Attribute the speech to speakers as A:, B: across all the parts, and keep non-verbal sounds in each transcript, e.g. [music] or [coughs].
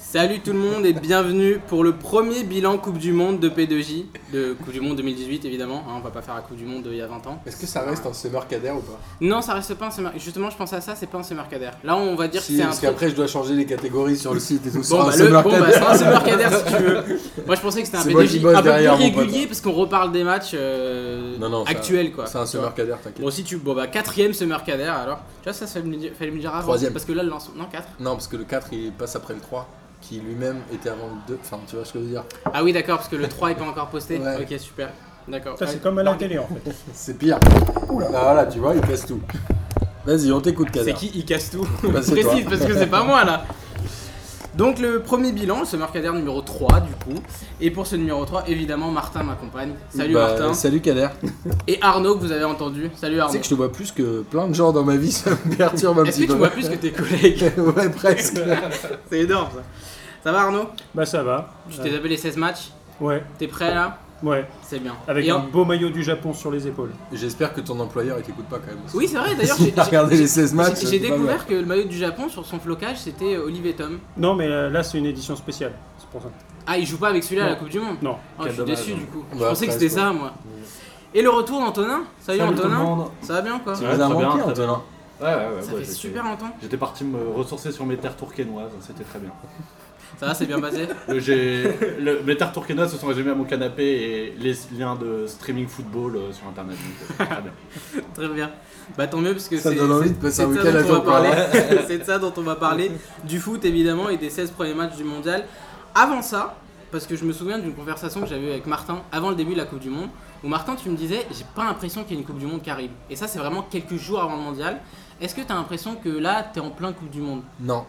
A: Salut tout le monde et bienvenue pour le premier bilan Coupe du Monde de P2J, de Coupe du Monde 2018 évidemment, hein, on va pas faire la Coupe du Monde d'il y a 20 ans.
B: Est-ce que ça reste un summer cadet ou pas
A: Non, ça reste pas un summer, justement je pense à ça, c'est pas un summercadaire. Là on va dire
B: Si,
A: que c'est un
B: parce
A: truc-
B: qu'après je dois changer les catégories sur le site et tout ça.
A: Bon, bah, le, bon, bah, c'est un
B: [laughs]
A: summercadaire si tu veux. Moi je pensais que c'était un
B: C'est moi qui
A: P2J
B: bosse
A: un peu plus
B: derrière, mon pote.
A: régulier parce qu'on reparle des matchs euh,
B: Non, non, ça-
A: actuels quoi.
B: C'est un
A: Tu vois.
B: summer cadet, t'inquiète.
A: Bon si tu... Bon bah quatrième summercadaire alors. Tu vois ça, ça fallait me le dire- fallait me le dire avant.
B: Troisième.
A: Parce que là le lancement... Non, 4
B: Non, parce que le 4 il passe après le 3 qui lui-même était avant le 2. Enfin, tu vois ce que je veux dire
A: Ah oui d'accord parce que le 3 est pas encore posté.
B: Ouais.
A: Ok super. D'accord.
C: Ça, c'est
A: Ouais.
C: comme à la télé en fait.
B: C'est pire. Ah, voilà, tu vois, il casse tout. Vas-y, on t'écoute, cadet.
A: C'est qui Il casse tout
B: Bah, c'est
A: Précise
B: toi.
A: parce que c'est pas moi là. Donc le premier bilan, ce mercadaire numéro 3 du coup. Et pour ce numéro 3, évidemment Martin m'accompagne. Salut
B: Bah,
A: Martin.
B: Salut, Kader.
A: Et Arnaud que vous avez entendu. Salut
B: Tu sais
A: Arnaud.
B: que je te vois plus que plein de gens dans ma vie, [laughs] ça me perturbe un
A: Est-ce que
B: petit
A: tu
B: peu.
A: vois plus que tes
B: [laughs]
A: collègues
B: Ouais, presque.
A: C'est énorme ça. Ça va Arnaud
C: Bah ça va.
A: Tu
C: Euh,
A: t'es tapé les 16 matchs
C: ouais,
A: T'es prêt là
C: ouais.
A: C'est bien.
C: Avec
A: Et
C: un
A: en-
C: beau maillot du Japon sur les épaules.
B: [laughs] J'espère que ton employeur il t'écoute pas quand même. [laughs]
A: Oui c'est vrai d'ailleurs. j'ai-
B: S'il a regardé les 16
A: j'ai-
B: matchs.
A: j'ai-
B: c'est
A: J'ai
B: pas mal.
A: découvert que le maillot du Japon sur son flocage c'était euh, Olivier Tom.
C: Non mais euh, là c'est une édition spéciale, c'est pour ça.
A: Ah il joue pas avec celui-là à la
C: Non.
A: Coupe du Monde
C: Non.
A: Oh, je suis
B: Quel dommage,
A: déçu
B: hein.
A: du coup. je
B: Bah,
A: pensais que
B: après,
A: c'était
B: c'est
A: ça moi. Et le retour d'Antonin Salut,
D: Salut tout le
A: Antonin
D: monde.
A: Ça va bien quoi
B: Tu
D: Ouais,
B: nous as
D: très bien,
B: manqué,
D: très
B: Antonin.
D: Ouais, ouais, ouais.
A: Ça fait
D: ouais, j'étais-
A: super longtemps.
D: J'étais parti me ressourcer sur mes terres tourquenoises, c'était très bien.
A: Ça va, c'est bien passé [laughs]
D: Le, j'ai- le- mes terres tourquenoises se sont résumées à mon canapé et les liens de streaming football euh, sur internet. donc,
A: [laughs]
D: euh, très bien.
A: Très bien. Bah tant mieux parce que
B: Ça
A: c'est
B: donne envie
A: c'est-
B: de passer
A: c'est
B: un
A: de ça
B: week-end à hein.
A: dont on va
B: Jean-Paul.
A: parler. [laughs] C'est de ça dont on va parler. Du foot évidemment et des 16 premiers matchs du mondial. Avant ça, parce que je me souviens d'une conversation que j'avais eue avec Martin avant le début de la Coupe du Monde, où Martin tu me disais j'ai pas l'impression qu'il y ait une Coupe du Monde qui arrive. Et ça c'est vraiment quelques jours avant le mondial. Est-ce que t'as l'impression que là t'es en plein Coupe du Monde
B: Non,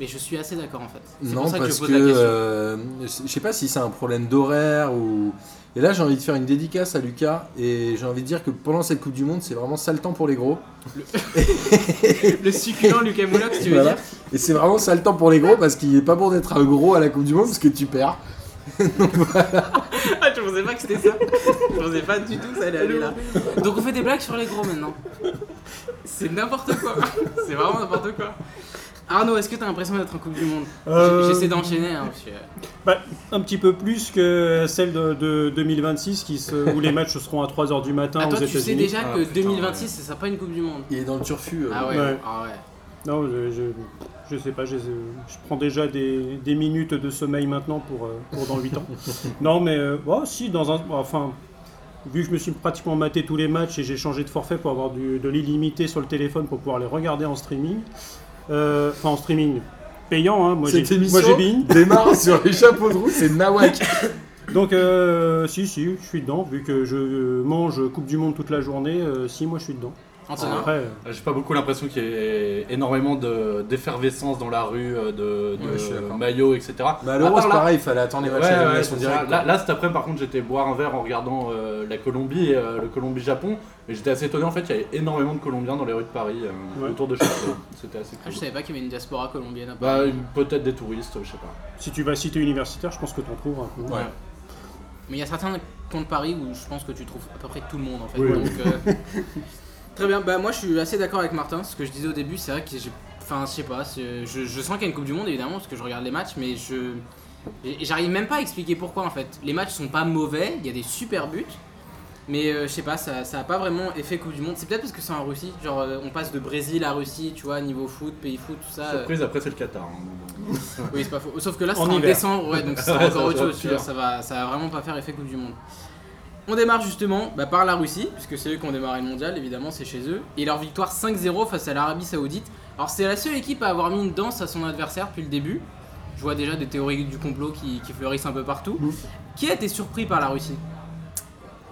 A: Mais je suis assez d'accord en fait. C'est pour
B: non
A: ça que je
B: parce que,
A: pose la question.
B: euh, je sais pas si c'est un problème d'horaire ou. Et là, j'ai envie de faire une dédicace à Lucas et j'ai envie de dire que pendant cette Coupe du Monde, c'est vraiment ça le temps pour les gros.
A: Le succulent Lucas Moulox, tu veux
B: Voilà.
A: dire
B: Et c'est vraiment ça le temps pour les gros parce qu'il est pas bon d'être un gros à la Coupe du Monde parce que tu perds.
A: Ah, [laughs] je pensais pas que c'était ça. Je pensais pas du tout que ça allait aller là. Donc on fait des blagues sur les gros maintenant. C'est n'importe quoi. C'est vraiment n'importe quoi. Arnaud, est-ce que t'as l'impression d'être en Coupe du Monde J-
C: Euh,
A: J'essaie d'enchaîner, hein, parce que-
C: Un petit peu plus que celle de, de 2026 qui se, où les matchs [laughs] seront à 3h du matin
A: Ah,
C: aux
A: toi, tu sais
C: États-Unis.
A: déjà
D: Ah,
A: que
D: putain,
A: 2026, ce sera pas une Coupe du Monde.
B: Il est dans le turfu. euh.
A: Ah ouais,
C: Ouais.
A: ah ouais.
C: Non, je, je, je sais pas, je, je prends déjà des, des minutes de sommeil maintenant pour, euh, pour
B: [laughs]
C: dans 8 ans. Non, mais euh, oh, si, dans un. Enfin, vu que je me suis pratiquement maté tous les matchs et j'ai changé de forfait pour avoir du- de l'illimité sur le téléphone pour pouvoir les regarder en streaming. euh, Enfin, en streaming payant, hein, moi j'ai
B: Cette émission
C: moi, j'ai Bein.
B: démarre [laughs] sur les chapeaux de roue, c'est Nawak.
A: Bah,
C: Donc, euh, si, si, je suis dedans, vu que je mange Coupe du Monde toute la journée, euh, si, moi je suis dedans.
A: Antonin
C: Après, euh,
D: J'ai pas beaucoup l'impression qu'il y ait énormément de- d'effervescence dans la rue, euh, de, de
B: Ouais, je suis d'accord.
D: maillots, etc.
B: Bah,
D: À
B: l'Euro,
D: part
B: c'est
D: là-
B: pareil, il fallait attendre les
D: Ouais,
B: matchs à
D: ouais,
B: élimination
D: c'est ça.
B: directe.
D: Là, là, cet après-midi, par contre, j'étais boire un verre en regardant euh, la Colombie, et, euh, le Colombie-Japon. Et j'étais assez étonné, en fait, il y avait énormément de Colombiens dans les rues de Paris, euh,
C: Ouais.
D: autour de chez eux. C'était assez
A: Ah,
D: cool.
A: je savais pas qu'il y avait une diaspora colombienne. à
D: Bah,
A: Paris.
D: une- peut-être des touristes, je sais pas.
C: si tu vas citer universitaire, je pense que t'en trouves un peu.
B: Ouais.
A: Mais il y a certains cons de Paris où je pense que tu trouves à peu près tout le monde en fait.
D: Oui,
A: Donc, euh, [laughs] Très bien, bah moi je suis assez d'accord avec Martin, ce que je disais au début, c'est vrai que j'ai... Enfin je sais pas, c'est- je, je sens qu'il y a une Coupe du Monde évidemment parce que je regarde les matchs mais je... j'ai- J'arrive même pas à expliquer pourquoi en fait. Les matchs sont pas mauvais, il y a des super buts, mais euh, je sais pas, ça, ça a pas vraiment effet Coupe du Monde. C'est peut-être parce que c'est en Russie, genre euh, on passe de Brésil à Russie, tu vois, niveau foot, pays foot, tout ça. euh,
D: Surprise, après, c'est le Qatar. hein.
A: oui, c'est pas faux. Sauf que là, c'est
C: En
A: en
C: hiver.
A: décembre, ouais,
D: [laughs]
A: donc c'est
D: Ouais,
A: encore
D: ça
A: autre
D: va
A: chose, tu vois,
D: pire.
A: ça va, ça va vraiment pas faire effet Coupe du Monde. On démarre justement bah, par la Russie, puisque c'est eux qui ont démarré le mondial, évidemment, c'est chez eux. Et leur victoire 5-0 face à l'Arabie Saoudite. Alors, c'est la seule équipe à avoir mis une danse à son adversaire depuis le début. Je vois déjà des théories du complot qui, qui fleurissent un peu partout.
C: Mm.
A: Qui a été surpris par la Russie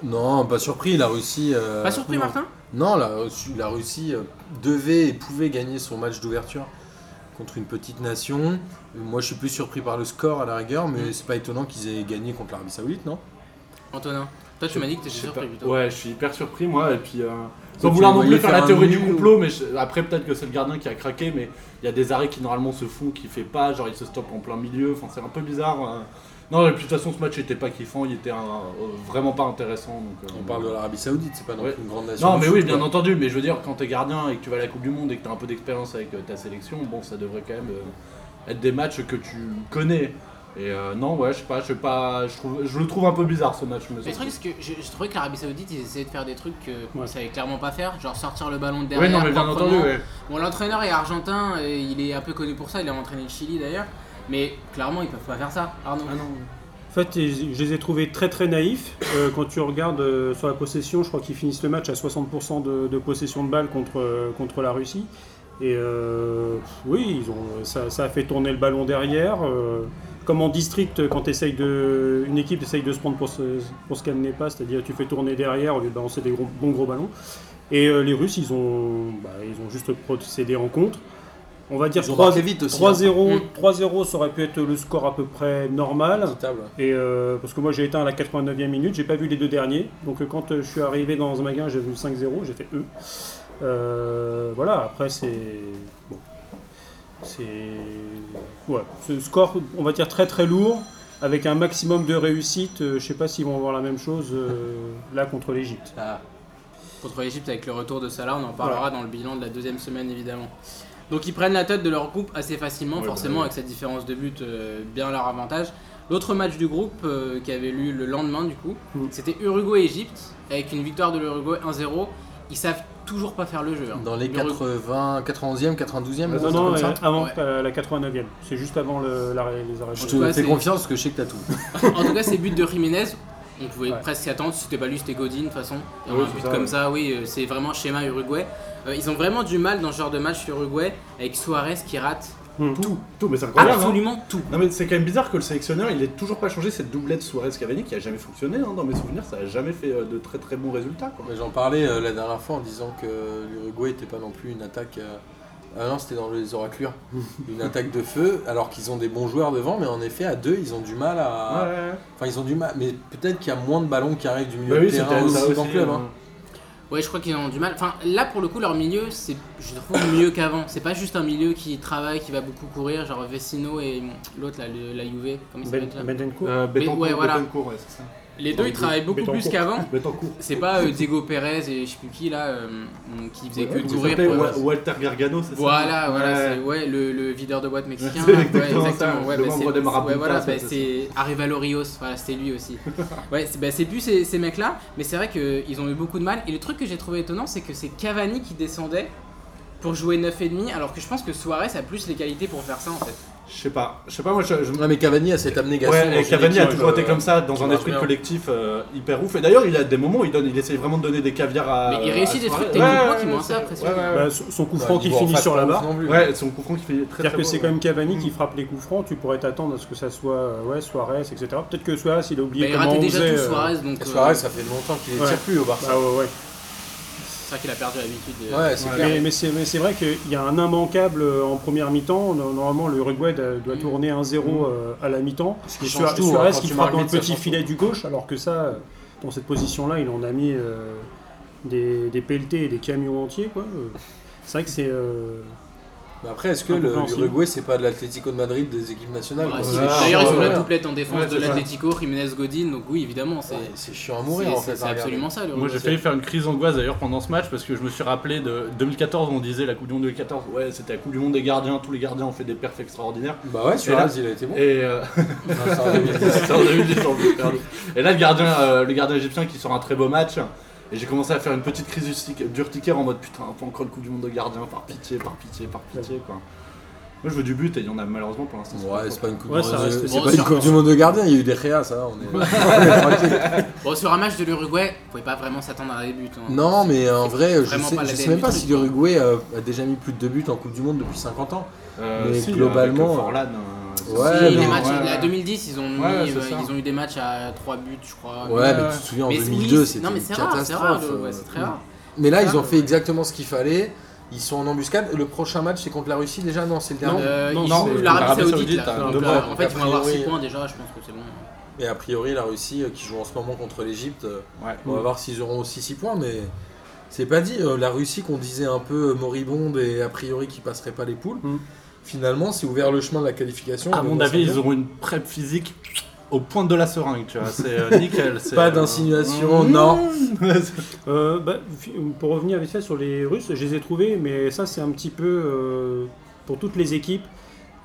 B: Non, pas surpris, la Russie. euh,
A: Pas surpris,
B: non.
A: Martin
B: Non, la, la Russie euh, devait et pouvait gagner son match d'ouverture contre une petite nation. Euh, Moi, je suis plus surpris par le score à la rigueur, mais
A: Mm.
B: c'est pas étonnant qu'ils aient gagné contre l'Arabie Saoudite, non
A: Antonin, toi, tu m'as dit que t'étais
D: Je sais
A: surpris
D: pas.
A: plutôt.
D: Ouais, je suis hyper surpris, moi. Et puis, euh,
B: Toi,
D: sans
B: tu
D: vouloir
B: les
D: non plus
B: voyais
D: faire
B: faire
D: la
B: un
D: théorie du
B: nul ou-
D: complot, mais je- après, peut-être que c'est le gardien qui a craqué, mais il y a des arrêts qui normalement se font, qui fait pas, genre il se stoppe en plein milieu. Enfin, c'est un peu bizarre. euh. Non, et puis de toute façon, ce match était pas kiffant, il était un- euh, vraiment pas intéressant. Donc, euh,
B: On parle de l'Arabie Saoudite, c'est pas non
D: Ouais.
B: plus une grande nation.
D: Non,
B: du
D: mais
B: foot,
D: oui, bien
B: quoi.
D: entendu, mais je veux dire, quand t'es gardien et que tu vas à la Coupe du Monde et que t'as un peu d'expérience avec euh, ta sélection, bon, ça devrait quand même euh, être des matchs que tu connais. Et euh, non, ouais, je sais pas, je sais pas, je, trouve, je le trouve un peu bizarre ce match. mais
A: Le truc, c'est que je, je trouvais que l'Arabie Saoudite, ils essayaient de faire des trucs que- qu'on
C: Ouais.
A: savait clairement pas faire, genre sortir le ballon de
D: Ouais,
A: derrière.
D: non, mais bien
A: proprement.
D: entendu, ouais.
A: Bon, l'entraîneur est argentin, et il est un peu connu pour ça, il a entraîné le Chili d'ailleurs, mais clairement, ils peuvent pas faire ça, Arnaud.
D: Ah non.
C: En fait, ils- je les ai trouvés très très naïfs. Euh, quand tu regardes euh, sur la possession, je crois qu'ils finissent le match à 60% de, de possession de balle contre, euh, contre la Russie. Et euh, oui, ils ont, ça, ça a fait tourner le ballon derrière. euh, comme en district, quand essayes de, une équipe essaye de se prendre pour ce, pour ce qu'elle n'est pas, c'est-à-dire tu fais tourner derrière au lieu de balancer des gros- bons gros ballons. Et euh, les Russes, ils ont, bah, ils ont juste procédé en contre. On va dire
B: Ils ont
C: trois-
B: marqué vite aussi,
C: 3-0,
A: hein.
C: 3-0, ça aurait pu être le score à peu près normal.
B: Table.
C: Et euh, parce que moi j'ai éteint à la 89e minute, j'ai pas vu les deux derniers. Donc euh, quand euh, je suis arrivé dans un magasin, j'ai vu 5-0, j'ai fait E. Euh, voilà, après c'est. Bon. C'est. Ouais, ce score, on va dire très très lourd, avec un maximum de réussite. Euh, je sais pas s'ils vont avoir la même chose euh, là contre l'Egypte.
A: Ça- Contre l'Egypte, avec le retour de Salah, on en parlera dans le bilan de la deuxième semaine évidemment. Donc ils prennent la tête de leur groupe assez facilement,
D: Ouais,
A: forcément
D: bah,
A: avec cette différence de but euh, bien à leur avantage. L'autre match du groupe euh, qui avait lieu le lendemain du coup,
C: Mm.
A: c'était Uruguay-Égypte avec une victoire de l'Uruguay 1-0. Ils savent toujours pas faire le jeu. hein.
B: Dans les
A: L'Uruguay-
B: 80, 91e, 92e,
C: Non,
B: c'est
C: non,
B: comme Ah, bah, ça
C: euh, avant
A: Ouais.
C: euh, la 89e. C'est juste avant le- la- les arrêts.
B: Je
A: tout cas,
B: te fais
A: c'est-
B: confiance parce que je sais que t'as tout.
A: en tout cas, ces buts de Jiménez, on pouvait
C: Ouais.
A: presque s'y attendre. Si c'était pas lui, c'était Godin de toute façon. Et
D: Ouais,
A: on a un
D: c'est
A: but
D: ça,
A: comme
D: ouais.
A: ça, oui, euh, c'est vraiment schéma Uruguay. Euh, ils ont vraiment du mal dans ce genre de match l'Uruguay avec Suarez qui rate
C: Hum.
D: Tout, tout, mais c'est incroyable. hein.
A: absolument tout.
D: Non mais c'est quand même bizarre que le sélectionneur il ait toujours pas changé cette doublette Suarez-Cavani qui a jamais fonctionné hein. dans mes souvenirs ça a jamais fait euh, de très très bons résultats quoi.
B: Mais J'en parlais euh, la dernière fois en disant que l'Uruguay n'était pas non plus une attaque. euh, Ah non, c'était dans les
D: [laughs]
B: oraclures. Une attaque de feu, alors qu'ils ont des bons joueurs devant, mais en effet, à deux, ils ont du mal à.
D: ouais.
B: Enfin, ils ont du mal. Mais peut-être qu'il y a moins de ballons qui arrivent du milieu
D: Bah
B: de
D: oui c'était
B: terrain
D: ça
B: aussi
D: aussi.
B: dans le club.
D: euh,
B: hein.
A: Ouais, je crois qu'ils ont du mal. Enfin, là pour le coup, leur milieu, c'est, je trouve mieux qu'avant. C'est pas juste un milieu qui travaille, qui va beaucoup courir, genre Vecino et bon, l'autre là, le- la Juve. Comment il s'appelle
C: Ben-
A: déjà
C: Bendencourt.
D: euh, Betancourt,
A: ouais, voilà.
D: Betancourt, ouais, c'est ça.
A: Les deux, ils travaillent beaucoup plus
D: Betancourt.
A: qu'avant.
D: Betancourt.
A: C'est pas euh, Diego Pérez et je sais plus qui là, euh, qui faisait que
D: Comment il
A: courir.
D: s'appelait
A: pour-
D: Wa- Walter Gargano c'est ça
A: Voilà, voilà,
D: Ouais.
A: c'est ouais, le, le videur de
D: [laughs]
A: boîte mexicain.
D: C'est
A: là.
D: exactement
A: ouais,
D: ça,
A: exactement. Ouais,
D: le
A: bah,
D: membre
A: c'est-
D: des marabouts,
A: ouais, voilà,
D: ça,
A: bah,
D: c'est
A: c'est Arevalo Rios, voilà, c'était lui
D: [laughs]
A: aussi. ouais, c'est bah, c'est plus ces, ces mecs-là, mais c'est vrai qu'ils ont eu beaucoup de mal. Et le truc que j'ai trouvé étonnant, c'est que c'est Cavani qui descendait pour jouer 9,5, alors que je pense que Suarez a plus les qualités pour faire ça en fait.
D: Je sais pas, je sais pas moi je, je-
B: Ouais, Ah, mais Cavani a cette abnégation.
D: Ouais, et
B: dans une
D: Cavani a
B: équipe,
D: toujours été
B: euh,
D: comme ça, dans
B: qui
D: un
B: marche
D: esprit
B: bien.
D: collectif euh, hyper ouf. Et d'ailleurs, il a des moments où il, donne, il essaye vraiment de donner des caviars à.
A: Mais il réussit
D: à
A: des
D: Suarez.
A: trucs techniquement
D: Ouais,
A: qui
D: ouais,
A: m'ont assez
D: c'est-
A: impressionné.
D: ouais, ouais, ouais.
C: Bah, son son coup
B: Bah,
C: franc
B: ils
C: qui
B: vont en
C: finit
B: face
C: sur la
B: pas
C: barre.
B: non plus.
D: Ouais, son coup franc qui fait très très
C: C'est-à-dire que
D: beau,
C: c'est
D: ouais.
C: quand même Cavani qui frappe les coups francs, tu pourrais t'attendre à ce que ça soit euh, ouais, Suarez, etc. Peut-être que Suarez il a
A: Bah,
C: oublié
A: il
C: comment
A: ratait
C: on
A: déjà
C: faisait,
A: tout
C: euh,
A: Suarez, donc
B: Et
A: euh,
B: Suarez, ça fait longtemps qu'il les
C: Ouais.
B: tire plus au Barça.
C: bah ouais, ouais.
A: c'est vrai qu'il a perdu l'habitude. euh, de-
B: Ouais, c'est
D: Ah Ouais.
B: clair.
C: Mais, mais c'est mais c'est vrai qu'il y a un immanquable euh, en première mi-temps. No- Normalement, le Uruguay doit doit tourner 1-0 euh, à la mi-temps.
B: Ce qui
C: Et
B: change
C: Suarez-
B: tout, hein,
C: Suarez
B: quand
C: qui
B: tu
C: frappe
B: marques
C: dans le
B: vite, ça
C: petit
B: change
C: filet du gauche, alors que ça, euh, dans cette position-là, il en a mis euh, des, des pelletés et des camions entiers. quoi. Euh, C'est vrai que c'est. euh,
B: Mais après, est-ce que le-
C: Incompréhensible.
B: l'Uruguay, c'est pas de l'Atlético de Madrid des équipes nationales
A: Bah,
B: quoi.
A: si,
B: C'est
D: Ah,
A: D'ailleurs,
B: chiant
A: ils
B: à
A: ont la
B: mourir.
A: doublette en défense
D: Ouais,
A: de
D: c'est ça.
A: l'Atlético, Jiménez-Godin, donc oui, évidemment, c'est
B: Ouais, C'est chiant à mourir
A: c'est-
B: en fait.
A: c'est
B: à regarder.
A: absolument ça. le
D: Moi j'ai failli faire une crise d'angoisse d'ailleurs pendant ce match parce que je me suis rappelé de 2014 on disait la Coupe du Monde 2014 ouais c'était la Coupe du Monde des gardiens tous les gardiens ont fait des perfs extraordinaires
B: Bah ouais, Suarez,
D: là-
B: il a été bon.
D: et euh,
B: Enfin, ça, en 2010.
D: C'était en 2010, [laughs] on peut faire. Et là, le gardien, euh, le gardien égyptien qui sort un très beau match. Et j'ai commencé à faire une petite crise d'urtic- d'urticaire en mode putain, pas encore le coup du monde de gardien, par pitié, par pitié, par pitié quoi. Moi je veux du but et il y en a malheureusement pour l'instant.
B: Ouais, c'est pas une Coupe,
C: Ouais,
B: du,
C: ça
B: monde,
C: reste-
B: c'est
A: bon,
B: pas
A: ça
B: une coupe
A: reste-
B: du Monde de gardien, il y a eu des réas, ça, on est, [laughs] on est tranquille.
A: Bon, sur un match de l'Uruguay, vous pouvez pas vraiment s'attendre à des buts. hein.
B: Non, mais en vrai, je
A: Vraiment
B: sais,
A: pas la
B: je sais
A: DN
B: même
A: du
B: pas
A: truc,
B: si
A: quoi.
B: l'Uruguay euh, a déjà mis plus de deux buts en Coupe du Monde depuis 50 ans.
D: Euh,
B: Mais
D: si,
B: globalement,
D: avec, euh, Forlan, euh, c'est-
B: ouais,
A: Si,
B: mais-
A: les matchs,
D: ouais,
A: la
D: ouais.
A: 2010, ils ont, mis,
D: Ouais, ouais, c'est
A: euh,
D: ça.
A: ils ont eu des matchs à 3 buts, je crois.
B: Ouais, mais tu te souviens, en
A: Ah, Mais oui,
B: 2002,
A: c'est-
B: c'était
A: Non, mais
B: une
A: c'est rare,
B: catastrophe.
A: c'est rare. le-
B: euh.
A: ouais, c'est très rare.
B: mais là,
A: c'est
B: ils ont
A: rare,
B: fait
A: ouais.
B: exactement ce qu'il fallait. Ils sont en embuscade. Le prochain match, c'est contre la Russie déjà Non, c'est le dernier.
A: Euh,
D: non,
A: ils
D: non,
A: jouent
D: c'est
A: l'Arabie
D: l'Arabie
A: Saoudite.
D: Saoudite,
A: là,
D: hein,
A: donc,
D: devant,
A: euh,
B: donc
A: en fait, ils vont avoir
B: a priori,
A: 6 points déjà, je pense que c'est bon.
B: Et a priori, la Russie, euh, qui joue en ce moment contre l'Égypte, euh,
D: Ouais.
B: on va voir s'ils auront aussi 6 points, mais c'est pas dit. Euh, La Russie, qu'on disait un peu moribonde et a priori qui passerait pas les poules,
C: Mm.
B: finalement, c'est ouvert le chemin de la qualification.
D: À
B: On
D: mon
B: verra ça
D: avis,
B: bien.
D: ils auront une prep physique au point de la seringue, tu vois. C'est
B: [laughs]
D: euh, nickel. c'est,
B: Pas
D: euh,
B: d'insinuation,
D: [laughs]
B: non.
C: Euh, bah, fi- pour revenir vite fait sur les Russes, je les ai trouvés, mais ça c'est un petit peu euh, pour toutes les équipes.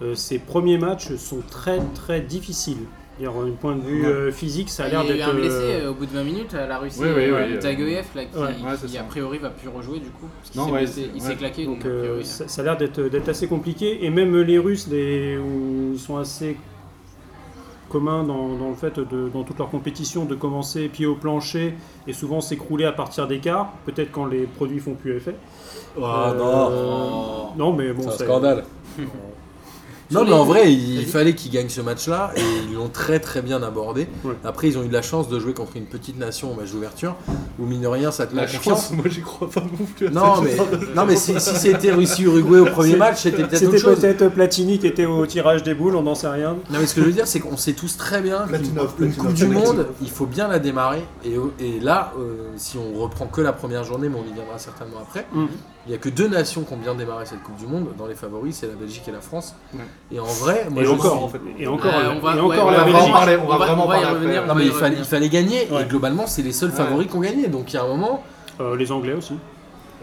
C: euh, ses premiers matchs sont très très difficiles. C'est-à-dire, euh, du point de vue
D: Ouais.
C: euh, physique, ça a l'air
A: Il y
C: d'être.
A: eu un blessé
C: euh,
A: euh, au bout de 20 minutes à la Russie,
D: Oui, oui,
A: euh,
D: oui,
A: Tagoyev, là, qui,
C: ouais,
D: ouais, c'est
A: qui,
D: ça.
A: a priori va plus rejouer du coup. Parce qu'il
D: Non,
A: s'est
D: ouais,
A: blessé,
D: c'est-
A: il
D: ouais.
A: s'est claqué donc.
C: Donc euh,
A: a priori, hein.
C: ça, ça a l'air d'être, d'être assez compliqué. Et même les Russes, les, où ils sont assez communs dans, dans le fait de, dans toute leur compétition de commencer pied au plancher et souvent s'écrouler à partir des quarts, peut-être quand les produits font plus effet.
B: Ah,
C: Euh,
B: non.
C: Non mais bon,
B: c'est un
C: ça-
B: scandale. non,
A: Sur
B: mais
A: les-
B: en vrai, il,
A: Vas-y.
B: fallait qu'ils gagnent ce match-là et ils l'ont très très bien abordé.
C: Ouais.
B: Après, ils ont eu de la chance de jouer contre une petite nation au match d'ouverture où, mine de rien, ça te met
D: La
B: confiance.
D: chance, moi j'y crois pas non plus. à
B: Non,
D: [laughs] cette
B: mais,
D: histoire de-
B: non, mais si, si c'était Russie-Uruguay au premier
C: C'est-
B: match, c'était peut-être autre
C: C'était
B: chose.
C: peut-être Platini qui était au tirage des boules, on n'en sait rien.
B: Non, mais ce que je veux dire, c'est qu'on sait tous très bien qu'une
D: Platinum,
B: une
D: Platinum,
B: Coupe du
D: Platinum.
B: Monde, il faut bien la démarrer. Et, et là, euh, si on reprend que la première journée, mais on y viendra certainement après,
A: Mm.
C: Mhm.
B: il n'y a que deux nations qui ont bien démarré cette Coupe du Monde. Dans les favoris, c'est la Belgique et la France.
D: Ouais.
B: Et en vrai, moi
C: Et
B: je
C: encore,
B: suis-
D: en fait.
C: Et encore,
A: Euh,
C: la-
A: on va-
C: et
A: ouais,
C: encore
D: on
C: la
D: va en
C: Belgique.
D: parler, on va vraiment
A: y
D: parler après.
A: revenir.
D: Non,
B: Non,
A: on va
B: mais
A: y
B: il fallait,
A: revenir.
B: il fallait gagner.
C: Ouais.
B: Et globalement, c'est les seuls
D: Ouais.
B: favoris qui ont gagné. Donc il y a un moment,
C: Euh, les Anglais aussi.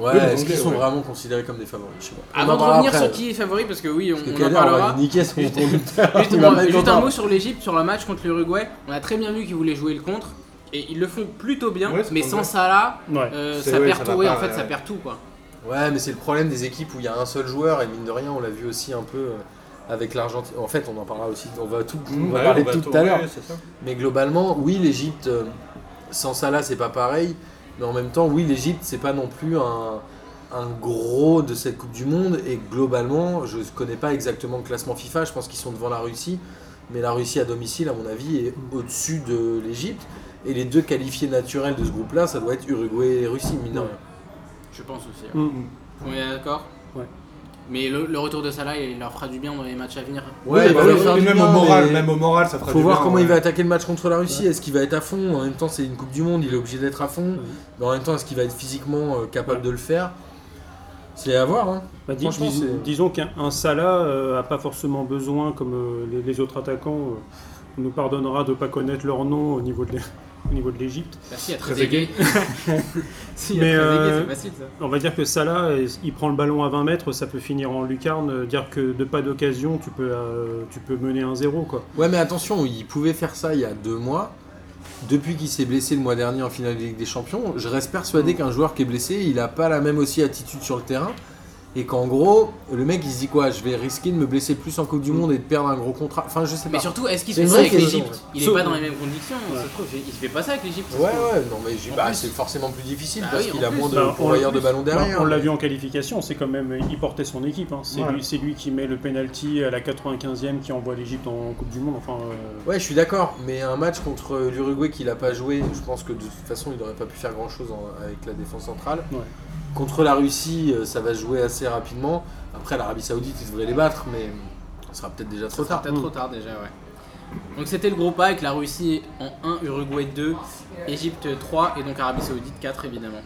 B: ouais,
D: les
B: est-ce
D: Anglais,
B: qu'ils sont
D: ouais.
B: vraiment considérés comme des favoris Je sais pas.
A: Avant
B: On en
A: de
B: parlera
A: revenir
B: après.
A: sur qui est favori, parce que oui, on,
B: Parce que
A: on en
B: Kader, on va
A: parlera.
B: lui
A: [laughs]
B: niquer son
A: Juste-
B: conducteur.
A: Juste,
B: Il va
A: on-
B: pas être
A: juste un
B: content.
A: mot sur l'Égypte, sur le match contre l'Uruguay. On a très bien vu qu'ils voulaient jouer le contre. Et ils le font plutôt bien.
D: Ouais, c'est
A: mais
D: pas
A: sans
D: mal.
A: ça là,
C: Ouais.
A: euh,
D: C'est-
A: ça
D: ouais,
A: perd
D: ça
A: tout.
D: va
A: ouais,
D: pas,
A: en fait,
D: ouais,
A: ça
D: ouais.
A: perd tout quoi.
B: Ouais, mais c'est le problème des équipes où il y a un seul joueur, et mine de rien, on l'a vu aussi un peu euh, avec l'Argentine. En fait, on en parlera aussi, on va, tout, on va
D: Mmh, Ouais,
B: parler de
D: va
B: tout à l'heure.
D: ouais, c'est ça.
B: Mais globalement, oui, l'Égypte, euh, sans Salah, c'est pas pareil. Mais en même temps, oui, l'Égypte, c'est pas non plus un, un gros de cette Coupe du Monde. Et globalement, je connais pas exactement le classement FIFA. Je pense qu'ils sont devant la Russie. Mais la Russie à domicile, à mon avis, est au-dessus de l'Égypte. Et les deux qualifiés naturels de ce groupe-là, ça doit être Uruguay et Russie, mine de rien.
A: Je pense aussi. hein.
C: Mm.
A: On est d'accord
C: Ouais.
A: Mais le, le retour de Salah, il leur fera du bien dans les matchs à venir.
D: Ouais, bah
B: il va
D: oui,
B: leur faire
D: mais
B: du
D: même
B: bien,
D: au moral,
B: mais-
D: même au moral, ça fera
B: Faut
D: du
B: voir
D: bien,
B: comment
D: ouais.
B: il va attaquer le match contre la Russie. Est-ce qu'il va être à fond En même temps, c'est une Coupe du Monde, il est obligé d'être à fond. Mais en même temps, est-ce qu'il va être physiquement euh, capable
C: Ouais.
B: de le faire C'est à voir. Hein.
C: Bah, dis-
B: Franchement,
C: dis-
B: c'est-
C: disons qu'un un Salah euh, a pas forcément besoin, comme euh, les, les autres attaquants, euh, on nous pardonnera de pas connaître leur nom au niveau de l'É- [laughs] au niveau de l'Égypte.
A: Bah si, il y a très
D: Trezeguet.
A: [laughs] si, il y a Trezeguet,
C: Mais, euh,
A: c'est facile ça.
C: On va dire que Salah, euh, il prend le ballon à 20 mètres, ça peut finir en lucarne. euh, Dire que de pas d'occasion, tu peux euh, tu peux mener 1-0 quoi.
B: Ouais, mais attention, il pouvait faire ça il y a deux mois. Depuis qu'il s'est blessé le mois dernier en finale de Ligue des Champions, je reste persuadé
A: Mm.
B: qu'un joueur qui est blessé, il n'a pas la même aussi attitude sur le terrain. Et qu'en gros, le mec, il se dit quoi Je vais risquer de me blesser plus en Coupe du Monde et de perdre un gros contrat. Enfin, je sais
A: Mm. Mais
B: pas.
A: surtout, est-ce qu'il se
B: bah, C'est
A: fait ça
B: vrai
A: avec
B: que-
A: l'Egypte Il est
C: Sauf-
A: pas dans les mêmes conditions,
C: Ouais.
A: ça se trouve. Il se fait pas ça avec l'Egypte.
B: Ouais, ouais, non, mais j'ai-
A: En
B: bah,
A: plus-
B: c'est forcément plus difficile
A: Bah
B: parce
A: oui, en
B: qu'il a
A: plus.
B: moins de
C: Bah, on-
B: pourvoyeurs de ballon derrière.
C: on l'a
B: mais-
C: vu en qualification, c'est quand même il portait son équipe. hein. C'est
D: Ouais.
C: lui, c'est lui qui met le penalty à la 95e qui envoie l'Égypte en Coupe du Monde. Enfin, euh,
B: Ouais, je suis d'accord, mais un match contre l'Uruguay qu'il n'a pas joué, je pense que de toute façon, il n'aurait pas pu faire grand-chose en- avec la défense centrale.
C: Ouais.
B: Contre la Russie, euh, ça va se jouer assez rapidement. Après, l'Arabie Saoudite, ils devraient les battre, mais ce sera peut-être déjà trop
A: Ça sera
B: tard.
A: peut-être
C: Mm.
A: trop tard déjà, ouais. Donc c'était le groupe A avec la Russie en 1, Uruguay 2, Égypte 3 et donc Arabie Saoudite 4 évidemment.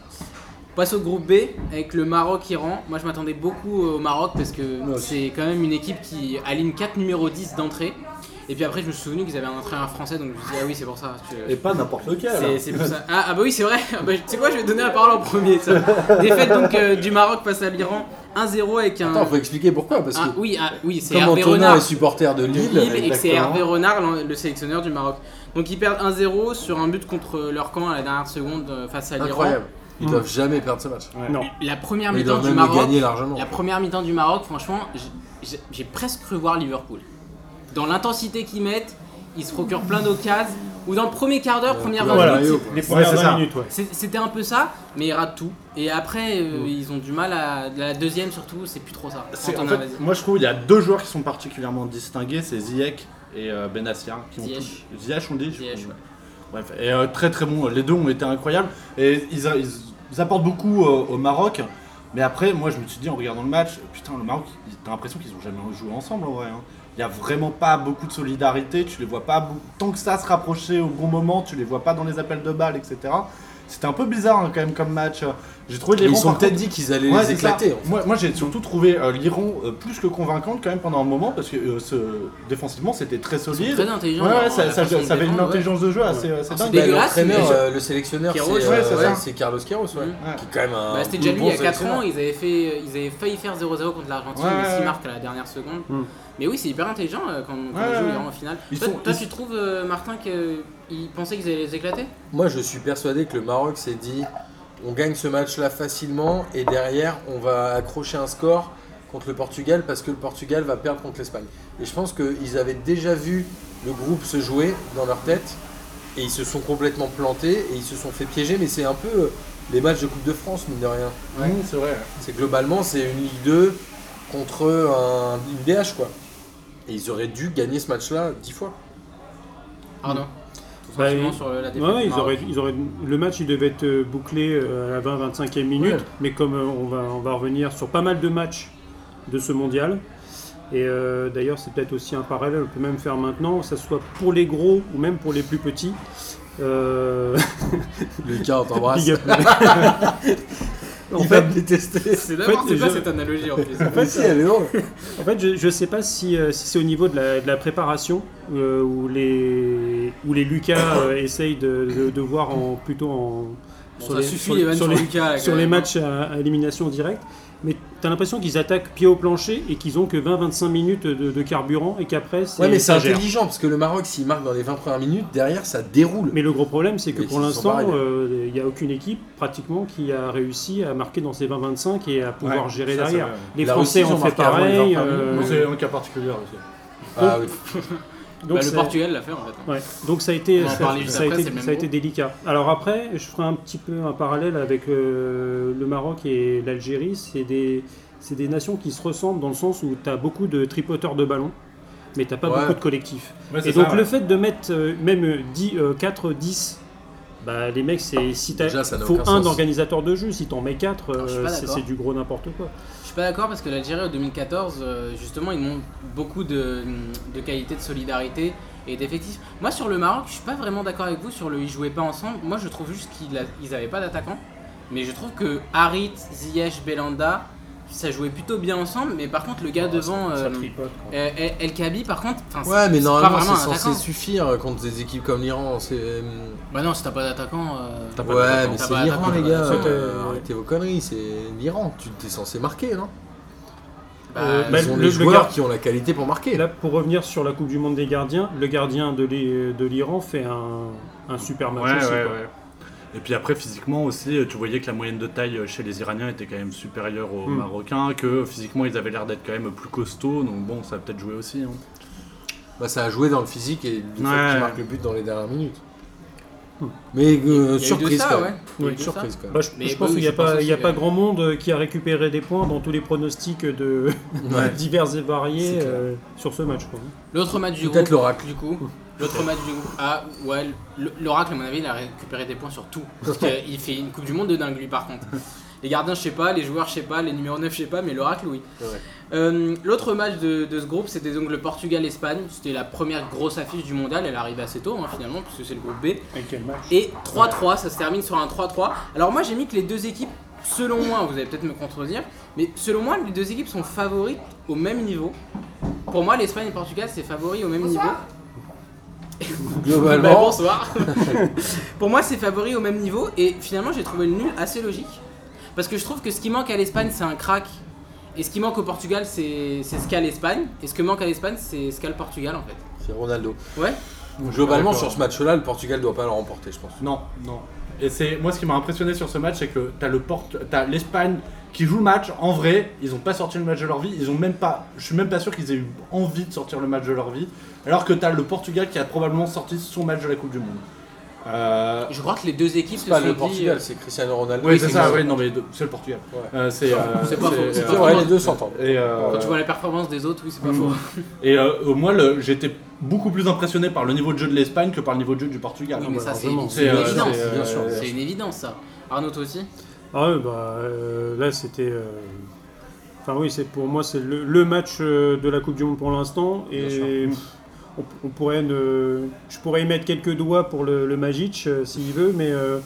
A: On passe au groupe B avec le Maroc-Iran. Moi je m'attendais beaucoup au Maroc parce que c'est quand même une équipe qui aligne 4 numéros 10 d'entrée. Et puis après je me suis souvenu qu'ils avaient un entraîneur français donc je me suis dit ah oui c'est pour ça. tu-
D: Et pas n'importe hein. lequel.
A: C'est c'est pour ça. Ah, ah bah oui, c'est vrai. Ah bah, tu sais quoi, je vais donner la parole en premier. Ça. Défaite donc euh, du Maroc face à l'Iran 1-0 avec un.
B: Attends, faut expliquer pourquoi, parce que
A: un- oui, ah, oui c'est
B: comme
A: Hervé
B: Antonin
A: Renard.
B: est supporter de Lille,
A: Lille et que c'est
B: exactement.
A: Hervé Renard, l'en- le sélectionneur du Maroc. Donc ils perdent 1-0 sur un but contre leur camp à la dernière seconde euh, face à l'Iran.
B: incroyable. Ils
A: Hmm.
B: doivent jamais perdre ce match.
C: non.
A: La première
B: Mais ils
A: mi-temps
B: doivent
A: Ah, du
B: même le
A: Maroc,
B: gagner largement.
A: la première mi-temps du Maroc, franchement, j'ai- j'ai- j'ai presque cru voir Liverpool. Dans l'intensité qu'ils mettent, ils se procurent plein d'occasions. Ou dans le premier quart d'heure,
B: Ouais,
A: première
B: voilà.
A: vingt minutes,
B: Mario,
C: les-
B: quoi.
C: les premières
D: c'est
C: 20
D: ça.
C: minutes, ouais.
A: c'est- c'était un peu ça, mais ils ratent tout. Et après, euh, ils ont du mal à la deuxième surtout, c'est plus trop ça.
D: C'est- en
A: Antonin,
D: fait,
A: vas-y.
D: moi je trouve qu'il y a deux joueurs qui sont particulièrement distingués, c'est Ziyech et euh, Benatia. Qui ont
A: Ziyech.
D: tous- Ziyech on dit je
A: Ziyech,
D: crois.
A: ouais.
D: Bref, et euh, très très bon, les deux ont été incroyables. Et ils, a- ils- ils apportent beaucoup euh, au Maroc. Mais après, moi je me suis dit en regardant le match, putain, le Maroc, ils- t'as l'impression qu'ils ont jamais joué ensemble en vrai. hein. Il y a vraiment pas beaucoup de solidarité, tu les vois pas bou- tant que ça se rapprocher au bon moment, tu les vois pas dans les appels de balles, etc. C'était un peu bizarre hein, quand même comme match. J'ai trouvé
B: Ils
D: l'Iran,
B: se sont
D: par
B: peut-être
D: contre-
B: dit qu'ils allaient
D: Ouais,
B: les
D: c'est ça.
B: éclater. en fait.
D: Moi, moi, j'ai surtout trouvé euh, l'Iran euh, plus que convaincante quand même pendant un moment parce que euh, ce- défensivement c'était très
A: Ils sont
D: solide.
A: très intelligents.
D: Ouais, ouais,
A: dans
D: ça,
A: la
D: ça-
A: façon de
D: ça avait une
A: défendre, ouais.
D: intelligence de jeu assez, assez
A: Ah,
D: dingue.
A: c'est
B: Bah,
A: dégueulasse,
B: l'entraîneur,
A: mais-
B: euh, le sélectionneur, c'est
A: Queiroz,
D: ouais,
B: euh,
D: c'est ça.
B: ouais, c'est Carlos Queiroz, ouais,
A: Mhm.
B: qui est quand même
C: Euh,
B: un.
A: Bah, c'était déjà
B: bon
A: lui il y a 4
B: sélectionneur.
A: ans, ils avaient, fait, ils avaient failli faire 0-0 contre l'Argentine,
D: Ouais,
A: mais
D: ouais,
A: s'ils
D: ouais.
A: marquent à la dernière seconde.
C: Mm.
A: Mais oui, c'est hyper intelligent euh, quand, quand
D: Ouais,
A: ils jouent
D: ouais.
A: l'Iran en finale.
D: Ils
A: toi,
D: sont-
A: toi,
D: ils-
A: tu trouves, euh, Martin, qu'ils pensaient qu'ils allaient les éclater
B: Moi, je suis persuadé que le Maroc s'est dit on gagne ce match-là facilement et derrière, on va accrocher un score contre le Portugal parce que le Portugal va perdre contre l'Espagne. Et je pense qu'ils avaient déjà vu le groupe se jouer dans leur tête et ils se sont complètement plantés et ils se sont fait piéger. Mais c'est un peu euh, les matchs de Coupe de France, mine de rien.
D: Mmh, c'est vrai.
B: C'est globalement, c'est une Ligue 2 contre un- une DH, quoi. Et ils auraient dû gagner ce match-là dix fois.
A: Pardon. Tout
C: Bah,
A: simplement
C: ils-
A: sur le- la défaite.
C: Ouais, ouais,
A: du
C: ils
A: Maroc.
C: auraient, ils auraient, le match il devait être euh, bouclé euh, à la 20-25e minute,
B: Ouais.
C: mais comme euh, on, va, on va revenir sur pas mal de matchs de ce mondial, et euh, d'ailleurs c'est peut-être aussi un parallèle, on peut même faire maintenant, que ce soit pour les gros ou même pour les plus petits. Euh,
B: Lucas, on t'embrasse.
C: big up. [laughs]
A: [laughs]
C: en,
B: Il va
C: fait,
B: me détester.
A: C'est
C: En fait,
A: d'abord, c'est pas
C: je-
A: cette analogie en plus.
B: Mais si, elle est drôle.
C: en fait, je ne sais pas si, euh, si c'est au niveau de la, de la préparation euh, où, les, où les Lucas euh, essayent de, de- de voir en, plutôt en...
A: Bon,
C: [laughs] sur
A: ça
C: les-
A: suffit
C: sur-
A: les vannes
C: sur
A: sur,
C: les-
A: Lucas. là,
C: sur
A: quand
C: les
A: même.
C: matchs à, à élimination directe, mais t'as l'impression qu'ils attaquent pied au plancher et qu'ils ont que 20-25 minutes de, de carburant et qu'après c'est
B: Ouais, mais c'est
C: ça gère.
B: intelligent parce que le Maroc, s'il marque dans les 20 premières minutes, derrière ça déroule.
C: Mais le gros problème, c'est que
B: Mais
C: pour
B: ils sont
C: l'instant,
B: pareils.
C: euh, il n'y a aucune équipe pratiquement qui a réussi à marquer dans ses 20-25 et à pouvoir
D: Ouais,
C: gérer
D: ça, c'est
C: derrière.
D: vrai.
C: Les
B: La
C: Français
B: Russie, ils
C: ont
B: ont
C: fait
B: marqué avant les
C: pareil.
B: 20
C: euh,
D: Bon, C'est un cas particulier aussi.
B: Ah, oui.
C: donc
A: Bah, le
C: c'est-
A: Portugal l'a fait en fait. hein.
C: Ouais, donc ça a été,
A: On en
C: ça-
A: parlait juste
C: ça a
A: après,
C: été-
A: c'est le même
C: ça a été
A: groupe.
C: délicat. Alors après, je ferai un petit peu un parallèle avec euh, le Maroc et l'Algérie. C'est des, c'est des nations qui se ressemblent dans le sens où tu as beaucoup de tripoteurs de ballon, mais tu pas
B: Ouais.
C: beaucoup de collectifs.
D: Ouais, c'est
C: Et donc
D: ça,
C: le
D: ouais.
C: fait de mettre euh, même euh, 10, euh, 4, 10, bah, les mecs, c'est si t'as-
B: Déjà, ça n'a
C: faut
B: aucun
C: un
B: sens.
C: organisateur de jeu, si t'en mets 4,
A: Alors, Ah, je suis pas
C: c'est
A: d'accord.
C: c'est du gros n'importe quoi.
A: Je suis pas d'accord parce que l'Algérie en 2014, euh, justement, ils montrent beaucoup de, de qualité, de solidarité et d'effectifs. Moi, sur le Maroc, je suis pas vraiment d'accord avec vous sur le ils jouaient pas ensemble. Moi, je trouve juste qu'ils a- ils avaient pas d'attaquants. Mais je trouve que Harit, Ziyech, Belanda, ça jouait plutôt bien ensemble. Mais par contre, le gars devant,
C: Ça
A: euh,
C: tripote, quoi.
A: euh, El- El Kabi, par contre, enfin, c'est-
B: Ouais, mais
A: c'est
B: normalement
A: pas vraiment
B: c'est
A: un
B: censé
A: attaquant.
B: suffire contre des équipes comme l'Iran. c'est, euh,
A: Bah non, si t'as pas d'attaquant. euh,
B: Ouais,
A: t'as pas d'attaquant,
B: mais
A: t'as
B: c'est
A: pas
B: l'Iran,
A: d'attaquant,
B: les gars.
A: t'as pas
B: euh,
A: d'attaquant.
B: Arrêtez vos conneries, c'est l'Iran. Tu t'es censé marquer, non
A: Bah,
C: Euh,
A: ils
C: bah,
B: Ils
A: ont-
B: ont
C: le-
B: les
C: le
B: joueurs
C: gars-
B: qui ont la qualité pour
C: Et
B: marquer.
C: là, pour revenir sur la Coupe du Monde des gardiens, le gardien de l'I- de l'Iran fait un, un super match aussi. quoi.
D: Et puis après, physiquement aussi, euh, tu voyais que la moyenne de taille euh, chez les Iraniens était quand même supérieure aux
C: Hmm.
D: Marocains, que physiquement ils avaient l'air d'être quand même plus costauds, donc bon, ça a peut-être joué aussi. hein.
B: Bah, ça a joué dans le physique et le fait
D: Ouais.
B: qu'ils marquent le but dans les dernières minutes.
C: Hmm.
B: Mais euh,
A: il y a eu de
B: surprise
A: ça,
B: quand
A: ouais.
B: même.
A: Il y a eu
C: Oui,
A: de ça.
B: Surprise quand même.
C: Bah, je,
A: Mais
C: je pense
A: oui,
C: qu'il n'y a,
A: je pense
C: pas,
A: aussi,
C: il y a
A: euh,
C: pas grand monde qui a récupéré des points dans tous les pronostics de
B: Ouais.
C: [laughs] divers et
B: C'est
C: variés
B: clair.
C: euh, sur ce match. quoi.
A: L'autre match du
B: Peut-être
A: groupe.
B: l'oracle.
A: Du coup, l'autre match du groupe. Ah, ouais, l- l'Oracle, à mon avis, il a récupéré des points sur tout. Parce qu'il fait une Coupe du Monde de dingue, lui, par contre. Les gardiens, je sais pas, les joueurs, je sais pas, les numéros 9, je sais pas, mais l'Oracle, oui.
B: Ouais.
A: Euh, l'autre match de, de ce groupe, c'était donc le Portugal-Espagne. C'était la première grosse affiche du mondial. Elle arrive assez tôt, hein, finalement, puisque c'est le groupe B.
C: Et quel match
A: Et 3-3, ça se termine sur un 3-3. Alors moi j'ai mis que les deux équipes, selon moi, vous allez peut-être me contredire, mais selon moi les deux équipes sont favorites au même niveau. Pour moi l'Espagne et le Portugal c'est favori au même niveau. Bah,
B: Globalement,
A: bonsoir. [laughs] Pour moi c'est favori au même niveau et finalement j'ai trouvé le nul assez logique. Parce que je trouve que ce qui manque à l'Espagne c'est un crack. Et ce qui manque au Portugal c'est c'est ce qu'a l'Espagne. Et ce que manque à l'Espagne c'est ce qu'a le Portugal en fait.
B: c'est Ronaldo.
A: Ouais
B: Globalement,
D: D'accord.
B: sur ce match-là, le Portugal doit pas le remporter, je pense.
D: Non, non. Et c'est moi ce qui m'a impressionné sur ce match, c'est que t'as le Porte- t'as l'Espagne qui joue le match. En vrai, ils ont pas sorti le match de leur vie. Ils ont même pas. Je suis même pas sûr qu'ils aient eu envie de sortir le match de leur vie. Alors que t'as le Portugal qui a probablement sorti son match de la Coupe du Monde. Euh,
A: Je crois que les deux équipes se
B: C'est pas
A: sont
B: Bah, le
A: dit,
B: Portugal,
A: euh,
B: c'est Cristiano Ronaldo.
D: oui, c'est ça.
B: vrai.
D: Oui, non mais de- c'est le Portugal.
B: Ouais.
D: Euh, c'est. euh,
A: C'est pas faux, c'est
B: C'est
A: pas faux.
B: vrai, les deux s'entendent.
D: Et, euh,
A: Quand tu vois la performance des autres, oui
C: Mm.
A: c'est pas faux.
C: Ah
D: et euh, moi, le- j'étais beaucoup plus impressionné par le niveau de jeu de l'Espagne que par le niveau de jeu du Portugal.
A: Oui,
C: bah,
A: mais ça, c'est une
D: C'est, euh,
A: évidence.
D: c'est, euh,
B: bien sûr.
A: C'est une évidence, ça. Arnaud, toi aussi
C: Ah ouais, bah, euh, là c'était. euh, Enfin oui, c'est pour moi c'est le, le match euh, de la Coupe du Monde pour l'instant
B: Bien sûr.
C: et on, on pourrait ne- je pourrais y mettre quelques doigts pour le, le Magic euh, s'il veut, mais euh,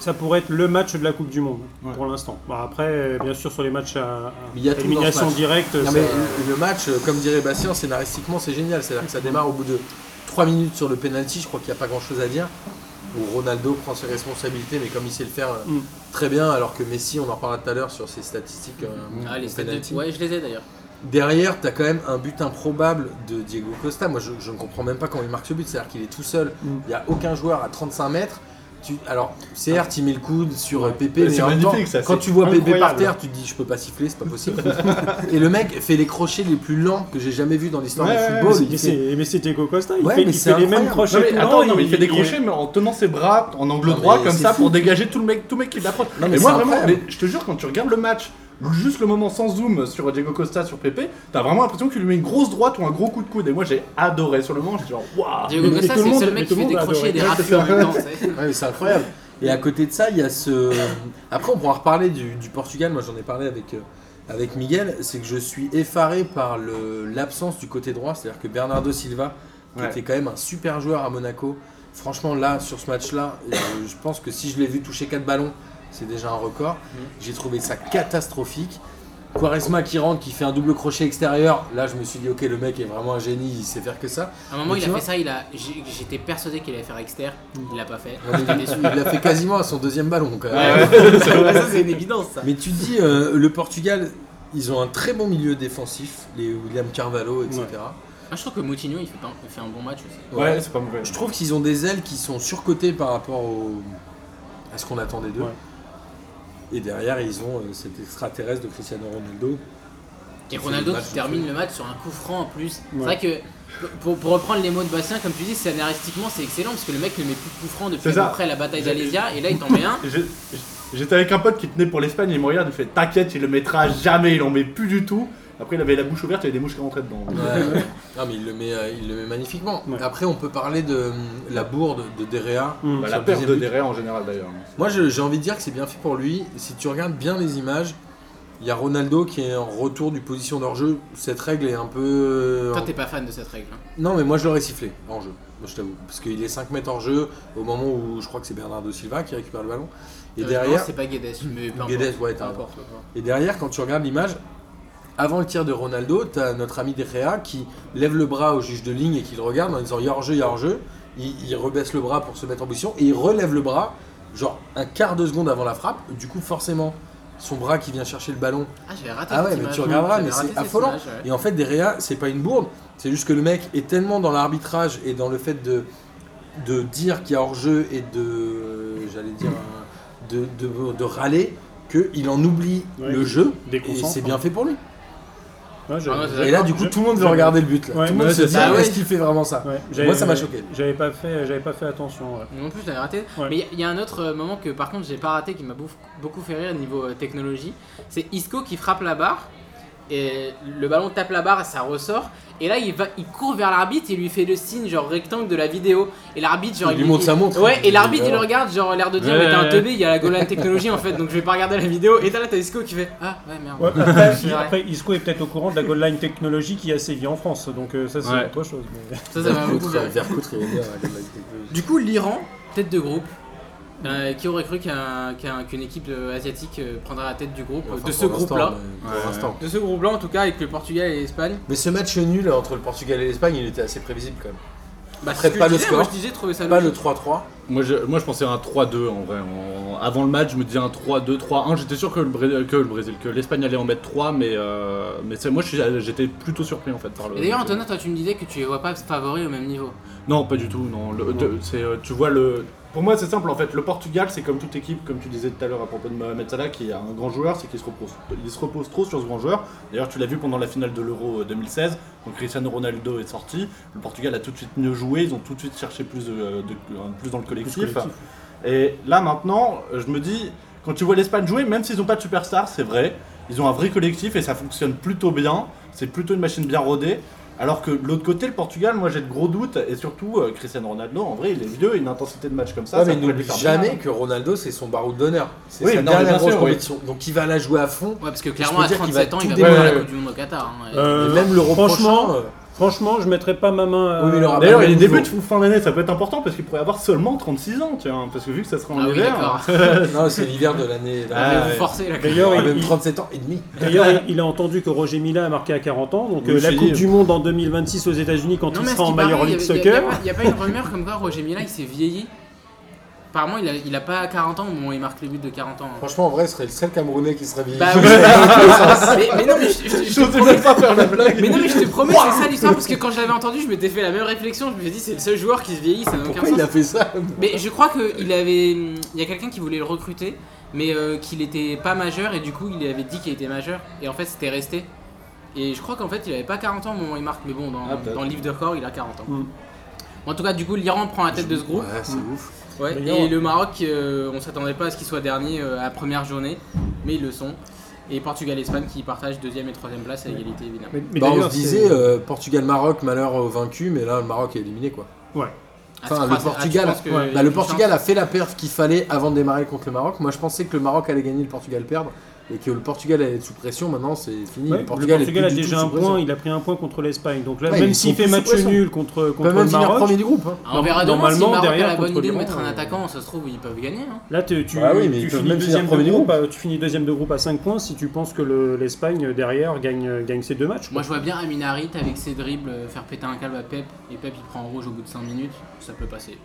C: ça pourrait être le match de la Coupe du Monde
D: Ouais.
C: pour l'instant. Bah, après, bien sûr, sur les matchs à, à
B: Il y a tout dans ce
C: élimination
B: match.
C: directe,
B: Non,
C: ça-
B: mais le- le match, euh, comme dirait Bastien, scénaristiquement, c'est génial. C'est-à-dire que ça démarre au bout de 3 minutes sur le penalty. Je crois qu'il n'y a pas grand-chose à dire. Où Ronaldo prend ses responsabilités, mais comme il sait le faire euh,
C: Mm.
B: très bien, alors que Messi, on en reparlera tout à l'heure sur ses statistiques.
C: Mm.
B: euh,
A: Ah,
B: au
A: les stats de-
B: penalty.
A: Ouais, je les ai d'ailleurs.
B: Derrière, tu as quand même un but improbable de Diego Costa. Moi, je, je ne comprends même pas comment il marque ce but. C'est-à-dire qu'il est tout seul. Il
C: Mm.
B: n'y a aucun joueur à 35 mètres. Tu, alors, certes, il met le coude sur euh,
D: Ouais,
B: Pépé, mais
D: c'est
B: en même
D: magnifique,
B: temps,
D: ça,
B: quand
D: c'est
B: tu vois Pépé par
D: incroyable.
B: terre, tu te dis, je peux pas siffler, c'est pas possible. [laughs] Et le mec fait les crochets les plus lents que j'ai jamais vus dans l'histoire
D: Ouais,
B: du
D: ouais,
B: football.
C: Mais
B: Il
C: c'est-
B: fait-
C: mais c'est Diego Costa, il
B: Ouais,
C: fait,
B: mais
C: il
B: c'est
C: fait les
B: incroyable.
C: mêmes crochets.
D: Non, mais
C: tout le
D: attends,
C: long,
D: non, mais il fait des crochets, mais en tenant ses bras en angle droit
B: mais
D: comme
B: c'est
D: ça
B: fou.
D: pour dégager tout le mec, tout mec qui l'approche.
B: Non, mais
D: Et moi
B: c'est
D: vraiment,
B: incroyable.
D: mais je te jure quand tu regardes le match, juste le moment sans zoom sur Diego Costa sur Pepe, t'as vraiment l'impression qu'il lui met une grosse droite ou un gros coup de coude. Et moi j'ai adoré sur le moment, j'étais genre waouh.
A: Diego
C: Ah. mais
A: Costa,
C: tout
A: c'est
C: le
A: le
C: monde-
A: seul
C: mais
A: mec
C: tout
A: qui
C: le
A: fait des
C: monde
A: crochets et des
D: adorait.
A: rafles en même
C: [laughs]
A: temps. c'est-
B: Ouais, mais c'est incroyable. Et à côté de ça, il y a ce. Après, on pourra reparler du, du Portugal. Moi, j'en ai parlé avec, euh, avec Miguel. C'est que je suis effaré par le- l'absence du côté droit. C'est-à-dire que Bernardo Silva, qui
D: Ouais.
B: était quand même un super joueur à Monaco, franchement, là, sur ce match-là, euh, je pense que si je l'ai vu toucher 4 ballons, c'est déjà un record.
A: Mm.
B: J'ai trouvé ça catastrophique. Quaresma qui rentre, qui fait un double crochet extérieur. Là, je me suis dit, ok, le mec est vraiment un génie, il sait faire que
A: [laughs]
B: ça.
A: À un moment,
B: Mais
A: il
B: tu
A: a
B: vois-
A: fait ça, il a... j'ai- j'étais persuadé qu'il allait faire exter, il l'a pas fait.
B: Ah,
A: J'étais
B: [laughs]
A: déçu.
B: Il l'a fait quasiment à son deuxième ballon. euh, Quand même.
A: Ouais, ouais, ça c'est une évidence ça.
B: Mais tu dis, euh, le Portugal, ils ont un très bon milieu défensif, les William Carvalho, etc.
A: Moi, Ah, je trouve que Moutinho il fait, pas- il fait un bon match aussi.
D: Ouais, c'est pas mauvais.
B: Je trouve qu'ils ont des ailes qui sont surcotées par rapport au- à ce qu'on attendait d'eux.
C: Ouais.
B: Et derrière, ils ont euh, cet extraterrestre de Cristiano Ronaldo.
A: Et
B: Il fait
A: Ronaldo
B: des matchs
A: qui termine le match sur un coup franc en plus. C'est
C: Ouais.
A: vrai que pour, pour reprendre les mots de Bastien, comme tu dis, scénaristiquement c'est excellent parce que le mec ne met plus de coup franc depuis
D: C'est
A: à peu
D: ça.
A: près la bataille
D: J'ai-
A: d'Alésia et là il t'en
B: [laughs]
A: met un.
D: Je- je- J'étais avec un pote qui tenait pour l'Espagne, il me regarde, il fait t'inquiète, il le mettra jamais, il en met plus du tout. Après il avait la bouche ouverte, il y avait des mouches qui rentraient dedans.
B: Ah, [laughs] Non, mais il le met, euh, il le met magnifiquement.
C: Ouais.
B: Après, on peut parler de hum, la bourde de Derrea.
C: Mm.
B: Sur
D: Bah, la
B: le
D: perte de
B: deuxième but.
D: derrière en général d'ailleurs.
B: Moi, je- j'ai envie de dire que c'est bien fait pour lui. Si tu regardes bien les images, il y a Ronaldo qui est en retour du position d'hors jeu. Cette règle est un peu. euh,
A: Toi
B: en-
A: t'es pas fan de cette règle. hein.
B: Non, mais moi je l'aurais sifflé en jeu, moi, je t'avoue. Parce qu'il est 5 mètres hors jeu au moment où je crois que c'est Bernardo Silva qui récupère le ballon. Et
A: Euh,
B: derrière,
A: non, c'est pas Guedes, mais peu importe.
B: Guedes, ouais,
A: Peu
B: t'as
A: importe.
B: et derrière, quand tu regardes l'image, avant le tir de Ronaldo, t'as notre ami Derrea qui lève le bras au juge de ligne et qui le regarde en disant il y a hors jeu, il y a hors jeu. Il, il rebaisse le bras pour se mettre en position et il relève le bras, genre un quart de seconde avant la frappe. Du coup, forcément, son bras qui vient chercher le ballon
A: Ah j'avais raté
B: Ah
A: cette
B: ouais, mais
A: image.
B: tu regarderas,
A: J'avais
B: mais
A: raté
B: c'est
A: cette
B: affolant.
A: image, ouais.
B: Et en fait, Derrea, c'est pas une bourde, c'est juste que le mec est tellement dans l'arbitrage et dans le fait de, de dire qu'il y a hors-jeu et de. euh, J'allais dire. euh, de, de, de râler, qu'il en oublie
C: Ouais,
B: le jeu. Et
C: déconcentre,
B: c'est bien
C: hein.
B: fait pour lui.
C: Ouais, je-
A: Ah non, c'est
B: Et
A: D'accord,
B: là, du coup,
C: je-
B: tout le monde veut
C: j'avais-
B: regarder le but. Là.
C: Ouais,
B: tout le
C: ouais,
B: monde se
C: c'est
B: dit Ah
A: ça, ouais.
B: est-ce qu'il fait vraiment ça
C: Ouais,
B: Moi,
C: j'avais- euh,
B: ça m'a choqué.
C: J'avais pas fait, euh, j'avais pas fait attention. ouais.
A: Non plus, j'avais raté.
C: Ouais.
A: Mais il y, a un autre euh, moment que par contre j'ai pas raté qui m'a bouf- beaucoup fait rire niveau euh, technologie. C'est Isco qui frappe la barre. Et le ballon tape la barre, ça ressort. Et là, il, va, il court vers l'arbitre et lui fait le signe, genre rectangle de la vidéo. Et l'arbitre, genre.
B: Il lui montre sa montre. hein,
A: Ouais,
B: Il
A: et
B: dit,
A: l'arbitre, il
B: voilà.
A: le regarde, genre l'air de dire,
C: Ouais,
A: mais t'es un
C: ouais,
A: teubé, il y a la Golan Technologie en fait, donc je vais pas regarder la vidéo. Et t'as là, t'as Isco qui fait Ah, ouais, merde.
C: Ouais, [laughs] après,
A: C'est vrai.
C: après, Isco est peut-être au courant de la goal line technologie qui a sévi en France, donc euh, ça c'est
D: Ouais.
C: autre chose. mais- [laughs]
A: Ça, ça m'a beaucoup fait rire.
B: Vercoutre, il est bien, avec la technologie.
A: Du coup, l'Iran, tête de groupe, euh, qui aurait cru qu'un- qu'un- qu'une équipe euh, asiatique euh, prendrait la tête du groupe, euh,
B: Enfin,
A: de ce
B: pour l'instant,
A: groupe-là
B: mais Pour
D: Ouais.
B: l'instant.
A: De ce groupe-là, en tout cas, avec le Portugal et l'Espagne.
B: Mais ce match nul entre le Portugal et l'Espagne, il était assez prévisible quand même.
A: Bah,
B: Après,
A: c'est ce que
B: pas
A: je
B: le
A: disais,
B: score.
A: Moi, je disais trouver ça
B: Pas le
A: logique.
B: 3-3.
D: Moi je, moi je pensais à un 3-2 en vrai. En- avant le match, je me disais un 3-2, 3-1. J'étais sûr que le, Bré- que le Brésil, que l'Espagne allait en mettre 3, mais, euh, mais c'est- moi je suis- j'étais plutôt surpris en fait par le.
A: Et d'ailleurs, Antonin, toi, tu me disais que tu les vois pas favoris au même niveau.
D: Non, pas du tout. Non, Le- de- c'est, euh, tu vois le. Pour moi, c'est simple en fait. Le Portugal, c'est comme toute équipe, comme tu disais tout à l'heure à propos de Mohamed Salah, qui est un grand joueur, c'est qu'il se repose, il se repose trop sur ce grand joueur. D'ailleurs, tu l'as vu pendant la finale de l'Euro euh, 2016, quand Cristiano Ronaldo est sorti, le Portugal a tout de suite mieux joué, ils ont tout de suite cherché plus, de, euh, de- plus dans le collectif.
C: collectif.
D: Et là maintenant, je me dis, quand tu vois l'Espagne jouer, même s'ils n'ont pas de superstars, c'est vrai, ils ont un vrai collectif et ça fonctionne plutôt bien. C'est plutôt une machine bien rodée. Alors que de l'autre côté, le Portugal, moi j'ai de gros doutes et surtout euh, Cristiano Ronaldo, en vrai, il est vieux, une intensité de match comme ça,
B: Ouais,
D: ça
B: mais
D: pourrait lui
B: n'oublie
D: faire
B: jamais
D: mal.
B: que Ronaldo, c'est son baroud d'honneur. C'est
D: Oui,
B: sa
D: non, mais
B: dernière
D: bien
B: grosse
D: sûr, oui.
B: compétition. Donc il va la jouer à fond.
A: Ouais, parce que
B: clairement,
A: clairement,
B: peux à
A: à
B: dire qu'il
A: 37
B: va
A: ans, il va
B: tout
A: pas
D: dévoiler.
A: la
D: Ouais,
A: Coupe du Monde au Qatar. hein.
C: Euh,
B: et même l'Euro
C: franchement,
B: prochain, euh,
C: Franchement, je mettrais pas ma main. euh, à-
B: Oui, mais il aura pas-
D: D'ailleurs,
B: le
D: les
B: même
D: débuts de
B: jour.
D: fin d'année, ça peut être important parce qu'il pourrait avoir seulement 36 ans, tu vois, parce que vu que ça sera en
A: Ah oui,
D: hiver, hein,
A: d'accord.
C: hein.
A: [laughs]
B: euh, Non, c'est l'hiver de l'année.
D: Ah,
B: dernière.
A: Vous
D: ouais.
A: forcez là.
C: D'ailleurs,
B: Ah,
C: il-
B: même
C: il-
B: 37 ans et demi.
C: D'ailleurs, il- il a entendu que Roger Mila a marqué à 40 ans, donc
D: Oui,
C: euh,
D: je
C: la
D: l'ai
C: Coupe
D: dit.
C: du Monde en 2026 aux États-Unis quand il
A: à ce
C: sera en
A: qui paraît,
C: Major League
A: y a- y a- y a
C: Soccer.
A: pas- Il n'y a, pas une rumeur comme quoi Roger Mila il s'est vieilli. Apparemment, il a, il a pas 40 ans au moment où il marque le but de 40 ans. hein.
B: Franchement, en vrai, ce serait le seul Camerounais qui serait vieilli.
A: Bah
B: [laughs]
A: oui, mais, mais non, mais je, je- je-
D: je n'osais même pas faire la blague.
A: mais non, mais je te promets, c'est ça l'histoire parce que quand je l'avais entendu, je m'étais fait la même réflexion. Je me suis dit, c'est le seul joueur qui se vieillit, ça n'a aucun
B: Pourquoi
A: sens.
B: il a fait ça
A: Mais je crois qu'il avait. Il y a quelqu'un qui voulait le recruter, mais euh, qu'il était pas majeur et du coup il avait dit qu'il était majeur. Et en fait c'était resté. Et je crois qu'en fait il avait pas 40 ans au moment où il marque, mais bon, dans,
D: Ah, peut-être.
A: dans le livre de record il a 40 ans.
C: Mm.
A: En tout cas, du coup l'Iran prend la tête de ce groupe.
B: Ouais, c'est ouf.
A: Ouais,
C: D'ailleurs-
A: et le Maroc, euh, on s'attendait pas à ce qu'il soit dernier euh, à la première journée, mais ils le sont. Et Portugal-Espagne qui partagent deuxième et troisième place à égalité évidemment.
C: Mais, mais
B: Bah, on se
C: d'ailleurs,
B: disait
C: c'est-
B: euh, Portugal-Maroc, malheur au vaincu, mais là, le Maroc est éliminé, quoi.
A: Ah, tu
B: Enfin, le
A: crois- ah, tu
B: Portugal,
A: penses que
C: ouais.
A: il y a
B: Bah, le
A: une chance
B: Portugal a fait la perf qu'il fallait avant de démarrer contre le Maroc. Moi, je pensais que le Maroc allait gagner, le Portugal perdre, et que le Portugal allait être sous pression. Maintenant, c'est fini. le
C: ouais, le
B: Portugal, est
C: Portugal
B: plus du
C: a
B: tout
C: déjà
B: sous
C: un
B: pression.
C: point, il a pris un point contre l'Espagne. Donc là,
B: Ouais, ils
C: même s'il
B: sont
C: fait
B: plus
C: match
B: sous pression.
C: nul contre,
B: Ils peuvent
C: contre
B: même
C: le
B: finir
C: Maroc,
B: premier du groupe. hein.
A: Ah, on verra demain si le
C: Normalement,
A: Maroc a la
C: derrière,
A: bonne
C: contre
A: idée de
C: l'Iran,
A: mettre un
C: euh,
A: attaquant, ça se trouve ils peuvent gagner. hein.
C: là tu, tu,
B: Bah oui, mais
C: tu
B: ils peuvent
C: finis
B: même finir
C: deuxième de
B: premier du
C: groupe, euh, tu finis deuxième de groupe à 5 points si tu penses que le- l'Espagne euh, derrière gagne, euh, gagne ses deux matchs. quoi.
A: Moi je vois bien Amin Harit avec ses dribbles euh, faire péter un câble à Pep et Pep il prend en rouge au bout de 5 minutes, ça peut passer.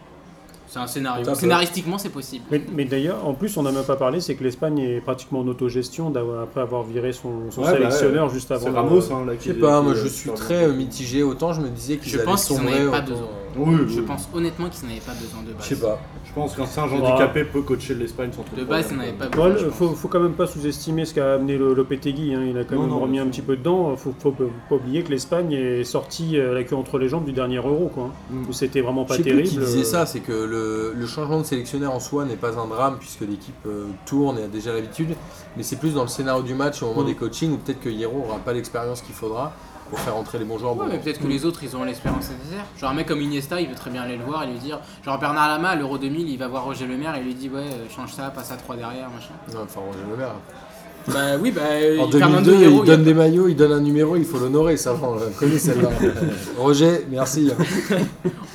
A: C'est un scénario.
B: Ça peut.
A: Scénaristiquement c'est possible.
C: Mais, mais d'ailleurs, en plus, on n'a même pas parlé, c'est que l'Espagne est pratiquement en autogestion d'avoir- après avoir viré son, son
D: Ouais, bah ouais.
C: sélectionneur juste avant.
D: C'est
C: le-
D: Ramos, hein, là, qui
B: Je sais pas,
D: qui,
B: moi
D: euh,
B: je suis
D: qui-
B: très euh, mitigé, autant je me disais qu'ils
A: Je
B: allaient
A: pense qu'ils en
B: sombrer,
A: avaient pas
B: autant-
A: besoin.
D: Oui, oui.
A: Je pense honnêtement qu'ils n'en avaient pas besoin de base.
B: Je sais pas.
D: Je pense qu'un singe
B: Bah,
D: handicapé peut coacher l'Espagne sans trop
A: De base ils n'en
D: problème.
A: avaient pas
C: Ouais,
A: besoin. je
C: le-
A: pense.
C: faut, faut quand même pas sous-estimer ce qu'a amené le Lopetegui. hein, Il a quand
D: Non,
C: même
D: non,
C: remis
D: bien
C: un
D: sûr.
C: petit peu dedans. Faut, faut pas- pas oublier que l'Espagne est sortie euh, la queue entre les jambes du dernier Euro, quoi. hein,
D: Mm.
C: Où c'était vraiment
B: Je
C: pas
B: sais plus
C: terrible.
B: qui disait ça, c'est que le, le changement de sélectionneur en soi n'est pas un drame puisque l'équipe euh, tourne et a déjà l'habitude, mais c'est plus dans le scénario du match au moment
C: Mm.
B: des coachings où peut-être que Hierro aura pas l'expérience qu'il faudra pour faire entrer les bons joueurs. au bon
A: Ouais, mais
B: moment.
A: peut-être que les autres ils ont l'espérance nécessaire. Genre un mec comme Iniesta, il veut très bien aller le voir et lui dire. Genre Bernard Lama à l'Euro 2000, il va voir Roger Le Maire et lui dit Ouais, euh, change ça, passe à 3 derrière, machin.
B: Ouais, enfin, Roger Le Maire.
A: bah oui, bah.
B: En
A: euh, Fernando Hierro,
B: 2002, il
A: il y a-
B: donne des maillots, il donne un numéro, il faut l'honorer, ça va, on l'a
A: [laughs]
B: connu celle-là. Roger, merci.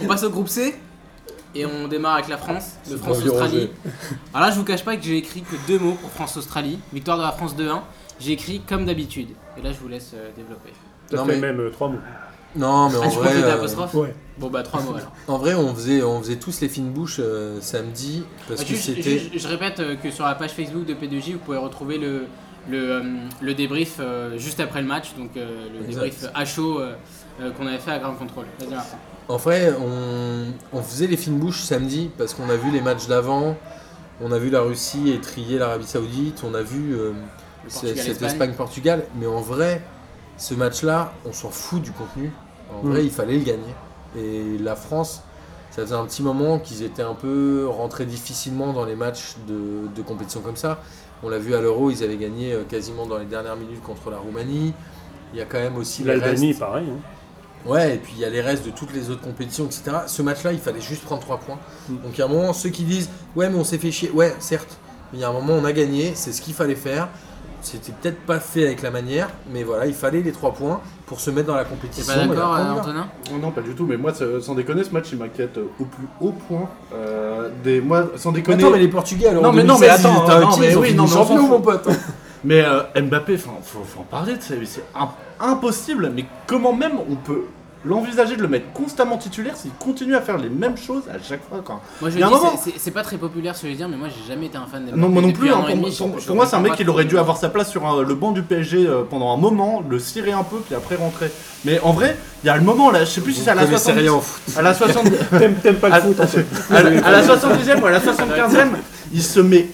A: On passe au groupe C et on démarre avec la France,
B: C'est
A: de
B: trop
A: France-Australie.
B: violent,
A: [laughs] Alors là, je vous cache pas que j'ai écrit que deux mots pour France-Australie. Victoire de la France 2-1. J'ai écrit comme d'habitude. Et là, je vous laisse euh, développer.
C: Ça
B: Non,
C: fait
B: mais-
C: même euh, trois mots.
B: Non, mais en
A: Ah, tu
B: vrai.
A: comptes des
B: euh,
A: apostrophes
C: Ouais.
A: Bon, bah trois mots alors.
B: En vrai, on faisait, on faisait tous les fines bouches euh, samedi parce
A: Ah,
B: que
A: juste-
B: c'était.
A: juste- je répète euh, que sur la page Facebook de P2J, vous pouvez retrouver le, le, euh, le débrief euh, juste après le match, donc euh, le
B: Exact.
A: débrief à chaud euh, euh, qu'on avait fait à Grand Contrôle. Vas-y, Martin.
B: En vrai, on, on faisait les fines bouches samedi parce qu'on a vu les matchs d'avant, on a vu la Russie étrier l'Arabie Saoudite, on a vu euh,
A: Le
B: ce-
A: Portugal,
B: cette
A: Espagne.
B: Espagne-Portugal, mais en vrai, ce match-là, on s'en fout du contenu. En vrai, il fallait le gagner. Et la France, ça faisait un petit moment qu'ils étaient un peu rentrés difficilement dans les matchs de, de compétition comme ça. On l'a vu à l'Euro, ils avaient gagné euh, quasiment dans les dernières minutes contre la Roumanie. Il y a quand même aussi les restes-
C: L'Albanie, pareil. hein.
B: Ouais, et puis il y a les restes de toutes les autres compétitions, etc. Ce match-là, il fallait juste prendre 3 points.
D: Mm.
B: Donc il y a un moment, ceux qui disent Ouais, mais on s'est fait chier. Ouais, certes, mais il y a un moment, on a gagné, c'est ce qu'il fallait faire. C'était peut-être pas fait avec la manière, mais voilà, il fallait les 3 points pour se mettre dans la
A: T'es
B: compétition.
A: pas
B: et la
A: d'accord,
B: prendre
A: euh,
B: bien.
A: Antonin
D: Oh, Non, non, pas du tout, mais moi, ça- sans déconner, ce match, il m'inquiète euh, au plus haut point. Euh, des, moi, sans déconner.
B: Attends, mais les Portugais, alors.
D: Non,
B: en
D: mais non, mais
B: 2016,
D: attends,
B: ils étaient
D: hein, non,
B: inquiets,
D: mais
B: ils ont
D: oui,
B: fini
D: non, mais on s'en
B: champions,
D: fout.
B: mon pote.
D: Mais euh, Mbappé, enfin, faut, faut en parler de ça, mais c'est im- impossible. Mais comment même on peut l'envisager de le mettre constamment titulaire s'il continue à faire les mêmes choses à chaque fois quoi.
A: Moi je
D: Il y a un
A: dis,
D: moment-
A: c'est- c'est- c'est pas très populaire ce que je veux dire, mais moi j'ai jamais été un fan des
D: Non, moi non plus. hein, pour, moi- pour- pour moi, c'est un mec qui
A: qui
D: aurait dû avoir sa place sur euh, le banc du PSG euh, pendant un moment, le cirer un peu, puis après rentrer. Mais en vrai, il y a le moment là, je sais plus si c'est à la
B: Vous connaissez
D: 70
B: rien au foot.
D: À la 70
C: T'aimes t'aimes pas
B: Ah,
D: À-
C: le foot, en fait.
D: [laughs] à la, à la 70e ou à la 75e, il se met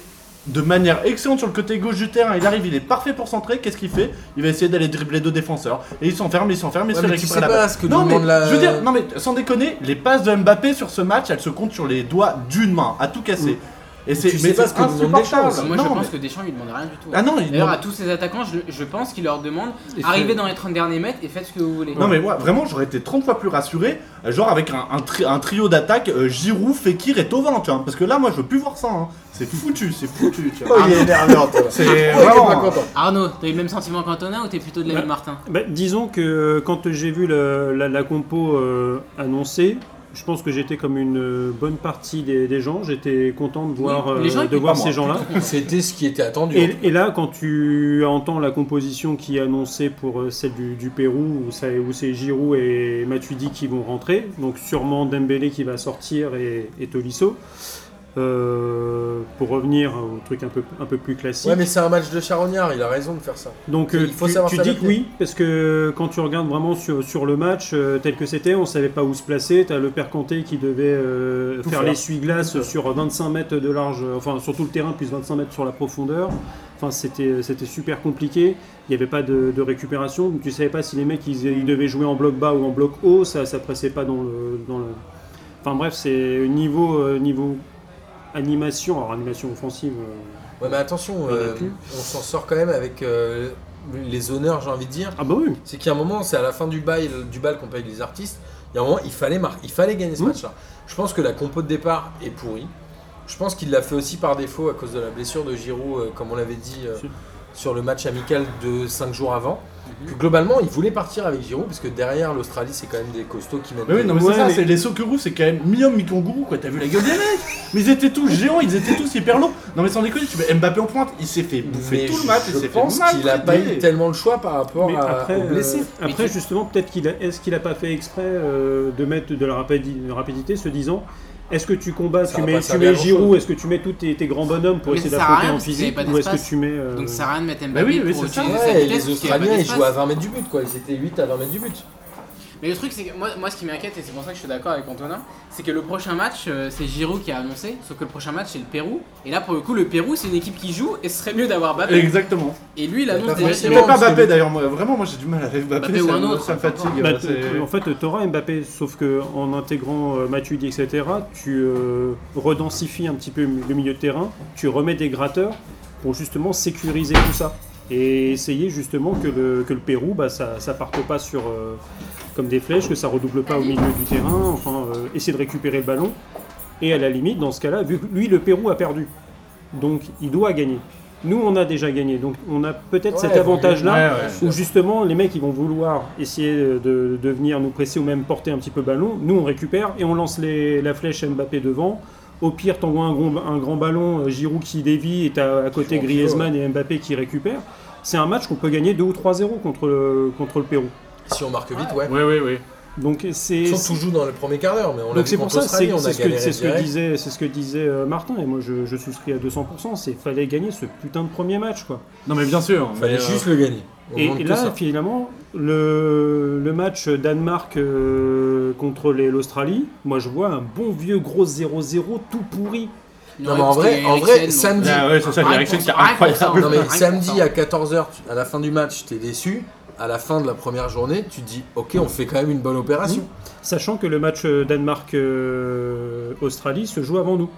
D: de manière excellente sur le côté gauche du terrain. Il arrive, il est parfait pour centrer. Qu'est-ce qu'il fait Il va essayer d'aller dribbler deux défenseurs. Et il s'enferme, il s'enferme, il
B: Ouais,
D: se
B: mais tu
D: récupère
B: sais
D: la
B: pas
D: balle.
B: ce que
D: non, mais
B: demande la-
D: je veux dire, non, mais sans déconner, les passes de Mbappé sur ce match, elles se comptent sur les doigts d'une main, à tout casser. Et
B: Tu sais
D: mais
B: pas ce que demandent les
D: insupportable.
B: choses.
A: Moi, je
D: Non,
A: pense
D: mais-
A: que Deschamps, il demande rien du tout.
D: Ah non, il-
A: D'ailleurs, à tous ces attaquants, je, je pense qu'il leur demande arrivez dans les 30 derniers mètres et faites ce que vous voulez.
D: Non mais moi vraiment j'aurais été 30 fois plus rassuré, euh, genre avec un, un tri- un trio d'attaque euh, Giroud, Fekir et Tovin, tu vois, parce que là moi je veux plus voir ça, hein. c'est foutu, c'est foutu, tu vois.
B: Oh, il est énervant, toi.
D: [laughs] C'est
B: Oh, il est
D: vraiment-
B: pas content.
A: [laughs] Arnaud, t'as eu le même sentiment qu'Antonin ou t'es plutôt de la
C: Ouais.
A: vie de Martin
C: Bah, disons que euh, quand j'ai vu la, la- la compo euh, annoncée, je pense que j'étais comme une euh, bonne partie des, des gens. J'étais content de voir,
A: les gens
C: euh, de
A: étaient
C: voir
D: pas
C: ces
D: moi.
C: gens-là.
B: C'était ce qui était attendu.
C: Et, et là, quand tu entends la composition qui est annoncée pour euh, celle du, du Pérou, où, ça- où c'est Giroud et Matuidi qui vont rentrer, donc sûrement Dembélé qui va sortir et, et Tolisso, euh, pour revenir au truc un peu, un peu plus classique.
B: Ouais, mais c'est un match de charognard, il a raison de faire ça.
C: Donc
B: Il
C: euh,
B: faut
C: tu,
B: savoir
C: tu dis
B: s'adapter.
C: que oui, parce que quand tu regardes vraiment sur, sur le match euh, tel que c'était, on savait pas où se placer. Tu as le père Kanté qui devait euh,
D: Tout
C: faire,
D: faire.
C: l'essuie-glace sur 25 mètres de large, euh, enfin sur tout le terrain, plus 25 mètres sur la profondeur. Enfin, c'était euh, c'était super compliqué. Il n'y avait pas de, de récupération. Tu savais pas si les mecs ils, ils devaient jouer en bloc bas ou en bloc haut. Ça ça pressait pas dans le, dans le... Enfin bref, c'est niveau, euh, niveau animation, alors animation offensive. euh,
B: Ouais, mais attention,
C: Il y en a
B: euh,
C: plus.
B: on s'en sort quand même avec euh, les honneurs, j'ai envie de dire.
C: Ah bah oui.
B: C'est qu'à un moment, c'est à la fin du bail, du bal qu'on paye les artistes. Il y a un moment, il fallait, mar- il fallait gagner ce
C: Mm.
D: Mmh.
B: match-là. Je pense que la compo de départ est pourrie. Je pense qu'il l'a fait aussi par défaut à cause de la blessure de Giroud, euh, comme on l'avait dit euh,
C: Si.
B: sur le match amical de 5 jours avant.
D: Mmh.
B: Que globalement, il voulait partir avec Giroud, parce que derrière l'Australie, c'est quand même des costauds qui mènent.
D: Mais oui, non, mais
C: Ouais,
D: c'est ça,
C: mais-
D: c'est les Sokerous, c'est quand même mi-homme, mi-kangourou, quoi. T'as vu la gueule des mecs Mais ils étaient tous géants, ils étaient tous hyper longs. Non, mais sans déconner, tu mets Mbappé en pointe, il s'est fait bouffer
B: Mais
D: tout le match, il
B: je
D: s'est fait
B: pense
D: mal.
B: qu'il a pas eu tellement le choix par rapport
C: Mais
B: à,
C: après,
B: aux blessés.
C: euh, après,
A: Mais tu-
C: justement, peut-être qu'il a, est-ce qu'il a pas fait exprès euh, de mettre de la rapidi- de rapidité, se disant, est-ce que tu combats,
B: Ça
C: tu
B: va
C: mets,
B: pas
C: tu
B: servir à
C: mets
B: grand-chose.
C: Giroud, est-ce que tu mets tous tes, tes grands bonhommes pour
A: Mais
C: essayer
A: ça sert à
C: d'affronter
A: rien
C: en
A: parce que
C: physique,
A: vous avez pas
C: ou est-ce que
A: d'espace.
C: tu mets, euh,
A: Donc ça sert à rien de mettre Mbappé
D: Bah oui, oui,
A: pour
D: c'est ça.
A: utiliser
B: Ouais,
A: sa
B: et
A: vitesse parce
B: les
A: qu'il y a pas
B: Australiens, ils
A: d'espace.
B: jouent à 20 mètres du but, quoi. Ils étaient 8 à 20 mètres du but.
A: Mais le truc, c'est que moi, moi, ce qui m'inquiète, et c'est pour ça que je suis d'accord avec Antonin, c'est que le prochain match, euh, c'est Giroud qui a annoncé, sauf que le prochain match, c'est le Pérou. Et là, pour le coup, le Pérou, c'est une équipe qui joue et ce serait mieux d'avoir Mbappé.
D: Exactement.
A: Et lui, il
B: Bah,
A: annonce déjà
D: Mais
B: forcément.
A: qu'il
B: Non,
D: pas
B: parce que-
D: Mbappé d'ailleurs, moi, vraiment, moi j'ai du mal avec Mbappé,
A: Mbappé ou
D: ça,
A: un
D: me-
A: autre,
D: ça me
A: peu
D: fatigue.
C: Bah,
D: euh, c'est-
C: En fait, t'auras Mbappé, sauf que en intégrant euh, Matuidi, etc., tu euh, redensifies un petit peu le milieu de terrain, tu remets des gratteurs pour justement sécuriser tout ça et essayer justement que le, que le Pérou, bah, ça, ça parte pas sur euh, comme des flèches, que ça redouble pas au milieu du terrain, enfin euh, essayer de récupérer le ballon. Et à la limite, dans ce cas-là, vu que lui, le Pérou a perdu, donc il doit gagner. Nous, on a déjà gagné, donc on a peut-être
B: Ouais,
C: cet
B: vous
C: avantage-là
D: Ouais, ouais.
C: où justement les mecs ils vont vouloir essayer de, de venir nous presser ou même porter un petit peu le ballon. Nous on récupère et on lance les- la flèche Mbappé devant. Au pire, t'envoies un, grand- un grand ballon, euh, Giroud qui dévie et t'as à côté
B: Giroud,
C: Griezmann et Mbappé qui récupèrent. C'est un match qu'on peut gagner 2 ou 3-0 contre le, contre le Pérou.
B: Si on marque vite, ouais.
D: Ouais, ouais, ouais.
C: Donc c'est.
B: Surtout joue dans le premier quart d'heure, mais on l'a
C: Donc
B: vu
C: c'est pour
B: contre
C: ça, c'est
B: l'Australie, on
C: c'est
B: a
C: ce, que-
B: galéré
C: c'est ce que
B: direct.
C: disait, c'est ce que disait euh, Martin et moi je, je souscris à 200%. C'est fallait gagner ce putain de premier match quoi.
D: Non, mais bien sûr.
B: Fallait
D: mais, euh,
B: juste le gagner. On
C: Et,
B: demande
C: et
B: que
C: là, [laughs]
B: ça.
C: finalement, le, le match Danemark euh, contre les- l'Australie, moi je vois un bon vieux gros 0-0 tout pourri.
B: Non, mais en vrai, en vrai
A: samedi
B: samedi,
D: Ah
C: Bah,
D: ouais, c'est ça,
A: Rien
D: l'Eriksen
A: pour
D: qui est
A: ça, rien pour ça.
D: incroyable.
B: non, mais
A: Rien
B: samedi
A: pour ça.
B: à 14h, à la fin du match, t'es déçu. À la fin de la première journée, tu te dis, ok, on fait quand même une bonne opération.
C: Mmh. Sachant que le match euh, Danemark-Australie se joue avant nous.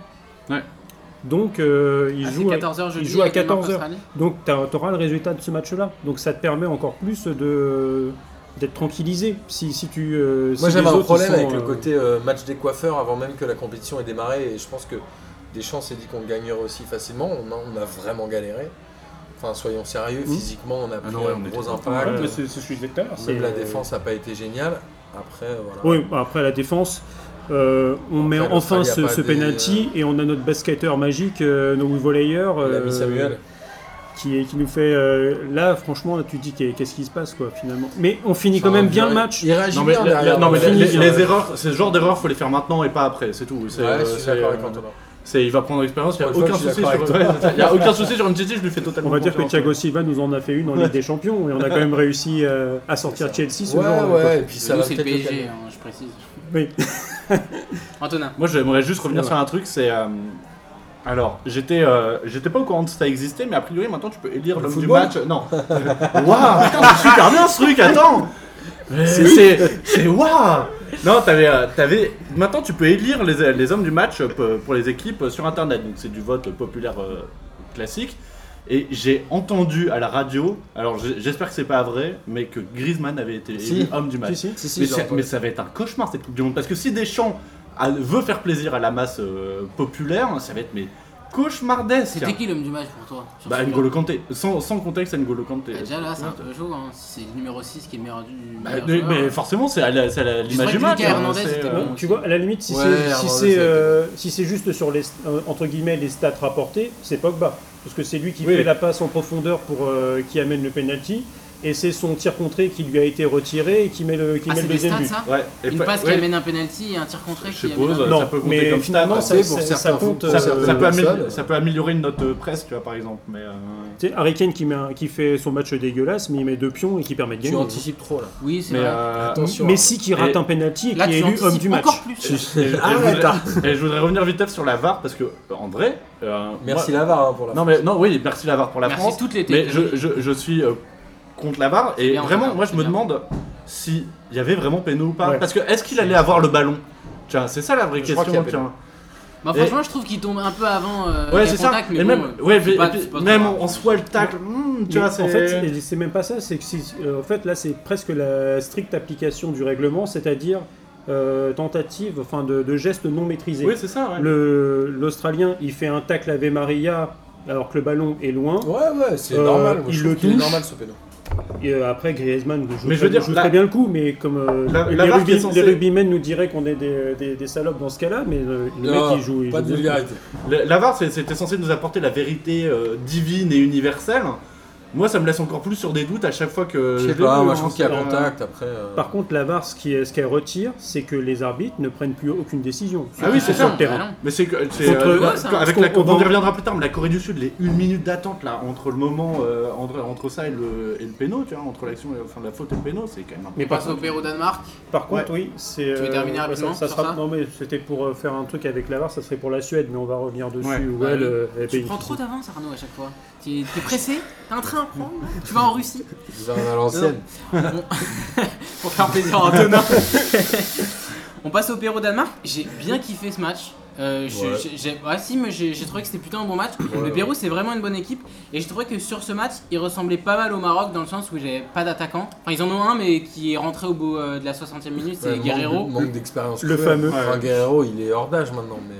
D: Ouais.
C: Donc, euh,
A: il
C: il,
A: joue
C: joue,
A: 14h jeudi.
C: il joue à
A: avec Danemark,
C: 14 heures.
A: Australie.
C: donc tu auras le résultat de ce match-là. Donc ça te permet encore plus de d'être tranquillisé. Si, si tu, euh,
B: Moi,
C: si
B: j'avais
C: les
B: un
C: autres, ils
B: problème
C: sont,
B: avec le
C: euh,
B: côté euh, match des coiffeurs avant même que la compétition ait démarré, et je pense que Deschamps s'est dit qu'on gagnerait aussi facilement. On a, on a vraiment galéré. Enfin, soyons sérieux,
C: Mhm.
B: physiquement, on a pris
D: non, ouais, on
B: un
D: était
B: gros
D: pas-
B: impact.
C: Ah, Ouais, mais c'est c'est ce que je disais tout à l'heure, c'est-
B: Même la défense n'a pas été géniale. Après, voilà.
C: Oui, bah, après la défense, euh, on
B: Après,
C: met
B: l'Australie
C: enfin
B: a
C: ce,
B: pas
C: ce
B: des- euh,
C: penalty et on a notre basketteur magique, euh, nos volleyeurs,
B: On l'a
C: euh,
B: mis Samuel.
C: qui, est- qui nous fait. euh, là, franchement, là, tu te dis qu'est- qu'est-ce qui se passe, quoi, finalement. Mais on finit quand
B: Enfin,
C: même bien le
B: il-
C: match.
B: Il réagit
D: Non mais,
B: bien
D: la-
B: derrière.
D: la- non, mais
B: Il
D: les,
B: finit
D: les-
B: sur
D: les
B: le-
D: erreurs, ce genre d'erreurs, faut les faire maintenant et pas après, c'est tout. C'est,
B: Ouais,
D: euh,
B: je suis
D: c'est,
B: d'accord avec
D: euh,
B: Antonin.
D: c'est- il va prendre l'expérience. Il n'y a
B: Pour une
D: aucun
B: fois, je
D: souci
B: suis
D: sur.
B: d'accord
D: ouais, c'est ça. [laughs] Il y a aucun souci sur une Titi, je lui fais
C: On
D: totalement.
C: va dire que
D: confiance.
C: Thiago Silva nous en a fait une en Ligue des Champions et on a quand même réussi euh, à sortir Chelsea ce
B: Ouais,
C: jour-là, quoi.
B: ouais, et puis ça
A: Nous,
B: va
A: c'est le
B: peut-être le
A: PSG,
B: calmer.
A: hein, je précise.
C: Oui.
A: Antonin.
D: Moi, j'aimerais juste revenir
C: Ouais.
D: sur un truc. C'est euh, alors, j'étais, euh, j'étais pas au courant que ça existait, mais a priori maintenant tu peux élire
B: Le
D: l'homme du
B: football
D: match.
B: [laughs]
D: Non. Waouh, putain, c'est super bien ce truc. Attends. C'est, c'est, c'est waouh. Non, t'avais, euh, t'avais- Maintenant, tu peux élire les, les hommes du match euh, pour- pour les équipes euh, sur Internet. Donc, c'est du vote euh, populaire euh, classique. Et j'ai entendu à la radio, alors j'ai- j'espère que c'est pas vrai, mais que Griezmann avait été
B: Si.
D: élu homme du match.
C: Si, si.
B: Si, si,
D: mais,
B: j'ai
D: c'est-
B: entendu.
D: mais ça va être un cauchemar cette Coupe du Monde. Parce que si Deschamps a- veut faire plaisir à la masse euh, populaire, ça va être mais cauchemardesque.
A: C'était qui l'homme du match pour toi sur
D: Bah,
A: ce
D: N'Golo
A: jeu
D: Kanté. Sans, sans contexte, N'Golo Kanté.
A: Bah, hein. Déjà là, c'est un peu chaud. hein. C'est le numéro 6 qui est le meilleur du.
D: Bah,
A: meilleur
D: mais,
A: joueur.
D: mais forcément, c'est à la- c'est à la-
A: crois Ah.
D: l'image
A: que
D: du match.
A: Lucas
D: hein,
A: Hernandez
D: c'est,
A: était
D: euh,
A: bon.
C: Tu vois, à la limite, si
B: Ouais,
C: c'est si
B: Hernandez,
C: c'est,
B: c'est-
C: euh, si c'est juste sur les euh, entre guillemets les stats rapportés, c'est Pogba parce que c'est lui qui
D: Oui.
C: fait la passe en profondeur pour euh, qui amène le penalty et c'est son tir contré qui lui a été retiré et qui met le qui
A: Ah,
C: met
A: c'est
C: le
A: des
C: deuxième
A: stats
C: but.
A: ça
D: ouais, et
A: Une
D: pas-
A: passe
D: ouais,
A: qui amène un penalty et un tir contré qui
D: Je
A: amène.
D: suppose.
A: un-
D: ça
C: non,
D: peut compter
C: mais
D: comme
C: finalement
B: stats, ouais.
C: ça,
B: Pour
C: ça-
B: certains
C: ça compte.
B: foot,
D: Ça,
B: Euh,
D: ça peut
B: Wilson,
D: améliorer,
B: euh.
D: ça peut améliorer notre euh, presse, tu vois, par exemple. Mais euh,
C: Tu sais, Harry Kane qui, met un- qui fait son match dégueulasse, mais il met deux pions et qui permet de
B: Tu
C: gagner.
B: anticipes trop là.
A: Oui, c'est
D: mais,
A: vrai.
D: euh,
B: Attention.
C: Messi qui rate
D: Et-
C: un penalty et
A: Là,
C: qui est
A: tu
C: élu homme du
A: anticipes
C: match.
A: encore plus.
B: [laughs]
D: et- et je
B: Ah,
D: voudrais-
B: t'as-
D: et je voudrais revenir vite fait sur la VAR parce que en vrai. euh,
B: Merci
D: moi-
B: Lavar hein, pour la.
D: Non mais non oui merci la VAR pour la
A: Merci
D: France.
A: toutes les
D: mais
A: technologies.
D: je, je, je suis euh, contre la VAR et
A: bien,
D: vraiment
A: on
D: moi je
A: c'est
D: me
A: bien.
D: demande si il y avait vraiment péno ou pas
C: Ouais.
D: parce que est-ce qu'il allait avoir le ballon. Tiens c'est ça la vraie
B: Je crois qu'il y a
D: question.
B: péno.
D: tiens.
A: Bah, franchement, je trouve qu'il tombe un peu avant. euh,
D: Ouais
A: les
D: c'est ça.
A: contacts, mais
D: Et
A: bon,
D: même
A: euh,
D: ouais
A: c'est
D: et
A: pas-
D: puis
A: c'est pas très
D: même
A: grave.
D: en soi le tacle. hmm, tu
C: Mais
D: vois
C: en fait,
D: c'est-
C: c'est- c'est même pas ça. C'est que si- euh, en fait, là, c'est presque la stricte application du règlement, c'est-à-dire euh, tentative, enfin, de, de gestes non maîtrisés.
D: oui c'est ça. ouais.
C: Le- L'Australien, il fait un tacle Ave Maria alors que le ballon est loin.
B: Ouais, ouais, c'est
C: Euh,
B: normal. Moi,
C: il
B: je
C: le
B: trouve qu'il est
C: touche.
B: normal ce péno.
C: Et euh, après, Griezmann joue,
D: Mais je
C: très,
D: veux dire,
C: joue
D: la-
C: très bien le coup, mais comme euh,
D: la- la
C: les,
D: marque
C: rugby-
D: est censée-
C: les rugbymen nous diraient qu'on est des, des- des salopes dans ce cas-là, mais euh, le
B: Non,
C: mec, il joue. il
B: Pas
C: joue
B: de
C: bien.
B: vulgarité.
D: Le- La VAR, c'est- c'était censé nous apporter la vérité euh, divine et universelle. Moi, ça me laisse encore plus sur des doutes à chaque fois que.
B: Je sais
D: l'ai
B: pas,
D: vu,
B: moi
D: hein,
B: je trouve qu'il y a
D: c'est-
B: contact après. euh,
C: Par contre, la VAR, ce qui est- ce qu'elle retire, c'est que les arbitres ne prennent plus aucune décision.
D: Ah oui, c'est
C: sur
D: ça.
C: le terrain.
A: Bah non.
D: Mais c'est que. c'est,
C: Contre-
D: euh,
A: ouais,
D: la-
A: ça,
C: parce
D: avec la-
C: qu'on-
D: on y reviendra plus tard, mais la Corée du Sud, les une minute d'attente là, entre le moment, euh, entre, entre ça et le, et le péno, tu vois, entre l'action, et- enfin la faute et le péno, c'est quand même un peu.
C: Mais
A: On passe au Pérou au Danemark.
C: Par contre, oui, c'est.
A: veux
C: euh,
A: terminer
C: ouais,
A: rapidement
C: ça, ça
A: sur
C: sera-
A: ça
C: Non, mais c'était pour euh, faire un truc avec la VAR, ça serait pour la Suède, mais on va revenir dessus.
D: Ouais.
C: où
A: Bah
C: elle,
A: oui.
C: euh, elle
A: Tu
C: bénéficie.
A: prends trop d'avance, Arnaud, à chaque fois. T'es t'es pressé T'as un train à prendre là Tu vas en Russie
B: vous avez à l'ancienne.
A: pour faire plaisir à
B: [laughs]
A: Antonin. On passe au Pérou au Danemark. J'ai bien kiffé ce match. Euh, je-
B: Ouais.
A: j'ai- j'ai- ouais, si, mais j'ai j'ai trouvé que c'était plutôt un bon match.
B: ouais.
A: le Pérou, c'est vraiment une bonne équipe. Et je trouvais que sur ce match, il ressemblait pas mal au Maroc dans le sens où j'avais pas d'attaquant. Enfin, ils en ont un, mais qui est rentré au bout euh, de la 60e minute, c'est
B: Ouais, manque-
A: Guerrero.
B: Manque d'expérience.
C: Le
B: cruelle.
C: fameux.
B: Enfin,
D: Ouais.
B: Guerrero, il est hors d'âge maintenant, mais.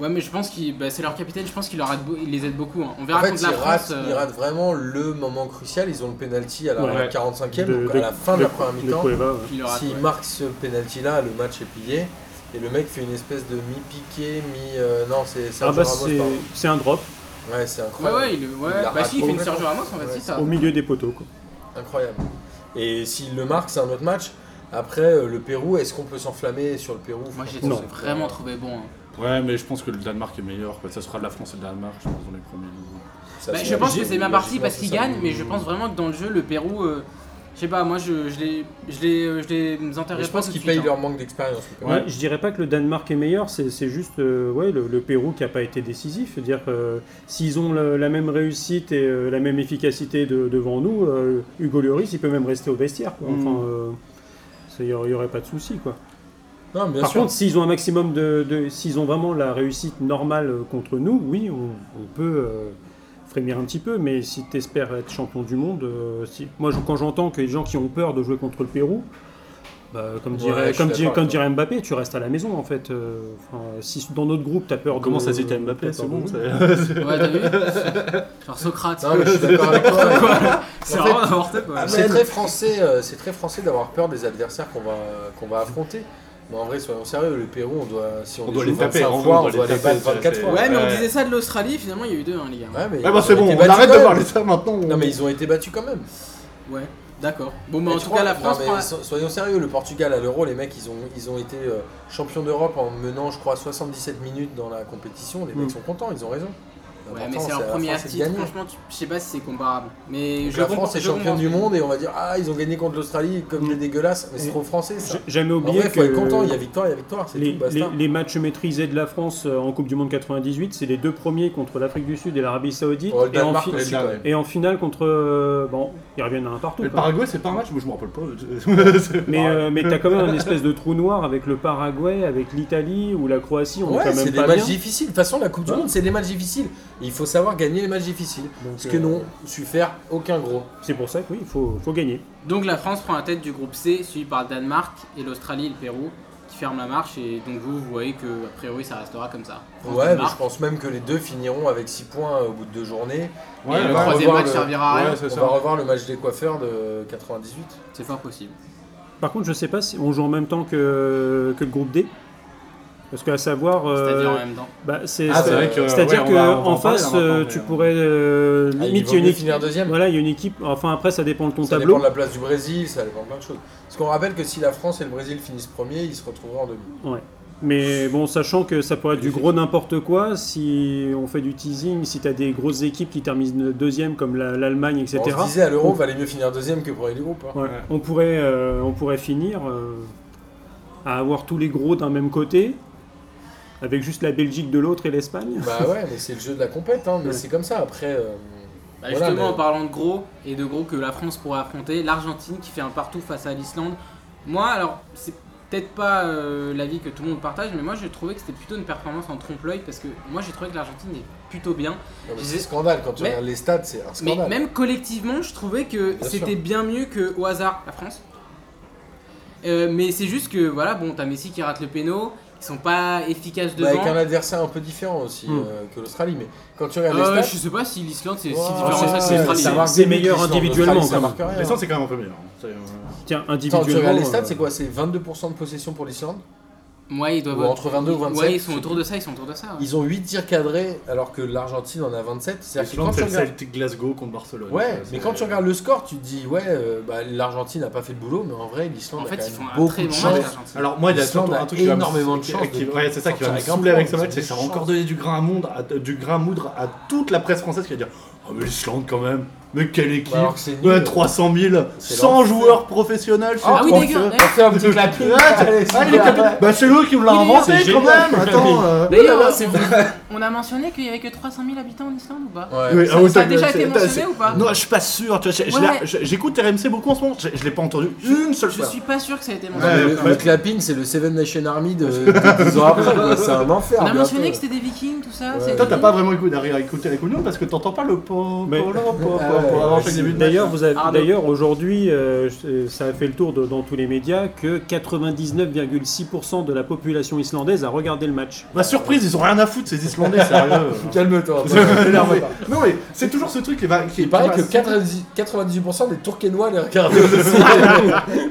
A: Ouais, mais je pense que c'est leur capitaine. Je pense qu'il leur aide beau- il les aide beaucoup. hein. On verra
B: En fait,
A: contre
B: il
A: la
B: rate,
A: France. euh,
B: il rate vraiment le moment crucial. Ils ont le penalty à la
C: Ouais.
B: 45e,
C: de-
B: donc
C: de-
B: à la fin de, la première
C: de
B: mi-temps.
C: Cueva, ouais.
A: il le rate,
B: S'il
A: ouais.
B: marque ce penalty là, le match est plié. Et le mec fait une espèce de mi-piqué, mi. euh, non, c'est
C: Ah
B: Sergio
C: bah
B: Ramos,
C: c'est
B: pardon.
C: c'est un drop
B: Ouais, c'est
A: Ouais,
B: incroyable.
A: ouais, il, ouais.
B: Il la
A: bah
B: rate
A: si, il fait une
B: complètement.
A: Sergio Ramos en fait,
B: Ouais.
A: c'est ça.
C: au milieu des poteaux. quoi.
B: Incroyable. Et s'il le marque, c'est un autre match. Après, euh, le Pérou, est-ce qu'on peut s'enflammer sur le Pérou
A: Moi, j'ai
C: Non.
A: vraiment trouvé bon. hein.
D: Ouais, mais je pense que le Danemark est meilleur. quoi. Ça sera de la France et le Danemark, je pense, dans les premiers. jours.
B: Ça,
A: Bah,
B: c'est
A: je pense que
B: logique,
A: c'est bien parti
B: logiquement,
A: parce
B: c'est
A: qu'il
B: ça.
A: gagne, mais je pense vraiment que dans le jeu, le Pérou, euh, je sais pas, moi, je, je les, je les, euh, je les
B: Mais
A: enterrerai
B: Je
A: pas
B: pense
A: tout de
B: qu'ils
A: suite,
B: payent
A: hein.
B: leur manque d'expérience. le Pérou.
C: Ouais, je dirais pas que le Danemark est meilleur, c'est c'est juste euh, ouais, le, le Pérou qui a pas été décisif. Je veux dire euh, s'ils ont le- la même réussite et euh, la même efficacité de- devant nous, euh, Hugo Lloris il peut même rester au vestiaire. quoi. Enfin,
D: Mm.
C: euh, c'est- il y aurait- il y aurait pas de souci quoi.
B: Non, bien
C: Par
B: sûr.
C: contre, s'ils ont un maximum de, de- s'ils ont vraiment la réussite normale euh, contre nous, oui, on, on peut euh, frémir un petit peu. Mais si tu espères être champion du monde, euh, si- moi je- quand j'entends que les gens qui ont peur de jouer contre le Pérou, bah, comme
B: Ouais,
C: dirait,
B: je suis
C: comme
B: d'accord
C: dirait-
B: avec
C: comme
B: toi.
C: dirait Mbappé, tu restes à la maison en fait. Euh, enfin, si dans notre groupe t'as peur
D: On
C: de
D: commence à citer
C: t'as
D: Mbappé,
C: peur
D: c'est
C: de jouer.
D: bon. c'est-
A: hein. Ouais, t'as vu Genre Socrate.
B: Non, mais je suis
A: [laughs]
B: d'accord avec toi.
C: [laughs]
A: Quoi C'est
B: En
A: vraiment n'importe quoi.
B: C'est très français, euh, c'est très français d'avoir peur des adversaires qu'on va qu'on va affronter. Mais en vrai, soyons sérieux, le Pérou, on doit si on,
D: On doit
B: joue
D: les taper,
B: 25
D: en
B: fois,
D: gros,
B: on doit les battre
D: taper,
B: 24
D: c'est-
B: fois.
A: Ouais, mais on
D: Ouais.
A: disait ça de l'Australie, finalement, il y a eu deux, hein, les gars.
B: Ouais, mais
D: [laughs] Ah bah
B: ils
D: c'est
B: ont
D: bon,
B: été
D: on
B: battus
D: arrête de
B: quand
D: parler
B: même.
D: de ça maintenant.
B: Non mais ils ont été battus quand même.
A: Ouais, d'accord. Bon, bah,
B: Et
A: en
B: tu
A: tout
B: crois-
A: cas, la
B: non,
A: France
B: mais
A: prend la-
B: so- soyons sérieux, le Portugal à l'Euro, les mecs, ils ont ils ont été euh, champions d'Europe en menant, je crois, 77 minutes dans la compétition. Les
C: Mm.
B: mecs sont contents, ils ont raison.
A: Ouais,
B: L'important,
A: mais c'est
B: à
A: leur
B: la
A: premier
B: fin, c'est de
A: titre,
B: gagner.
A: franchement, tu- je sais pas si c'est comparable. Mais
B: Donc
A: je
B: la
A: comprends-
B: France est
A: je comprends
B: championne
A: ce
B: du
A: que-
B: monde et on va dire Ah, ils ont gagné contre l'Australie
D: Mm.
B: comme il est dégueulasse, mais c'est
C: Et-
B: trop français ça.
C: J'ai jamais
B: En
C: oublié
B: vrai,
C: que
B: faut être content, il y a victoire, il y a victoire, c'est
C: les,
B: tout, basta.
C: les- les matchs maîtrisés de la France euh, en Coupe du Monde 98, c'est les deux premiers contre l'Afrique du Sud et l'Arabie Saoudite.
B: Oh, le
C: et, en
B: Danemark
C: fi-
B: aussi,
D: et le
B: quand
D: dernier.
B: même.
C: et en finale contre. euh, bon, ils reviennent à un partout.
D: Mais le
C: quoi.
D: Paraguay, c'est pas [laughs] un match, moi je me rappelle pas. C'est-
C: Mais, euh, mais t'as quand même un espèce de trou noir avec le Paraguay, avec l'Italie ou la Croatie, on est
B: Ouais,
C: quand
B: c'est
C: même
B: des
C: pas
B: matchs
C: bien.
B: difficiles. De toute façon, la Coupe du
C: Ouais.
B: Monde, c'est des matchs difficiles. Et il faut savoir gagner les matchs difficiles.
C: Donc,
B: Ce que
C: euh,
B: n'ont su faire aucun gros.
C: C'est pour ça que oui, il faut, faut gagner.
A: Donc la France prend la tête du groupe C, suivi par le Danemark et l'Australie et le Pérou, qui ferment la marche. Et donc vous, vous voyez que, a priori, ça restera comme ça. France,
B: Ouais, mais je
A: Danemark.
B: pense même que les deux finiront avec 6 points au bout de deux journées.
A: Et le
B: on va
A: troisième
B: revoir
A: match
B: le-
A: servira à rien.
D: Ouais, c'est
B: on
D: ça.
B: va revoir le match des coiffeurs de 98.
A: C'est fort possible.
C: Par contre, je sais pas si on joue en même temps que, que le groupe D. Parce qu'à savoir. euh,
A: C'est-à-dire en même temps.
C: bah, c'est-
B: Ah,
C: c'est-
B: c'est vrai que,
C: C'est-à-dire
D: ouais, on va- on va
C: qu'en
D: en parler, hein.
C: face,
D: là,
C: euh,
D: maintenant,
C: tu
D: mais,
C: pourrais. euh,
B: Ah, il
C: limite,
B: vaut
C: il y a une
B: mieux
C: équipe.
B: finir deuxième.
C: Voilà, il y a une équipe. Enfin, après, ça dépend de ton
B: Ça dépend
C: tableau.
B: de la place du Brésil, ça dépend de plein de choses. Parce qu'on rappelle que si la France et le Brésil finissent premiers, ils se retrouveront en demi.
C: Mais bon, sachant que ça pourrait être du gros n'importe quoi, si on fait du teasing, si t'as des grosses équipes qui terminent deuxième, comme la- l'Allemagne, etc.
B: On se disait à l'Euro,
C: on-
B: valait mieux finir deuxième que premier du groupe. hein.
C: Ouais.
D: Ouais.
C: On, pourrait, euh, on pourrait finir euh, à avoir tous les gros d'un même côté, avec juste la Belgique de l'autre et l'Espagne.
B: Bah ouais, mais c'est le jeu de la compète, hein, mais
C: Ouais.
B: c'est comme ça. Après, euh,
A: Bah,
B: Voilà,
A: justement,
B: mais-
A: en parlant de gros et de gros que la France pourrait affronter, l'Argentine qui fait un partout face à l'Islande. Moi, alors, c'est peut-être pas euh, l'avis que tout le monde partage, mais moi j'ai trouvé que c'était plutôt une performance en trompe-l'œil parce que moi j'ai trouvé que l'Argentine est plutôt bien.
B: non, mais c'est
A: J'ai-
B: un scandale. Quand tu
A: Mais-
B: regardes les stats, c'est un
A: Mais
B: scandale.
A: même collectivement, je trouvais que
B: Bien
A: c'était bien mieux que au hasard la France. Euh, mais c'est juste que voilà, bon, t'as Messi qui rate le péno, ils sont pas efficaces
B: Bah,
A: devant.
B: avec un adversaire un peu différent aussi
C: Hmm.
B: euh, que l'australie. Mais quand tu regardes
A: Euh,
B: les
A: je
B: stats,
A: sais pas si l'Islande c'est si
B: Wow.
A: différent
C: c'est-
A: ça que
C: c'est-
A: l'Australie.
C: ça
B: ça
C: marque
B: marque
C: c'est des meilleur matchs, individuellement,
B: Ça
C: quand
B: marque rien.
D: Mais ça, c'est quand même un peu meilleur. hein. C'est, euh,
C: Tiens,
B: Attends,
C: individuellement.
B: tu regardes les
C: euh,
B: stats, c'est quoi C'est 22% de possession pour l'Islande.
A: Ouais, ils doivent
B: Ou entre 22 ou 27,
A: Ouais, ils sont
B: je sais
A: autour de ça, ils sont autour de ça. ouais.
B: Ils ont 8 tirs cadrés alors que l'Argentine en a 27. C'est-à-dire que
D: l'Islande,
B: quand
D: c'est
B: tu
D: le
B: regardes.
D: Celtic Glasgow contre Barcelone.
B: Ouais,
D: C'est-
B: mais quand tu regardes le score, tu te dis, ouais, euh, bah, l'Argentine n'a pas fait le boulot, mais en vrai, l'Islande
A: En
B: a
A: fait,
B: quand
A: ils
B: même
A: font un
B: beaucoup
A: très
B: de
A: bon
B: chance.
A: match l'Argentine.
D: Alors moi il y a
B: L'Islande
D: surtout un
B: a
D: truc qui va me-
B: énormément de
D: qui-
B: chances
D: qui-
B: de
D: ouais, c'est ça qui va me
B: sortir un
D: saouler
B: point,
D: avec ce
B: ils ont
D: match, c'est que
B: des
D: ça va
B: chances.
D: encore donner du grain à monde, à- du grain à moudre à toute la presse française qui va dire oh mais l'Islande quand même, mais quelle équipe,
B: Bah, alors que c'est nul.
D: Ouais, 300 000,
B: C'est
D: 100
B: leur-
D: joueurs professionnels,
A: Ah oui,
D: sur
A: les gars,
D: 32.
A: d'ailleurs-
B: On fait un petit clapet. Allez,
D: Ah, il est
B: super.
D: capitaine. Bah c'est eux qui me l'a
A: Il est
D: inventé
C: C'est
D: quand
C: génial.
D: même. Attends. euh,
B: oh
A: D'ailleurs, on a mentionné qu'il y avait que 300 000 habitants en Islande ou pas
B: Ouais.
D: oui,
A: Ça-
D: ah oui,
A: ça a déjà
D: c'est-
A: été mentionné
D: c'est-
A: ou pas
D: Non, je suis pas sûr. tu vois, je- je
A: Ouais,
D: l'ai-
A: ouais.
D: je- J'écoute RMC beaucoup en ce moment. Je, je l'ai pas entendu
B: Euh,
D: une seule
A: Je
D: fois.
A: suis pas sûr que ça a été
D: Ouais,
A: mentionné.
B: Le, le clapping, c'est le Seven Nation Army de, de 10 ans après, quoi. c'est un enfer.
A: On a
D: Ah,
B: bientôt.
A: mentionné que c'était des vikings, tout ça.
B: Ouais.
A: c'est-
D: Toi, t'as pas vraiment écouté derrière écouter les cougnons parce que t'entends pas le po
C: Mais-
D: po- la- po- po-
B: Ah ouais,
D: po- avant chaque
B: c'est-
D: début de match.
C: D'ailleurs, vous avez-
B: Ah,
A: Arnaud.
C: d'ailleurs, aujourd'hui, euh, je- ça a fait le tour de- dans tous les médias que 99,6% de la population islandaise a regardé le match.
D: Ma surprise, ils ont rien à foutre ces Islandais,
B: [laughs]
D: sérieux.
B: Calme-toi.
D: non, [laughs] mais, non, mais c'est toujours ce truc qui va. Qui,
B: Il paraît
D: qui
B: que
D: va-
B: 90 98% des Tourquenois les
D: [laughs]
B: regardent aussi.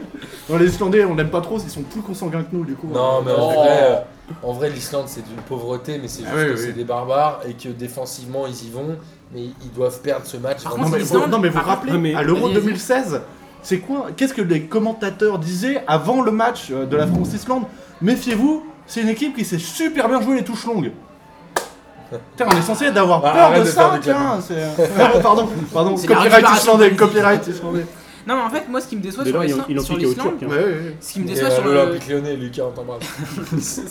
D: Non, les Islandais, on l'aime pas trop, ils sont plus consanguins que nous, du coup.
B: non, mais en
A: Oh.
B: vrai, euh, en vrai l'Islande, c'est d'une pauvreté, mais c'est juste
D: Ah oui,
B: que
D: oui.
B: c'est des barbares et que défensivement, ils y vont, mais ils doivent perdre ce match.
A: Par
B: vraiment.
D: Non, mais, vous,
A: Islande,
D: non, mais vous
A: par
D: rappelez,
C: contre- mais-
D: à l'Euro
A: Vas-y, vas-y.
D: 2016, c'est quoi Qu'est-ce que les commentateurs disaient avant le match euh, de la France-Islande Méfiez-vous, c'est une équipe qui sait super bien jouer les touches longues. Putain, on est censé d'avoir
B: Ah,
D: peur
B: arrête
D: de
B: de
D: ça,
B: faire des
D: tiens. c'est- Ah, [laughs] pardon, pardon,
A: C'est la
D: copyright
A: récupération
D: islandais,
A: politique.
D: copyright islandais.
A: Non, mais en fait, moi, ce qui me déçoit
C: Dès
A: sur
C: lors, ils ont-
A: l'Isla-
C: ils ont
A: sur
C: piqué au
A: l'Islande,
C: Turc. hein.
D: Ouais, ouais, ouais.
A: ce qui me
B: Et,
A: déçoit
B: euh,
A: sur le-
B: L'Olympique Lyonnais, Lucas, on t'embrasse.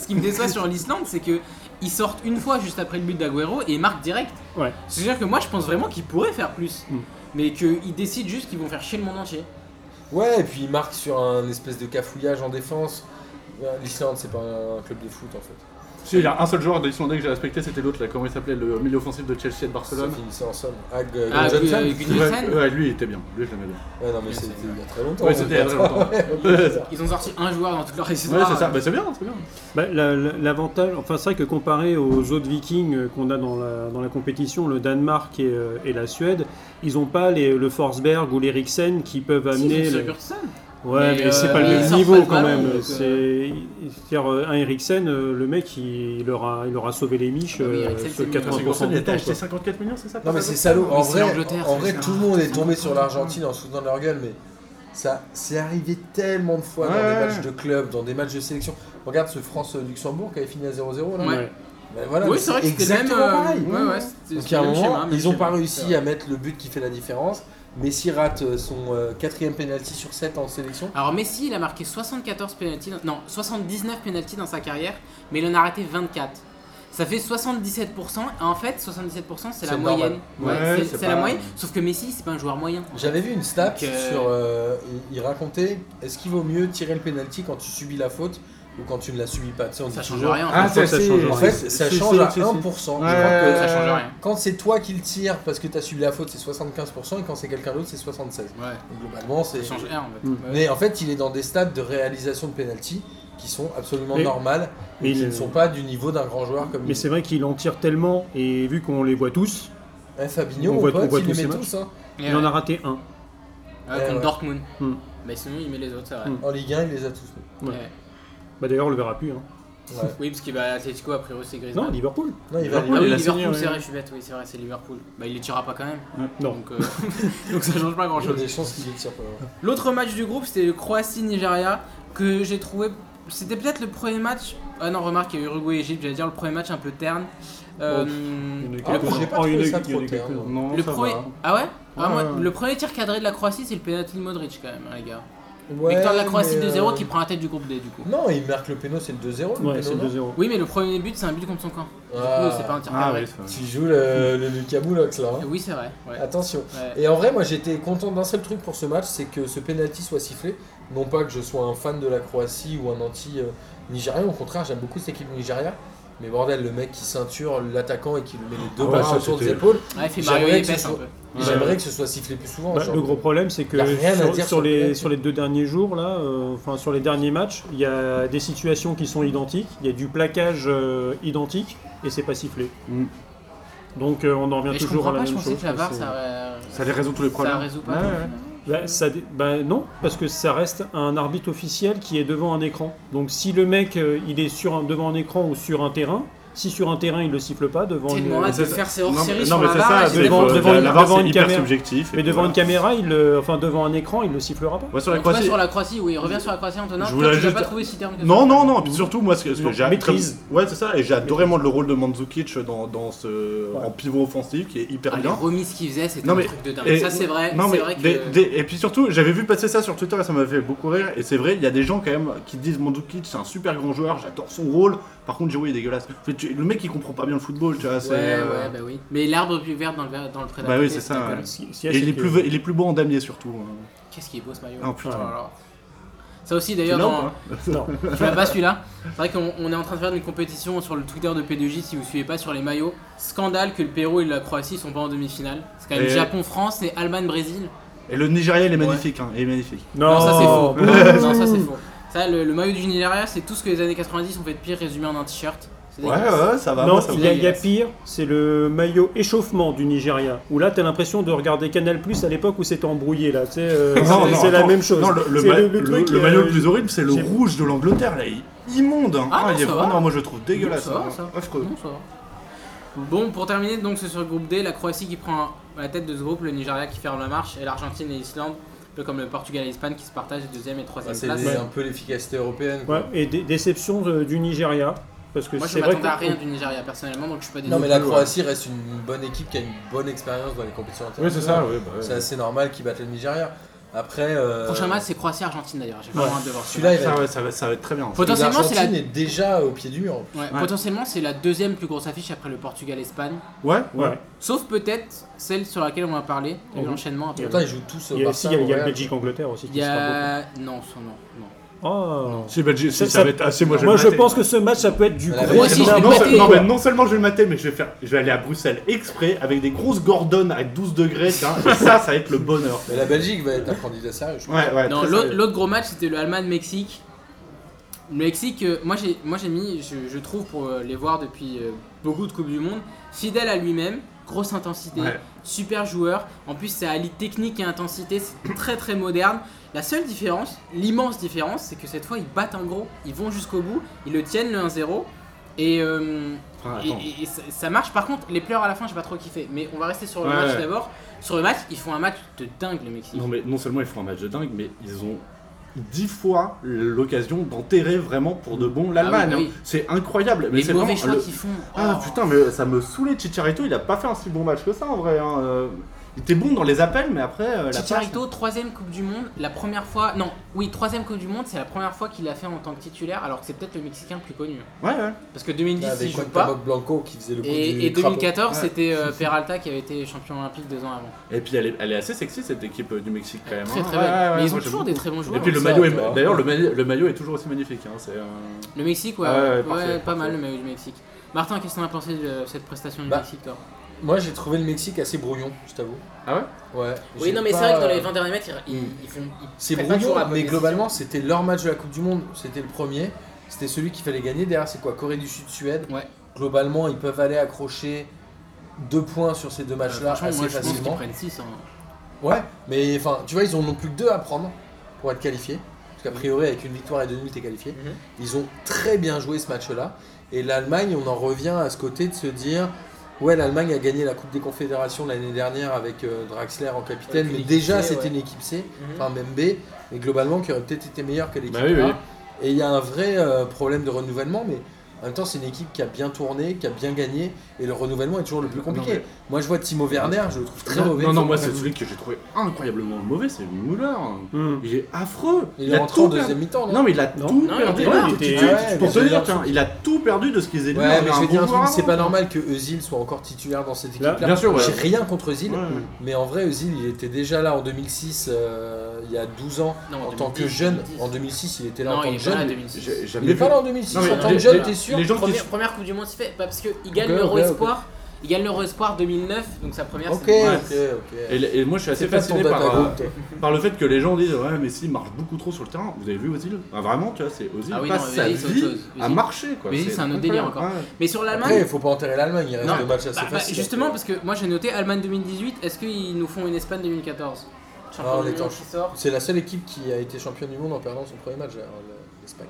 A: ce qui me déçoit sur l'Islande, c'est que ils sortent une fois juste après le but d'Aguero et ils marquent direct.
C: Ouais.
A: C'est-à-dire que moi, je pense vraiment qu'ils pourraient faire plus,
C: Mm.
A: mais qu'ils décident juste qu'ils vont faire chier le monde entier.
B: Ouais, et puis ils marquent sur un espèce de cafouillage en défense. L'Islande, c'est pas un club de foot en fait.
D: Si, il y a un seul joueur de l'Islandais que j'ai respecté, c'était l'autre, là, comment il s'appelait, le milieu offensif de Chelsea et de
B: Ça
D: Barcelone.
B: finissait en somme. Hag
A: Ah,
B: Johnson.
A: Gu- euh, Gunnarsson,
D: Ouais, ouais, lui, il était bien. Lui, je l'aimais bien.
B: Ouais, non, mais c'était il y a très longtemps. hein. [laughs]
D: Ouais, c'était il y a très longtemps. Ouais, c'est
A: ils ont sorti un joueur dans toute leur histoire.
D: ça. Bah, c'est bien, c'est bien.
C: Bah, la- la- L'avantage, enfin c'est vrai que comparé aux autres Vikings euh, qu'on a dans la, dans la compétition, le Danemark et, euh, et la Suède, ils n'ont pas les, le Forsberg ou l'Eriksen qui peuvent
A: Si, ils ont
C: amener.
A: Sir
C: le-
A: Kurtzson.
C: Ouais,
A: Mais,
C: mais, c'est
A: euh,
C: pas le
A: ils
C: même
A: sortent
C: niveau
A: pas le
C: quand
A: ballon,
C: même.
A: donc, euh,
C: C'est c'est-à-dire euh, un Eriksen, euh, le mec il, il leur a, il leur a sauvé les miches
A: Ah bah oui,
C: euh,
A: Eriksen, c'est
C: sur
A: mieux.
D: Parce
C: 80%
D: que Gorson, il
C: du
D: a été
C: temps,
D: acheté
C: quoi.
D: 54 millions, c'est ça
B: Non, mais c'est salaud. En
A: Mais c'est
B: vrai,
A: l'Angleterre,
B: en
A: ça,
B: vrai
A: c'est
B: tout
A: un-
B: le monde
A: c'est
B: est
A: un
B: tombé
A: bon
B: sur
A: point.
B: l'Argentine en soutenant leur gueule, mais ça c'est arrivé tellement de fois dans
D: Ouais.
B: des matchs de club, dans des matchs de sélection. Regarde ce France-Luxembourg qui avait fini à 0-0 là.
A: Ouais.
C: Ouais.
B: Ben voilà,
A: oui,
B: mais
A: c'est vrai que c'était le même.
B: exactement
A: euh,
B: pareil.
A: Ouais, ouais, c'était-
B: Donc
A: c'était
B: à un
A: le même
B: moment,
A: schéma, même
B: ils n'ont
A: schéma.
B: pas réussi
A: C'est
B: à mettre le but qui fait la différence. Messi rate euh, son euh, quatrième penalty sur 7 en sélection.
A: Alors Messi, il a marqué 74 pénalties, dans- non, 79 pénalties dans sa carrière, mais il en a raté 24. Ça fait 77%, et en fait, 77% c'est la
B: C'est normal.
A: moyenne. Ouais,
D: Ouais,
A: c'est-
D: c'est
A: c'est
D: pas-
A: la moyenne, sauf que Messi, c'est pas un joueur moyen.
B: J'avais vu une stat
A: Donc, euh,
B: sur. euh, il, il racontait est-ce qu'il vaut mieux tirer le penalty quand tu subis la faute ou quand tu ne la subis pas Tu sais, on
A: Ça
B: dit
A: change
B: toujours-
A: rien. en
D: Ah,
A: fait.
D: ça, ça change
B: En
D: rien.
B: fait, Oh. ça
D: Si,
B: change
D: si,
B: à
D: si, si.
B: 1%.
D: Ouais.
B: Je crois que
A: Ça change rien.
B: quand c'est toi qui le tire parce que tu as subi la faute, c'est 75% et quand c'est quelqu'un d'autre, c'est 76%.
A: Ouais,
B: Donc, globalement, c'est.
A: ça change rien en fait.
C: Mm.
A: Ouais.
B: Mais en fait, il est dans des stades de réalisation de penalty qui sont absolument
C: Mais-
B: normales
C: mais
B: et qui
C: il-
B: ne sont pas du niveau d'un grand joueur comme
C: Mais c'est vrai qu'il en tire tellement, et vu qu'on les voit tous,
B: Eh, Fabinho,
C: On
B: mon
C: voit-
B: pote,
C: on voit
B: il
C: tous
B: les
C: ces
B: met
C: matchs.
B: tous. hein.
A: Et
C: il
A: ouais,
C: en a raté un.
A: ouais,
B: Eh
A: contre
B: ouais.
A: Dortmund.
C: Mm.
A: Mais sinon, il met les autres, c'est vrai.
C: Mm.
B: En Ligue 1, il Oh, les a tous. mis.
C: Ouais.
A: Ouais.
C: Bah d'ailleurs, on le verra plus. hein.
B: Ouais.
A: Oui, parce qu'il va à l'Atletico, a priori c'est Griezmann.
C: Non, Liverpool.
B: Non, il va
C: Liverpool,
A: Ah oui,
C: il a
A: Liverpool,
C: signé, ouais.
A: c'est vrai, je suis bête, oui, c'est vrai, c'est Liverpool. Bah, il les tirera pas quand même.
C: Non.
A: Donc, euh, [laughs] donc ça change pas grand
B: Il y a
A: chose.
B: des chances qu'il les tire pas. hein.
A: L'autre match du groupe, c'était le Croatie-Nigeria, que j'ai trouvé. C'était peut-être le premier match. Ah non, remarque, il y a Uruguay-Égypte, j'allais dire le premier match un peu terne. Euh,
C: Il y en a
A: le
B: Ah,
C: quelques-uns.
B: j'ai pas
C: Oh, il y en a-
B: trouvé ça
C: il y en a
B: trop terne.
C: quelques-uns. Non,
A: le
C: ça
A: premier...
C: va.
A: Ah ouais, Ah, moi,
C: Ouais, ouais.
A: Le premier tir cadré de la Croatie, c'est le pénalty de Modric quand même, hein, les gars.
B: Ouais,
A: Victoire de la Croatie
B: mais,
A: 2-0
B: euh,
A: qui prend la tête du groupe D du coup.
B: Non, il marque le péno, c'est le 2-0. le
C: Ouais,
B: péno,
C: c'est
B: non
C: 2-0.
A: Oui, mais le premier but, c'est un but contre son camp. Du
B: Ah.
A: coup, c'est pas un tir
D: Ah
A: cadré.
D: oui, c'est vrai.
B: Tu joues le, le Lucas Moulox là. hein.
A: oui, c'est vrai. ouais.
B: Attention.
A: Ouais.
B: Et en vrai, moi j'étais content d'un seul truc pour ce match, c'est que ce penalty soit sifflé. Non pas que je sois un fan de la Croatie ou un anti-nigérien, au contraire, j'aime beaucoup cette équipe nigérienne. Mais bordel, le mec qui ceinture l'attaquant et qui lui met les deux
D: Ah ouais,
B: bras
D: ça,
B: autour des
D: c'était-
B: épaules,
A: Ouais, il fait
B: J'aimerais
A: Mario
B: que
A: Yepes
B: ce
A: un
B: soit-
A: peu.
D: Ouais.
B: j'aimerais que ce soit sifflé plus souvent.
C: Bah,
B: genre.
C: le gros problème, c'est que
B: Y a rien à
C: sur,
B: dire
C: sur
B: sur
C: les,
B: Pelé.
C: sur les deux derniers jours, là, euh, enfin sur les derniers matchs, il y a des situations qui sont identiques, il y a du plaquage euh, identique et c'est pas sifflé.
D: Mm.
C: Donc euh, on en revient
A: Mais je
C: toujours
A: comprends
C: à la
A: pas, je
C: même
A: pensais
C: chose.
A: que la
C: quoi,
A: VAR,
C: c'est-
A: ça, euh,
D: Ça les résout tous les
A: ça
D: problèmes.
A: résout pas.
C: Ouais,
A: tout.
C: ouais. Bah, ça dé- bah, non, parce que ça reste un arbitre officiel qui est devant un écran. Donc si le mec euh, il est sur un- devant un écran ou sur un terrain, si sur un terrain il le siffle pas devant une,
A: tellement hâte de
D: c'est-
A: faire ses hors
D: Non, mais-
A: séries
D: non,
A: sur
D: mais
A: la
D: c'est
A: VAR,
D: ça,
A: et
D: c'est-
A: j'ai
C: devant-
D: euh,
C: devant-
D: la- la VAR,
C: devant une
D: c'est hyper
C: caméra.
D: subjectif. et
C: mais
D: puis
C: devant
D: voilà.
C: une caméra, il le- enfin devant un écran, il le sifflera pas.
D: Ouais, sur la
A: Toi,
D: Croatie.
A: sur la Croatie, oui, reviens sur la Croatie, Antonin.
D: Je
A: Toi,
D: voulais
A: tu l'as
D: juste-
A: pas trouvé si terme que ça.
D: Non, non, non, et puis surtout, moi, ce que, ce que
C: Non,
D: j'ai
C: maîtrise.
D: Ouais, c'est ça, et j'ai adoré moi, le rôle de Mandzukic dans, dans ce, en pivot offensif qui est hyper
A: Ah, les
D: bien.
A: remises qu'il faisait, c'était
D: Non,
A: un
D: mais-
A: truc de dingue.
D: et-
A: Ça, c'est vrai.
D: Non,
A: c'est
D: mais
A: vrai que.
D: des- des- et puis surtout, j'avais vu passer ça sur Twitter et ça m'a fait beaucoup rire. Et c'est vrai, il y a des gens quand même qui disent Mandzukic c'est un super grand joueur, j'adore son rôle. Par contre, Giroud est dégueulasse. Fait, tu- le mec il comprend pas bien le football, tu vois. c'est,
A: Ouais,
D: euh,
A: ouais, bah oui. Mais l'arbre plus vert dans le, ver- dans le prédateur.
D: Bah oui, c'est ça,
A: d'accord.
D: ouais.
C: Ce qu'il y a,
D: et
C: c'est
D: il est,
C: que-
D: plus, il est plus beau en damier surtout.
A: Qu'est-ce qui est beau ce maillot.
D: Oh, putain.
A: là là. Ça aussi,
D: Tu l'as
A: d'ailleurs,
D: ou
A: dans...
D: pas
C: Non.
A: tu
D: [laughs]
A: l'as pas celui-là. C'est vrai qu'on on est en train de faire une compétition sur le Twitter de P2J si vous suivez pas sur les maillots. Scandale que le Pérou et la Croatie sont pas en demi-finale. C'est quand même
D: Et-
A: Japon-France et Allemagne-Brésil.
D: Et le Nigeria il est magnifique, hein, il est magnifique.
C: Non,
A: Non, ça c'est
C: Oh.
A: faux.
B: [laughs]
D: [laughs]
A: non, ça c'est
C: Ouh.
A: faux. Ça, le, le maillot du Nigeria, c'est tout ce que les années 90 ont fait de pire résumé en un t-shirt. C'est dégueulasse.
D: ça va.
C: Non,
D: Bah, moi, ça
C: il
D: me-
C: y, a-
A: va.
C: il y a pire, c'est le maillot échauffement du Nigeria, où là, t'as l'impression de regarder Canal Plus à l'époque où c'était embrouillé, là, tu sais, euh,
D: Non, non,
C: c'est c'est la
D: attends.
C: même chose.
D: Non, le, le
C: C'est
D: ma-
C: le- le
D: le-
C: truc,
D: le
C: euh,
D: maillot le plus horrible, c'est le
C: j'ai-
D: rouge de l'Angleterre, là, il est immonde. hein.
A: Ah, non,
D: il est
A: ça
D: vraiment,
A: va.
D: moi je le trouve dégueulasse.
A: Ça va,
D: hein.
A: ça va.
D: Affreux.
A: Non, ça va. Bon, pour terminer, donc c'est sur le groupe D, la Croatie qui prend la tête de ce groupe, le Nigeria qui ferme la marche, et l'Argentine et l'Islande, un peu comme le Portugal et l'Espagne qui se partagent les deuxième et troisième
B: C'est
A: places.
B: les- un peu l'efficacité européenne. quoi.
C: Ouais, et dé- déception euh, du Nigeria, parce que
A: Moi je
C: c'est vrai
A: m'attendais
C: que...
A: à rien du Nigeria personnellement, donc je suis pas désolé.
B: Non mais la Croatie reste une bonne équipe qui a une bonne expérience dans les compétitions internationales.
D: oui.
C: bah
B: C'est assez normal qu'ils battent le Nigeria. Après, euh,
A: Prochain match, c'est Croatie-Argentine d'ailleurs, j'ai
C: Ouais.
A: vraiment hâte de voir ce
B: celui-là,
A: match.
B: il va
D: Ça,
B: être-
D: ouais, ça va, ça va être très bien. hein.
A: Potentiellement, c'est la...
B: l'Argentine est déjà au pied du mur. en plus.
A: ouais, potentiellement, c'est la deuxième plus grosse affiche après le Portugal-Espagne.
D: Ouais,
C: Ouais.
A: Sauf peut-être celle sur laquelle on va parler, et
C: Mhm.
A: l'enchaînement après.
B: Pourtant, ils jouent tous au
C: Il y a
B: Barça,
C: aussi, il y a, il y a
B: au Real.
C: Belgique-Angleterre aussi.
A: Il
C: qui
A: y
C: sera
A: a. Non, son nom. Non.
C: beau. Oh.
D: Si, Belgique,
C: Ça-
D: si,
C: ça-
D: ça va être assez. Moi, je, vais
C: Moi,
D: le
C: je
D: mater.
C: pense que ce match, ça peut être du
B: Moi
C: gros
A: aussi, je vais [laughs]
D: non,
A: le
C: n'importe
A: mater.
D: non,
A: quoi.
D: mais non seulement je vais le mater, mais je vais, faire, je vais aller à Bruxelles exprès avec des grosses Gordon à 12 degrés. tiens, et ça, ça va être le bonheur.
B: Mais la Belgique va être un candidat sérieux. je pense.
D: Ouais, ouais.
A: Non,
D: très
A: l'autre
D: sérieux.
A: l'autre gros match c'était le Allemagne-Mexique. Le Mexique, euh, moi j'ai moi, j'ai mis, je, je trouve pour euh, les voir depuis euh, beaucoup de Coupes du Monde, fidèle à lui-même, grosse intensité,
D: Ouais.
A: super joueur. En plus, ça allie technique et intensité, c'est [coughs] très très moderne. La seule différence, l'immense différence, c'est que cette fois ils battent un gros, ils vont jusqu'au bout, ils le tiennent le 1-0. Et, euh,
D: Enfin,
A: et,
D: attends.
A: et- et ça, ça marche. Par contre, les pleurs à la fin, j'ai pas trop kiffé. Mais on va rester sur le
D: Ouais,
A: match
D: ouais.
A: d'abord. Sur le match, ils font un match de dingue, le Mexique.
D: Non, mais non seulement ils font un match de dingue, mais ils ont dix fois l'occasion d'enterrer vraiment pour de bon l'Allemagne.
A: Ah oui, bah
D: hein.
A: oui.
D: C'est incroyable. Mais
A: Les
D: c'est
A: mauvais
D: vraiment
A: choix
D: le-
A: qu'ils font.
D: Ah
A: Oh.
D: putain, mais ça me saoulait. Chicharito, il a pas fait un si bon match que ça en vrai. hein. Euh, Il était bon dans les appels, mais après. euh, la
A: Chicharito, troisième Coupe du Monde, la première fois. Non, oui, troisième Coupe du Monde, c'est la première fois qu'il l'a fait en tant que titulaire, alors que c'est peut-être le Mexicain le plus connu.
D: passe- hein. Ouais, ouais.
A: Parce que 2010,
D: Ah,
A: il
B: Avec
A: joue
B: Juan
A: pas.
B: Taboc Blanco qui faisait le coup du
A: Et, et
B: crapaud.
A: 2014,
D: Ouais.
A: c'était euh, Peralta qui avait été champion olympique deux ans avant.
D: Et puis elle est, elle est assez sexy cette équipe euh, du Mexique quand même.
A: Très
D: hein.
A: très
D: Ouais,
A: belle.
D: ouais, ouais,
A: Mais ils ont
D: moi, j'aime
A: toujours
D: beaucoup.
A: des très bons joueurs. hein.
D: Et puis le
B: Ça,
D: maillot, est...
B: toi.
D: d'ailleurs le, maillot- le maillot est toujours aussi magnifique. Hein. C'est, euh,
A: Le Mexique, ouais,
D: Ah ouais, ouais,
A: ouais,
D: parfait,
A: pas
D: parfait.
A: mal le maillot du Mexique. Martin, qu'est-ce que t'en as pensé de cette prestation du
B: Bah,
A: Mexique, toi
B: Moi, j'ai trouvé le Mexique assez brouillon, je t'avoue.
D: Ah ouais
B: Ouais.
A: Oui,
B: j'ai
A: non, mais
B: pas-
A: c'est vrai que dans les 20 derniers mètres, ils,
B: Mm.
A: ils font. ils
B: C'est
A: prennent pas toujours
B: brouillon,
A: la bonne
B: mais
A: décision.
B: globalement, c'était leur match de la Coupe du Monde. C'était le premier. C'était celui qu'il fallait gagner. Derrière, c'est quoi Corée du Sud, Suède.
A: Ouais.
B: Globalement, ils peuvent aller accrocher deux points sur ces deux
A: Euh,
B: matchs-là
A: franchement,
B: assez
A: moi, je pense qu'ils
B: facilement.
A: prennent 6.
B: Ouais, mais enfin, tu vois, ils en ont plus que deux à prendre pour être qualifiés. Parce qu'a priori, avec une victoire et deux nuls, t'es qualifié.
A: Mhm.
B: Ils ont très bien joué ce match-là. Et l'Allemagne, on en revient à ce côté de se dire ouais, l'Allemagne a gagné la Coupe des Confédérations l'année dernière avec euh, Draxler en
A: Avec
B: capitaine,
A: une
B: mais
A: équipe
B: déjà
A: C,
B: c'était
A: ouais.
B: une équipe C,
D: Mhm.
B: enfin même B, mais globalement qui aurait peut-être été meilleure que l'équipe
D: Bah oui,
B: A.
D: oui.
B: Et il y a un vrai euh, problème de renouvellement, mais en même temps, c'est une équipe qui a bien tourné, qui a bien gagné, et le renouvellement est toujours le plus
D: Non,
B: compliqué.
D: mais-
B: Moi, je vois Timo Werner, je le trouve très
D: non,
B: mauvais.
D: Non, non, moi c'est celui que j'ai trouvé incroyablement mauvais, c'est Müller.
C: Hmm.
D: Il est affreux.
B: Il est rentré en
D: tout perdu.
B: deuxième mi-temps, non
D: Non, mais il a
C: Non.
D: tout
A: Non, il
D: perdu.
A: était là,
D: Ouais,
C: il était-
D: tu- tu-
B: Ah ouais,
D: pour te
B: mais
D: dire,
B: c'est
D: tiens, il a tout perdu de ce qu'ils étaient.
B: Ouais, mais je vais dire un truc, c'est pas normal que Özil soit encore titulaire dans cette équipe-là.
D: bien sûr, ouais.
B: J'ai rien contre Özil, mais en vrai, Özil, il était déjà là en 2006, euh, il y a 12 ans,
A: Non, en
B: en tant que
A: 2010,
B: jeune.
A: 2010.
B: En 2006, il était là en
A: Non,
B: tant
A: il
B: que
A: est pas là à
B: jeune.
A: 2006.
D: J'ai
B: Il
D: jamais
B: est
D: vu.
B: pas là en 2006,
D: Non, mais
B: en tant
D: les-
B: que jeune,
D: les-
B: t'es sûr
D: les gens qui.
A: Première, première Coupe du Monde, il fait. Parce qu'il gagne
B: Ok,
A: l'Euro
B: ok, ok.
A: Espoir. Il gagne l'Euro Espoir 2009, donc sa première.
B: Ok,
A: c'est-
B: ok, ok.
D: Et, et moi je suis assez
B: C'est pas ton
D: fasciné par,
B: data
D: euh,
B: group, toi.
D: par le fait que les gens disent ouais mais s'il marche beaucoup trop sur le terrain. Vous avez vu Ozil Ah, Vraiment tu vois c'est Ozil
A: Ah oui,
D: passe
A: non,
D: sa
A: Ozil, c'est autre
D: vie
A: chose.
D: à
A: Ozil-
D: marcher quoi.
A: Ozil, c'est un autre délire encore.
D: Ouais.
A: Mais sur
B: Après,
A: l'Allemagne.
B: il faut pas enterrer l'Allemagne, il reste
A: Non,
B: le match assez
A: bah, bah,
B: facile.
A: justement, parce que moi j'ai noté Allemagne 2018, est-ce qu'ils nous font une Espagne 2014 Champion
B: Ah, on
A: du
B: est
A: monde
B: en-
A: qui sort.
B: C'est la seule équipe qui a été championne du monde en perdant son premier match, alors, le- l'Espagne.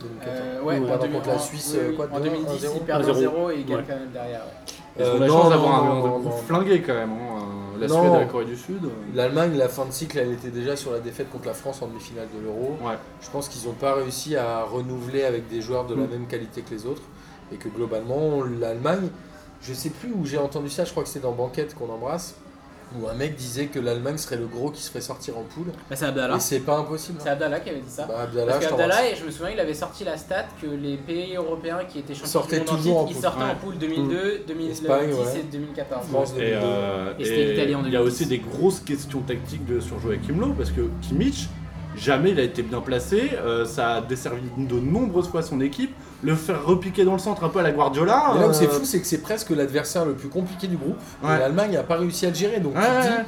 B: 2014.
A: Euh, ouais,
B: Ou
A: en
B: pardon,
A: 2000,
B: contre la Suisse,
A: oui,
B: euh,
A: oui,
B: quoi,
A: en
B: 2-1,
A: 2010,
B: 1-0.
A: ils perdent
C: 1-0.
A: 0 et ils gagnent
C: Ouais.
A: quand même derrière. ouais.
D: Ils ont
B: Euh,
D: la
B: non,
D: chance
B: non,
D: d'avoir un
B: non,
D: un groupe
B: non.
D: flingué quand même. hein. Euh, La
B: Non.
D: Suède et la Corée du Sud.
B: L'Allemagne, la fin de cycle, elle était déjà sur la défaite contre la France en demi-finale de l'Euro.
D: Ouais.
B: Je pense qu'ils n'ont pas réussi à renouveler avec des joueurs de la
C: Mm.
B: même qualité que les autres. Et que globalement, l'Allemagne, je sais plus où j'ai entendu ça, je crois que c'est dans Banquette qu'on embrasse, où un mec disait que l'Allemagne serait le gros qui se ferait sortir en poule.
A: Bah, c'est
B: Et
A: Abdallah.
B: c'est pas impossible.
A: C'est Abdallah qui avait dit ça.
B: Bah, Abdallah,
A: Parce
B: je t'embrasse.
A: qu'Abdallah, et je me souviens, il avait sorti la stat que les pays européens qui étaient champions
B: Sortaient
A: du monde en titre, ils
B: toujours en poule. Mm.
A: sortaient en
D: Ouais.
A: poule 2002, 2010
B: Espagne, ouais.
A: et 2014.
B: France
D: Et,
B: 2002.
D: euh,
A: Et c'était
D: et
A: l'Italie en
D: Il y a
A: 2010.
D: aussi des grosses questions tactiques de, sur Joachim Lowe parce que Kimmich, jamais il a été bien placé. euh, ça a desservi de nombreuses fois son équipe. Le faire repiquer dans le centre un peu à la Guardiola.
B: Mais là où
D: euh,
B: c'est fou, c'est que c'est presque l'adversaire le plus compliqué du groupe. et
D: Ouais.
B: L'Allemagne n'a pas réussi à le gérer. Donc
D: Ouais,
B: tu te
D: ouais.
B: dis,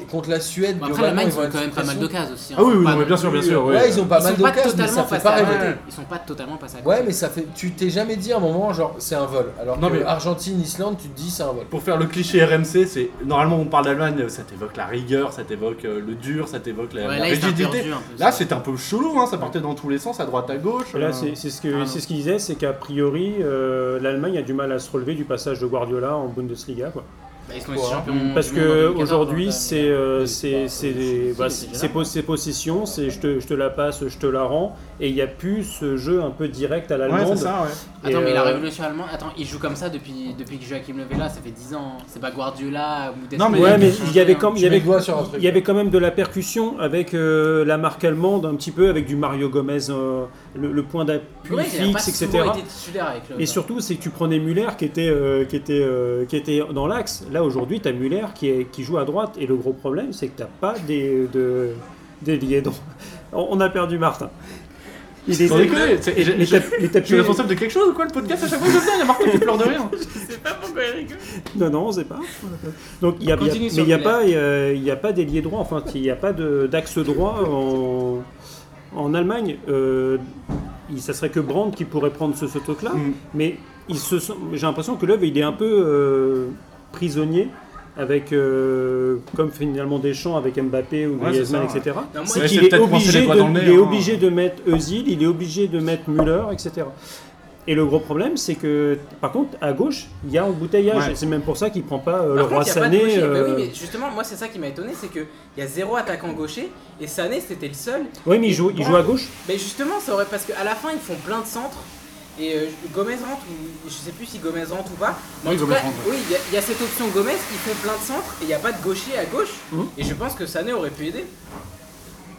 B: ok, contre la Suède,
A: Bon, après,
B: globalement,
A: l'Allemagne,
B: ils
A: ils
B: vont
A: ont
B: être
A: quand même
B: sous
A: pas mal
B: pression.
A: d'occasions aussi. hein.
D: Ah oui, oui,
A: Pas
D: non, mais
A: non
D: bien sûr,
A: plus,
D: bien sûr.
A: euh,
D: ouais.
B: Ouais, ils ont pas
A: ils
B: mal
A: sont pas
B: d'occasions, mais ça
A: totalement
B: fait
A: passés
B: pas
A: à
B: rêver.
A: côté. Ils sont pas totalement passés à côté.
B: Ouais, mais ça fait. Tu t'es jamais dit à un moment, genre, c'est un vol. Alors
D: Non,
B: que
D: mais-
B: Argentine, Islande, tu te dis, c'est un vol.
D: Pour faire le cliché RMC, c'est normalement on parle d'Allemagne, ça t'évoque la rigueur, ça t'évoque euh, le dur, ça t'évoque la,
A: Ouais,
D: la
A: là, ils étaient
D: rigidité.
A: perdus hein, un peu,
D: Là,
A: ça.
D: c'était un peu chelou, hein, ça partait dans tous les sens, à droite, à gauche. euh.
C: Là, c'est c'est ce
A: Ah, non.
C: que- c'est ce qu'il disait, c'est qu'a priori, euh, l'Allemagne a du mal à se relever du passage de Guardiola en Bundesliga. quoi.
A: Bah, ils sont aussi
B: Quoi, hein.
A: champions.
C: Parce
A: du monde en
C: que
A: 2014,
C: aujourd'hui,
A: donc, euh,
C: c'est euh,
B: Oui,
C: c'est-
B: bah,
C: c'est
B: euh,
C: des-
A: c'est-
C: bah,
A: c'est
C: c'est-
A: déjà
C: c'est pos- c'est possession, c'est je te, je te la passe, je te la rends, et il n'y a plus ce jeu un peu direct à
D: Ouais, c'est
C: l'allemande.
D: ça, ouais.
A: Attends,
C: Et,
A: mais la
C: euh,
A: révolution allemande, attends, il joue comme ça depuis, depuis que Joachim Le là, ça fait 10 ans. C'est pas Guardiola ou
D: Non, mais-
C: ouais,
D: il
C: mais
D: y a
C: il y avait comme il y
B: Tu mets
C: avait
B: le doigt sur un truc.
C: il y avait quand même de la percussion avec euh, la marque allemande un petit peu avec du Mario Gomez euh, le, le point d'appui
A: Ouais, il a pas
C: fixe
A: souvent
C: etc
A: été titulaire avec le-
C: et surtout c'est que tu prenais Muller qui était euh, qui était euh, qui était dans l'axe là aujourd'hui tu as Muller qui est, qui joue à droite et le gros problème c'est que t'as pas des de, des liaisons on, on a perdu Martin il
D: Sans
C: était
D: déconner, c'est-
C: mais
D: j'ai-
C: t'as-
D: j'ai-
C: mais t'as
D: Je suis
C: plus-
D: responsable de quelque chose ou quoi le podcast à chaque fois que je viens, il y a Martin qui pleure de rire.
C: Non, non, on sait pas. Donc, il y a,
A: Continue
C: il y a-
A: sur
C: mais il n'y a,
A: Muller.
C: pas- il y a- il y a pas d'ailier droit, enfin, il n'y a pas de- d'axe droit en, en Allemagne. Euh, il- ça serait que Brandt qui pourrait prendre ce, ce truc-là,
D: Mm.
C: mais il se sent- j'ai l'impression que l'œuvre, il est un peu euh, prisonnier, avec, euh, comme finalement Deschamps avec Mbappé ou
D: Ouais, c'est
C: Griezmann,
D: ça, ouais.
C: etc.
A: Non, moi,
C: C'est
D: Ouais,
C: qu'il
D: c'est
C: est
D: peut-être coincer les
C: obligé,
D: doigts
C: de,
D: dans le nez,
C: il est
D: hein.
C: obligé de mettre Özil, il est obligé de mettre Müller, etc. Et le gros problème, c'est que, par contre, à gauche, il y a embouteillage.
A: Ouais.
C: C'est même pour ça qu'il prend pas euh, le
A: Par
C: roi
A: contre, il y a pas de
C: Sané.
A: gaucher. Bah
C: euh,
A: oui, mais justement, moi, c'est ça qui m'a étonné, c'est qu'il y a zéro attaquant gaucher et Sané, c'était le seul.
C: Oui, mais il joue, il joue à gauche.
A: Mais justement, ça aurait parce qu'à la fin, ils font plein de centres. Et euh, Gomez rentre, ou je sais plus si Gomez rentre ou pas. mais en
D: Oui,
A: tout
D: Gomez
A: cas,
D: rentre,
A: Oui, il y a- il y, a cette option Gomez, ils font plein de centres et il n'y a pas de gaucher à gauche.
C: Mhm.
A: Et je pense que Sané aurait pu aider.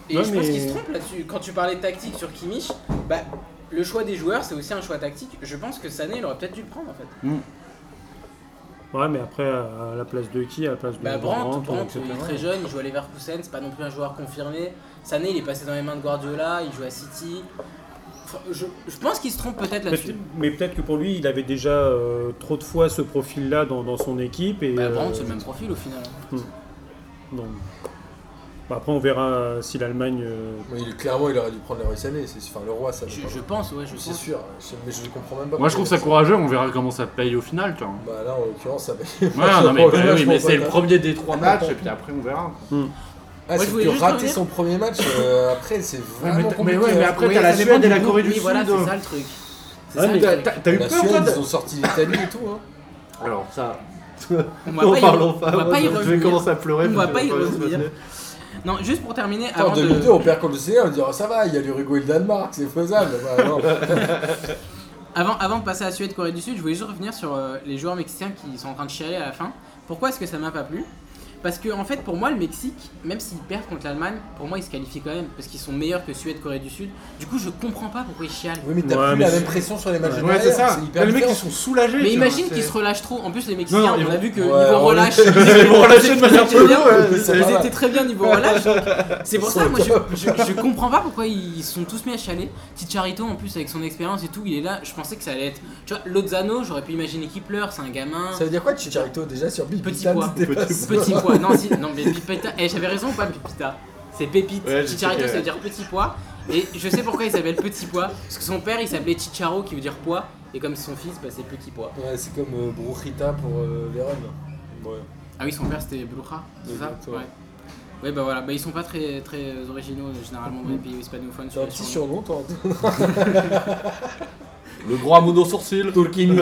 A: Et
C: Ouais,
A: je pense
C: mais-
A: qu'il se trompe là-dessus. Quand tu parlais de tactique sur Kimmich, bah, le choix des joueurs, c'est aussi un choix tactique. Je pense que Sané, il aurait peut-être dû le prendre en fait.
C: Ouais, mais après, à la place de qui À la place de
A: Bah, Brandt,
C: Brandt, euh,
A: Brandt,
C: etc.
A: il est très jeune, il joue à Leverkusen, c'est pas non plus un joueur confirmé. Sané, il est passé dans les mains de Guardiola, il joue à City. Enfin, Je, je pense qu'il se trompe peut-être là-dessus.
C: Peut-être- Mais peut-être que pour lui, il avait déjà euh, trop de fois ce profil-là dans, dans son équipe. Et,
A: Bah,
C: euh,
A: Brandt, c'est le même profil au final.
C: donc, bah, après, on verra euh, si l'Allemagne. euh,
B: Mais il- clairement, il aurait dû prendre le roi Sané, c'est enfin le roi Sané.
A: Je,
B: pardon.
A: je pense, ouais, je
B: C'est
A: pense.
B: sûr, hein, je- mais je comprends même pas.
D: Moi je trouve ça
B: pourquoi-
D: courageux, on verra comment ça paye au final. [laughs] Tu vois.
B: Bah là, en l'occurrence, ça va.
D: Ouais, non, mais,
B: Franchement,
D: bah
B: là,
D: oui,
B: je
D: mais
B: pense
D: c'est
B: pas.
D: le premier des trois matchs, et puis après on verra.
B: Ah,
A: Moi,
B: c'est
A: je voulais
B: que
A: juste
B: rater
A: revenir-
B: son premier match, euh, après, c'est
A: Ah,
D: mais
B: vraiment
D: t'as-
B: compliqué.
D: mais ouais, mais
B: hein.
D: après,
A: Oui,
D: t'as la
A: ça dépend
D: Suède et
A: des
D: la
A: groupes.
D: Corée du
A: Oui, voilà,
D: Sud. hein.
A: c'est ça le truc. C'est
C: Ouais,
A: ça,
C: mais
A: le
D: T'as
A: truc.
D: t'as- t'as eu
B: La
D: peur toi
B: Suède,
D: de-
B: ils ont sorti l'Italie
A: [laughs]
B: et tout. Hein.
D: Alors ça,
A: On va
D: on
A: pas y-
D: parle en
A: on va
D: femme,
A: pas y
D: je vais
A: revenir.
D: commencer à pleurer.
A: On
D: parce
A: va
D: que
A: pas y
D: je vais se
A: revenir.
D: passer.
A: Non, juste pour terminer,
B: Attends,
A: avant
B: en
A: de-
B: 2002, on perd contre le CR, on dit oh, ça va, il y a l'Uruguay et le Danemark, c'est faisable. Bah, non.
A: Avant, avant de passer à Suède, Corée du Sud, je voulais juste revenir sur euh, les joueurs mexicains qui sont en train de chialer à la fin. Pourquoi est-ce que ça m'a pas plu Parce que, en fait, pour moi, le Mexique, même s'ils perdent contre l'Allemagne, pour moi, ils se qualifient quand même parce qu'ils sont meilleurs que Suède, Corée du Sud. Du coup, je comprends pas pourquoi ils chialent.
B: Oui, mais t'as
C: Ouais,
B: plus
C: mais
B: la
C: c'est-
B: même pression sur les matchs de
D: Ouais, c'est
B: derrière,
D: ça.
B: hyper
D: Les mecs ils
B: différent.
D: sont soulagés.
A: Mais
D: tu vois,
A: imagine
D: c'est-
A: qu'ils se relâchent trop. En plus, les Mexicains,
D: Non, non, ils
A: on a vu qu'ils
B: Ouais,
A: vont
B: on-
A: relâche. [laughs]
D: Ils vont relâcher de manière
A: Ils étaient
D: polo,
A: bien,
D: ouais, c'est-
A: Ils étaient très bien niveau relâche. donc C'est pour
B: Ils
A: ça,
B: sont
A: moi, je, je, je comprends pas pourquoi ils sont tous mis à chialer. Ticharito, en plus, avec son expérience et tout, il est là. Je pensais que ça allait être. Tu vois, Lozano, j'aurais pu imaginer qu'il pleure, c'est un gamin.
B: Ça veut dire quoi, Chicharito, déjà sur Big
A: Petit
B: Time,
A: poids.
B: c'était pas
D: Petit
B: ça.
A: Petit pois, non, si, non mais Pipita, eh, j'avais raison ou pas Pipita C'est Pépite,
D: Ouais, je sais
A: Chicharito
D: que-
A: ça veut dire petit pois, et je sais pourquoi il s'appelle petit pois, parce que son père il s'appelait Chicharo qui veut dire pois, et comme son fils bah, c'est petit pois.
B: Ouais, c'est comme euh, Brujita pour euh, Vérone. Ouais.
A: Ah oui son père c'était Bruja, c'est ça
B: Exactement.
A: Ouais. Ouais bah voilà, bah, ils sont pas très, très originaux euh, généralement dans les pays hispanophones
B: T'as
A: sur
B: un
A: les
B: petit
A: surnoms.
B: surnom, toi
E: Le gros à mono-sourcil.
B: [laughs]
A: Tolkino.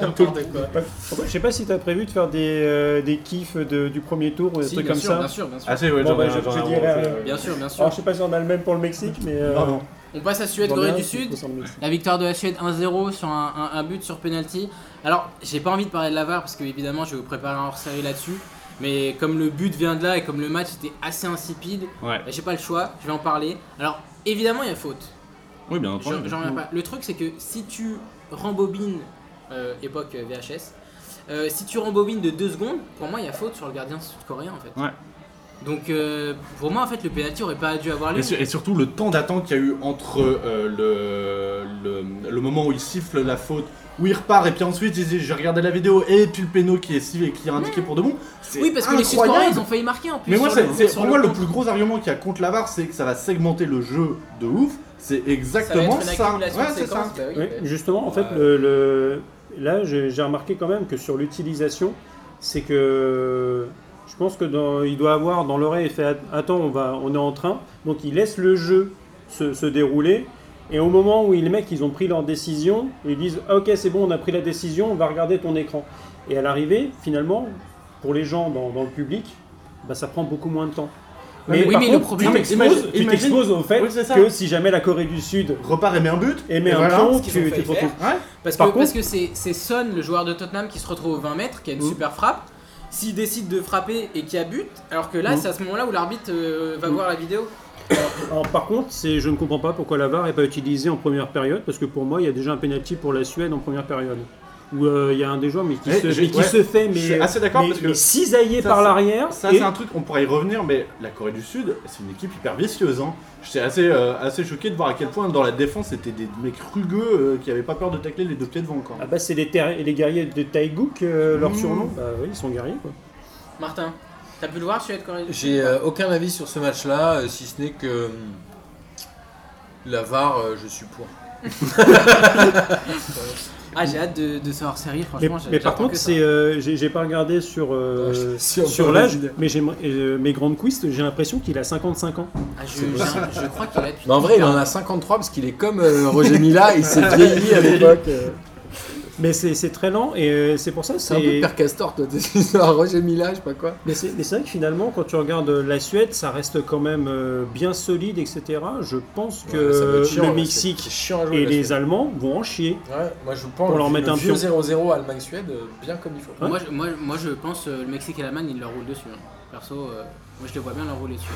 A: N'importe quoi.
C: En fait, Je sais pas si tu as prévu de faire des, euh, des kiffs de- du premier tour ou des
A: Si,
C: trucs
A: bien
C: comme
A: sûr,
C: ça.
A: bien sûr, bien sûr.
D: Ah si, ouais,
C: Bon,
D: j'en ai
C: bah,
D: un,
C: je-
D: j'en ai
C: je
D: un,
C: dirais,
D: ouais,
C: euh,
A: Bien sûr, bien sûr.
C: Alors, je sais pas si en Allemagne pour le Mexique, mais. euh,
D: Non, non.
A: On passe à Suède,
C: j'en ai
A: Corée
C: un
A: du
C: qui
A: Sud.
C: se passe en Mexique.
A: La victoire de la Suède 1-0 sur un, un- un but sur penalty. Alors, j'ai pas envie de parler de la VAR parce que évidemment, je vais vous préparer un hors-série là-dessus. Mais comme le but vient de là et comme le match était assez insipide,
D: Ouais.
A: bah, j'ai pas le choix, je vais en parler. Alors, évidemment, il y a faute.
D: Oui, bien
A: J'en
D: entendu.
A: j'en reviens pas. Le truc, c'est que si tu rembobines, euh, époque euh, VHS, euh, si tu rembobines de 2 secondes, pour moi, il y a faute sur le gardien sud-coréen en fait.
D: Ouais.
A: Donc, euh, pour moi, en fait, le penalty aurait pas dû avoir lieu.
D: Et, sur- et surtout le temps d'attente qu'il y a eu entre euh, le, le, le moment où il siffle la faute, où il repart, et puis ensuite il dit j'ai regardé la vidéo, et puis le péno qui est sifflé, qui est indiqué pour de bon. c'est
A: Oui, parce que les
D: incroyable.
A: sud-coréens, ils ont failli marquer en plus.
D: Mais moi,
A: sur
D: c'est, c'est-
A: sur
D: pour moi, le
A: contre.
D: plus gros argument qu'il y a contre la VAR, c'est que ça va segmenter le jeu de ouf. C'est exactement
A: va être une
D: ça.
A: accumulation
D: Ouais,
A: de
D: c'est ça.
A: séquences, bah oui.
C: Oui, justement, en fait,
D: Ouais.
C: le, le- là, j'ai j'ai remarqué quand même que sur l'utilisation, c'est que je pense que dans, il doit avoir dans l'oreille fait Att- attends, on va, on est en train, donc il laisse le jeu se, se dérouler. Et au moment où les mecs ils ont pris leur décision, ils disent Ah, ok c'est bon on a pris la décision, on va regarder ton écran. Et à l'arrivée finalement pour les gens dans, dans le public, bah, ça prend beaucoup moins de temps.
D: Ouais, Ah, mais-
A: oui,
C: par
A: mais le problème-
C: tu
D: Imagine-
C: t'exposes- tu
D: imagine-
C: t'exposes au fait
D: Oui, c'est ça.
C: que si jamais la Corée du Sud
D: Repart et met un but.
C: émet un
D: voilà.
C: pion,
A: ce qu'ils ont
C: tu
A: fait
C: tu te retrouves
A: faire.
D: Ouais.
A: Parce,
C: Par
A: que,
C: contre-
A: parce que c'est c'est Son, le joueur de Tottenham, qui se retrouve au 20 mètres, qui a une
C: Mm.
A: super frappe. S'il décide de frapper et qu'il y a but, alors que là,
C: Mm.
A: c'est à ce moment-là où l'arbitre euh, va
C: Mm.
A: voir la vidéo.
C: Alors, par contre, c'est, je ne comprends pas pourquoi la VAR n'est pas utilisée en première période, parce que pour moi, il y a déjà un penalty pour la Suède en première période. Où euh, il y a un des joueurs mais qui,
D: Mais
C: se,
D: Eh, j'ai-
C: mais qui
D: ouais,
C: se fait mais,
D: je suis assez d'accord
C: mais-
D: parce que
C: mais cisaillé
D: ça,
C: par
D: c'est-
C: l'arrière.
D: Ça,
C: et-
D: c'est un truc, on pourra y revenir, mais la Corée du Sud, c'est une équipe hyper vicieuse. Hein. J'étais assez, euh, assez choqué de voir à quel point dans la défense, c'était des mecs rugueux euh, qui avaient pas peur de tacler les deux pieds devant. Quoi.
C: Ah bah, c'est les, ter- les guerriers de Taïgouk, euh, leur
D: Mmh.
C: surnom. Bah oui, ils sont guerriers, quoi.
A: Martin, t'as pu le voir, Suède Corée du Sud
B: J'ai euh, aucun avis sur ce match-là, euh, si ce n'est que hum, la VAR, euh, je suis pour.
A: Ah, j'ai hâte de, de ce hors-série,
C: Mais,
A: franchement. j'ai-
C: mais par
A: j'attends
C: contre,
A: que ça.
C: c'est, euh, j'ai j'ai pas regardé sur, euh,
B: Ouais, je- si on
C: sur,
B: peut
C: l'âge,
B: imaginer.
C: mais j'ai euh, mes grandes quiz, j'ai l'impression qu'il a 55 ans.
A: Ah, je, je- je crois qu'il va être.
B: Mais en vrai, il en a 53 parce qu'il est comme euh, Roger Mila, il [laughs] s'est vieilli à l'époque. euh.
C: Mais c'est c'est très lent et euh, c'est pour ça.
B: C'est un peu Père Castor, toi, [laughs] t'es à Roger Mila, je sais pas quoi.
C: Mais c'est mais c'est vrai que finalement, quand tu regardes euh, la Suède, ça reste quand même euh, bien solide, etc. Je pense que
B: Ouais, ça doit être chiant,
C: le
B: là,
C: Mexique
B: c'est- c'est chiant à jouer,
C: et
B: la
C: les
B: Suède.
C: Allemands vont en chier.
B: Ouais, moi je pense
C: Pour leur
B: que
C: mettre
B: le
C: un
B: vieux
C: pion.
B: 0-0 Allemagne-Suède, euh, bien comme il faut.
A: Moi, je- moi, moi, je pense euh, le Mexique et l'Allemagne, ils leur roulent dessus. hein. Perso, euh, moi, je les vois bien leur rouler dessus.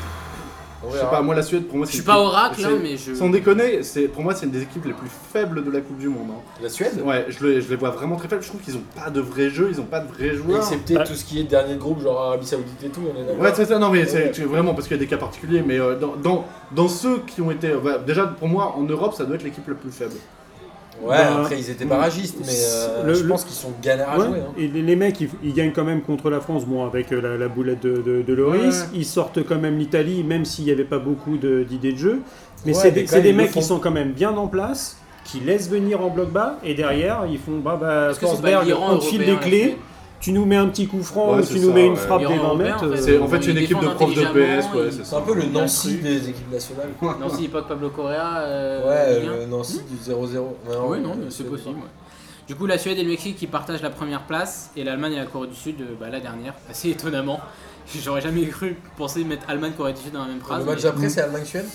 B: On
F: Je
B: verra.
F: sais pas, moi la Suède pour moi
A: Je
F: c'est.
A: suis
F: une-
A: pas oracle, hein,
F: c'est-
A: mais je.
F: Sans déconner, c'est- pour moi c'est une des équipes les plus faibles de la Coupe du Monde. hein.
B: La Suède
F: Ouais, je, le- je les vois vraiment très faibles. Je trouve qu'ils ont pas de vrai jeu, ils ont pas de vrai joueurs.
B: Excepté
C: Ah.
B: tout ce qui est dernier groupe, genre Arabie Saoudite et tout, on est d'accord.
F: Ouais, c'est ça, non, mais c'est
B: Ouais.
F: tu- vraiment parce qu'il y a des cas particuliers, mais euh, dans, dans, dans ceux qui ont été. bah, déjà, pour moi, en Europe, ça doit être l'équipe la plus faible.
B: Ouais,
C: Bah,
B: après ils étaient barragistes, mais euh,
C: le-
B: je
C: le-
B: pense qu'ils sont galères à
C: Ouais.
B: jouer. hein.
C: Et les, les mecs, ils, ils gagnent quand même contre la France, bon, avec euh, la, la boulette de, de, de Loris.
F: Ouais.
C: Ils sortent quand même l'Italie, même s'il n'y avait pas beaucoup de- d'idées de, jeu. Mais
B: Ouais,
C: c'est
B: mais
C: des,
B: quand
C: c'est
B: même,
C: des
B: ils le
C: mecs qui
B: font.
C: sont quand même bien en place, qui laissent venir en bloc bas, et derrière, ils font bah, bah,
A: Est-ce que c'est pas
C: Forsberg,
A: l'Iran
C: on te file des
A: européen, la
C: clés,
A: Suède
C: tu nous mets un petit coup franc,
F: Ouais,
C: ou
F: c'est
C: tu nous
F: ça,
C: mets une
F: ouais.
C: frappe
A: L'Iran
C: des 20
A: européen,
C: mètres.
A: en fait,
C: euh,
F: C'est- en fait, c'est une
A: ils
F: équipe de
A: défendent
F: profs de PS,
A: intelligemment,
F: ouais,
A: ils-
F: c'est
B: C'est
F: ça.
B: un peu le
A: Bien
B: Nancy
A: sûr.
B: des équipes nationales. quoi.
A: Non, si, pas que Pablo Correa.
B: Ouais,
A: euh, Ligue un.
B: le Nancy du 0-0.
A: Oui, non, mais c'est possible. ouais. Du coup, la Suède et le Mexique qui partagent la première place et l'Allemagne et la Corée du Sud, euh, bah, la dernière, [laughs] assez étonnamment. J'aurais jamais cru penser mettre Allemagne Corée du Sud dans la même phrase.
B: Le match
A: mais-
B: après, c'est Allemagne-Suède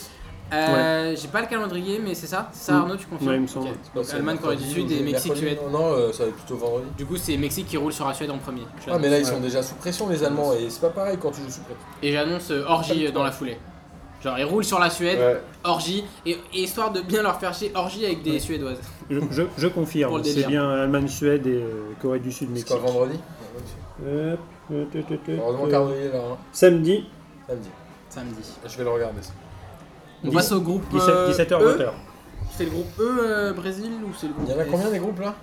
A: Euh, J'ai pas le calendrier, mais c'est ça C'est ça,
C: Mm.
A: Arnaud, tu confirmes
C: Ouais, il me semble.
A: Ok.
B: Je pense
A: Donc,
B: que c'est
A: Allemagne, Corée du
B: mercredi
A: Sud
B: ou
A: et Mexique,
B: mercredi.
A: Suède.
B: Non, non, euh, ça va être plutôt vendredi.
A: Du coup, c'est Mexique qui roule sur la Suède en premier. Je
B: Ah, mais
A: l'annonce.
B: là, ils sont déjà sous pression, les Allemands, et c'est pas pareil quand tu joues sous pression.
A: Et j'annonce euh,
B: Ah,
A: orgie euh, dans la foulée. Genre, ils roulent sur la Suède,
F: Ouais.
A: orgie, et, et histoire de bien leur faire chier, orgie avec des Suédoises.
C: Je, je- je
A: Pour
C: confirme,
A: le
C: c'est
A: délire.
C: bien Allemagne-Suède et euh, Corée du
B: C'est
C: Sud-Mexique.
B: quoi, vendredi
C: Euh, euh, tut, tut, tut,
B: Heureusement,
C: euh,
B: Cardoyer est là, hein.
C: Samedi,
B: samedi.
A: Samedi.
B: Je vais le regarder. ça.
A: On
C: Dix-
A: passe au groupe.
C: 17,
A: euh,
C: 17h,
A: E.
C: 20h.
A: C'est le groupe E, euh, Brésil, ou c'est le groupe
B: Il y en a
A: S
B: combien des groupes là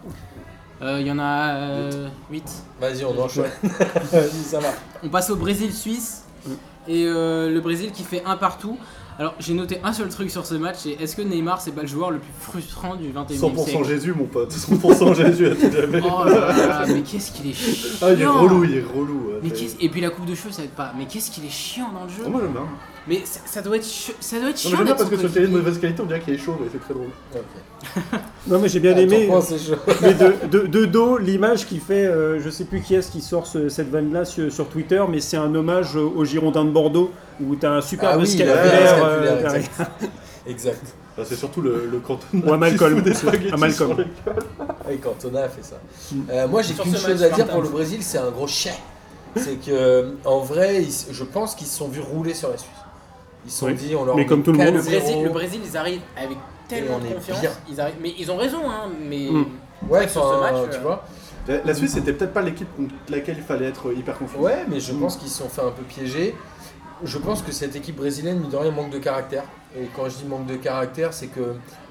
A: Euh, Il y en a euh, 8.
B: Vas-y, on enchaîne. Vas-y, [laughs] ça va.
A: On passe au Brésil-Suisse.
C: Mm.
A: Et euh, le Brésil qui fait un partout. Alors j'ai noté un seul truc sur ce match, c'est est-ce que Neymar c'est pas le joueur le plus frustrant du 21 e
F: 100%
A: siècle
F: Jésus, mon pote. 100% Jésus à tout jamais.
A: Oh là là, mais qu'est-ce qu'il est chiant
F: Ah, il est relou, il est relou. ouais,
A: Mais
F: t'as-
A: qu'est-ce- Et puis la coupe de cheveux ça aide pas. Mais qu'est-ce qu'il est chiant dans le jeu
F: Oh, moi j'aime bien. Non,
A: Mais ça, ça doit être chi- ça doit être
F: mais
A: chiant.
F: j'aime bien
A: d'être
F: parce
A: son
F: que sur le télé de
A: coéquipier.
F: mauvaise qualité, on dirait qu'il est chaud, mais c'est très drôle.
B: Ok.
C: Non, mais j'ai bien
B: Attends,
C: aimé,
B: comment c'est chaud
C: mais de, de- de dos, l'image qui fait, euh, je sais plus qui est-ce qui sort ce- cette vanne-là sur, sur Twitter, mais c'est un hommage euh, au Girondin de Bordeaux, où t'as un
B: Ah
C: superbe
B: oui, il avait
C: scapulaire,
B: un
C: euh,
B: scapulaire,
C: derrière.
B: exact. Exact.
F: Enfin, Ah, c'est surtout le, le [laughs] canton.
C: Ou à Malcolm.
F: Ah,
C: À Malcolm.
B: Ah Oui, Cantona a fait ça. Euh, moi, j'ai
A: Mm. Sur
B: qu'une
A: ce
B: chose à
A: match,
B: dire
A: Spartan.
B: pour le Brésil, c'est un gros chien. C'est que, euh, en vrai, ils- je pense qu'ils se sont vus rouler sur la Suisse. Ils se sont
C: Oui.
B: dit, on leur
C: Mais
B: met
C: comme tout le monde.
B: 4-0.
A: Le Brésil, le Brésil, ils arrivent avec tellement
B: on
A: de
B: est
A: confiance.
B: bien.
A: Ils arrivent... Mais ils ont raison, hein. Mais
C: Mm.
B: Ouais,
A: sur ce
B: enfin,
A: match,
B: tu
A: euh,
B: vois.
F: La, la Suisse, c'était peut-être pas l'équipe contre laquelle il fallait être hyper confiant.
B: Ouais, mais je pense qu'ils se sont fait un peu piéger. Je pense que cette équipe brésilienne, mine de rien, manque de caractère. Et quand je dis manque de caractère, c'est que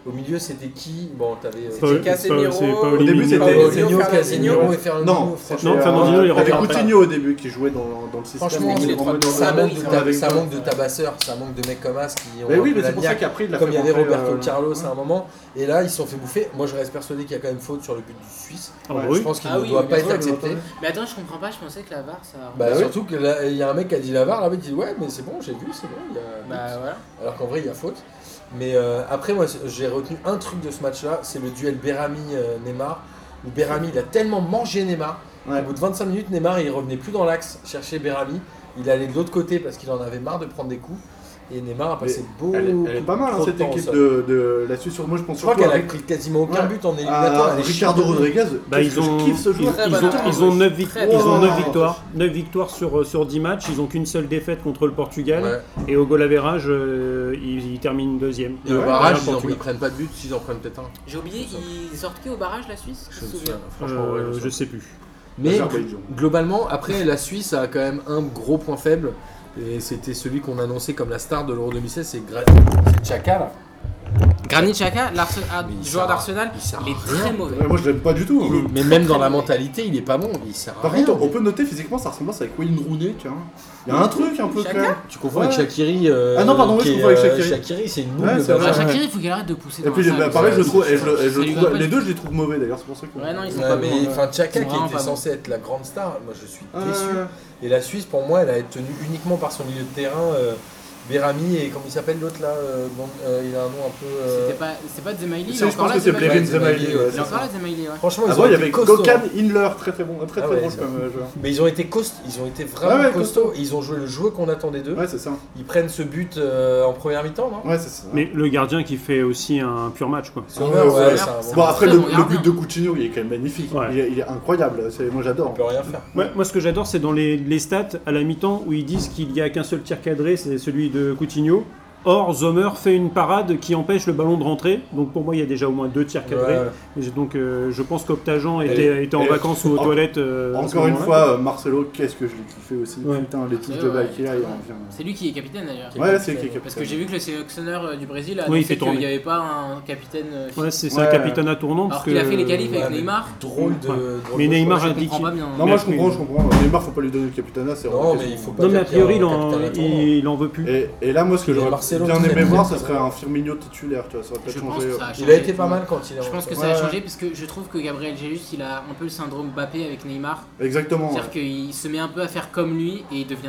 B: au milieu, c'était qui Bon, t'avais. euh,
A: C'était Casemiro.
C: c'est pas euh,
F: Au début, c'était-
B: Paulinho,
A: Fernandinho,
B: Casemiro et
F: Non,
B: Fernandinho.
F: franchement,
C: Non, Fernandinho, il
F: T'avais
C: rentre après.
F: Coutinho au début qui jouait dans, dans le système.
B: Franchement,
F: mais
A: c'est-
F: il est rentré dans
B: ça
F: le-
B: manque, de
F: dans
B: ta-
F: avec-
B: ça manque de tabasseurs, ça manque de mecs comme As qui ont.
F: Mais
B: un
F: oui,
B: peu
F: mais
B: la
F: c'est pour ça
B: niaque.
F: qu'après, il l'a fait
B: Comme il y avait
F: rentrer,
B: Roberto
F: euh,
B: Carlos à un moment, et là ils se sont fait bouffer. Moi je reste persuadé qu'il y a quand même faute sur le but du Suisse.
C: En
F: Ouais,
C: bruit.
B: Je pense qu'il
A: Ah
B: ne
A: oui,
B: doit
A: mais
B: pas
A: bien
B: être
F: sûr,
B: accepté.
F: bien entendu.
A: Mais attends, je comprends pas. Je pensais que la VAR ça.
B: Bah,
F: Bah oui.
B: surtout que là, il y a un mec qui a dit la VAR, là mec dit ouais, mais c'est bon, j'ai vu, c'est bon. il y a-
A: Bah voilà.
B: Alors qu'en vrai, il y a faute. Mais euh, après, moi, j'ai retenu un truc de ce match-là, c'est le duel Berami-Neymar. Où Berami, il a tellement mangé Neymar.
F: Ouais.
B: Au bout de 25 minutes, Neymar, il revenait plus dans l'axe chercher Berami. Il allait de l'autre côté parce qu'il en avait marre de prendre des coups. Et Neymar a passé beaucoup
F: Elle, est- elle est pas mal, hein,
B: trop de
F: cette
B: temps au
F: équipe
B: sol.
F: de, de la Suisse. Moi, je pense
B: Je crois
F: surtout
B: qu'elle a
F: avec-
B: pris quasiment aucun
F: Ouais.
B: but en éliminatoire.
F: Ah,
B: elle est
F: Ricardo
B: chiante.
F: Rodriguez,
C: Bah,
F: qu'est-ce
C: ils
F: que
C: ont,
F: je kiffe ce
C: ils,
F: joueur.
A: Très
C: ils
A: bon
C: ont,
A: arbre.
C: ils ont 9, vic-
A: Très
C: ils
F: bon
C: ont neuf
F: arbre.
C: victoires, 9 victoires sur, euh, sur 10 matchs, ils ont qu'une seule défaite contre le Portugal,
B: Ouais.
C: et au goal average, euh, ils, ils terminent deuxième.
B: Et au
F: Ouais,
B: barrage,
C: derrière
B: ils,
C: le
B: en,
C: Portugal.
B: ils prennent pas de but, ils en prennent peut-être un.
A: J'ai oublié, ils sortent qui au barrage la Suisse
B: Je
A: me
B: me
A: souviens.
B: souviens, franchement, ouais,
C: Euh,
B: je me
C: je
B: souviens.
C: sais plus.
B: Mais
F: Azerbaïdjan.
B: globalement, après, la Suisse a quand même un gros point faible. Et c'était celui qu'on annonçait comme la star de l'Euro 2016, c'est Gra- c'est Chaka. là.
A: Granit Xhaka, l'Arse- ah,
B: Mais il sert à-
A: joueur d'Arsenal,
B: il sert à
A: il est très mauvais.
D: Ouais, moi je l'aime pas du tout. hein.
B: Mais même dans la mentalité, il est pas bon. Il sert à
D: Par
B: rien.
D: contre, on peut noter physiquement sa ressemblance avec Wayne Rooney, tu vois. Il y a un truc un peu
A: Chaka
D: clair.
B: Tu confonds
D: Ouais.
B: avec Shakiri. euh,
D: Ah non, pardon, oui, je
B: qui est,
D: confonds avec
B: euh,
D: Shaqiri.
B: c'est une boule.
D: Ouais,
B: le
D: c'est vrai.
A: Bah,
B: bâtard.
A: Shaqiri, il faut qu'il arrête de pousser.
D: Et
A: dans
D: puis
A: la salle,
D: bah,
A: parce
D: pareil,
A: que
D: je le trouve,
A: c'est-
D: et je le- et je
A: c'est
D: le
A: du
D: trouve-
A: grand
D: les
A: punch.
D: deux je les trouve mauvais d'ailleurs, c'est pour ça que.
A: Ouais, non, ils sont
B: Ouais,
A: pas
B: mais
A: bons.
B: enfin, Tchaka
A: Ils sont
B: qui
A: vraiment
B: était
A: pas
B: censé être la grande star, moi je suis
D: Ah,
B: déçu. Et la Suisse, pour moi, elle a été tenue uniquement par son milieu de terrain, euh, Berami et comment il s'appelle l'autre là euh, bon, euh, Il a un nom un peu. euh,
A: C'était pas, c'est pas Zemaili,
D: Si,
A: il est
D: je
A: encore
D: pense
A: là.
D: que c'est
A: Zemaili.
D: Blevin
B: Blevin
D: Zemaili.
B: Zemaili,
D: ouais,
B: ouais,
D: c'est
A: Il est
D: ça.
A: encore là, Zemaili, ouais.
B: Franchement, ils
D: Avant,
B: ont
D: Ah il y
B: été
D: avait
B: costauds.
D: Gokan Inler, très très bon, très
B: Ah
D: très
B: ouais,
D: drôle
B: ils ont-
D: comme euh, joueur.
B: Mais ils ont été costauds, ils ont été vraiment
D: Ah ouais,
B: costauds. Ils ont joué le jeu qu'on attendait d'eux.
D: Ouais, c'est ça.
B: Ils prennent ce but euh, en première mi-temps, non
D: Ouais, c'est ça.
C: Mais le gardien qui fait aussi un pur match, quoi.
D: Ouais,
B: Ouais,
D: ouais,
B: c'est un bon-
D: Bon, après, le,
A: Très bon
D: le
A: gardien.
D: but de Coutinho, il est quand même magnifique.
C: Ouais.
D: Il, est, il est incroyable. C'est- Moi, j'adore.
B: On peut rien faire.
C: Ouais, moi, ce que j'adore, c'est dans les, les stats à la mi-temps où ils disent qu'il n'y a qu'un seul tir cadré, c'est celui de Coutinho. Or, Sommer fait une parade qui empêche le ballon de rentrer. Donc, pour moi, il y a déjà au moins deux tirs cadrés.
B: Ouais.
C: Et j'ai- Donc, euh, je pense qu'Optajan
D: Et-
C: était, était en
D: et-
C: vacances ou aux
D: en-
C: toilettes. euh, à ce
D: Encore une
C: moment-là.
D: fois, euh, Marcelo, qu'est-ce que je l'ai kiffé aussi.
C: Ouais.
D: Putain, les touches
A: Ouais,
D: de
A: ouais,
D: balle qu'il a, il
A: ouais.
D: revient.
A: C'est lui qui est capitaine d'ailleurs.
D: Ouais, c'est qui
A: Parce que j'ai vu que le sélectionneur euh, du Brésil a
C: Oui, il
A: annoncé
C: fait
A: qu'il
C: tourner.
A: n'y avait pas un capitaine. euh,
C: Ouais, c'est c'est
D: Ouais.
C: un capitaine à tournant.
A: Alors
C: parce
A: qu'il a
C: que-
A: fait les qualifs
B: ouais,
A: avec
B: mais-
A: Neymar.
B: Drôle de.
C: Ouais.
B: drôle
C: Mais
B: de
C: Neymar
B: choix.
A: Je
C: indique.
A: comprends pas bien.
D: Non, moi, je comprends, je comprends. Euh, Neymar, faut pas lui donner le capitana, c'est
B: Non,
D: hors de
B: mais il
D: question.
B: faut pas
C: Non, mais
B: dire
C: a priori,
B: qu'il
C: il
B: y a un
C: en,
B: capitaine à
C: il,
B: tournant.
C: il en veut plus.
D: Et, et là, moi, ce que
B: Et
D: j'aurais
B: Marcelo
D: bien
B: qui
D: aimé
B: fait
D: voir,
B: bien,
D: ce serait
B: ouais.
D: un Firmino titulaire, tu vois, ça aurait peut-être
A: Je pense
D: changé.
A: que
D: euh.
A: ça a changé.
B: Il a été pas mal quand il est
A: Je pense que
B: rentré.
A: ça a
D: Ouais.
A: changé parce que je trouve que Gabriel Jesus il a un peu le syndrome Mbappé avec Neymar.
D: Exactement.
A: C'est-à-dire qu'il se met un peu à faire comme lui et il devient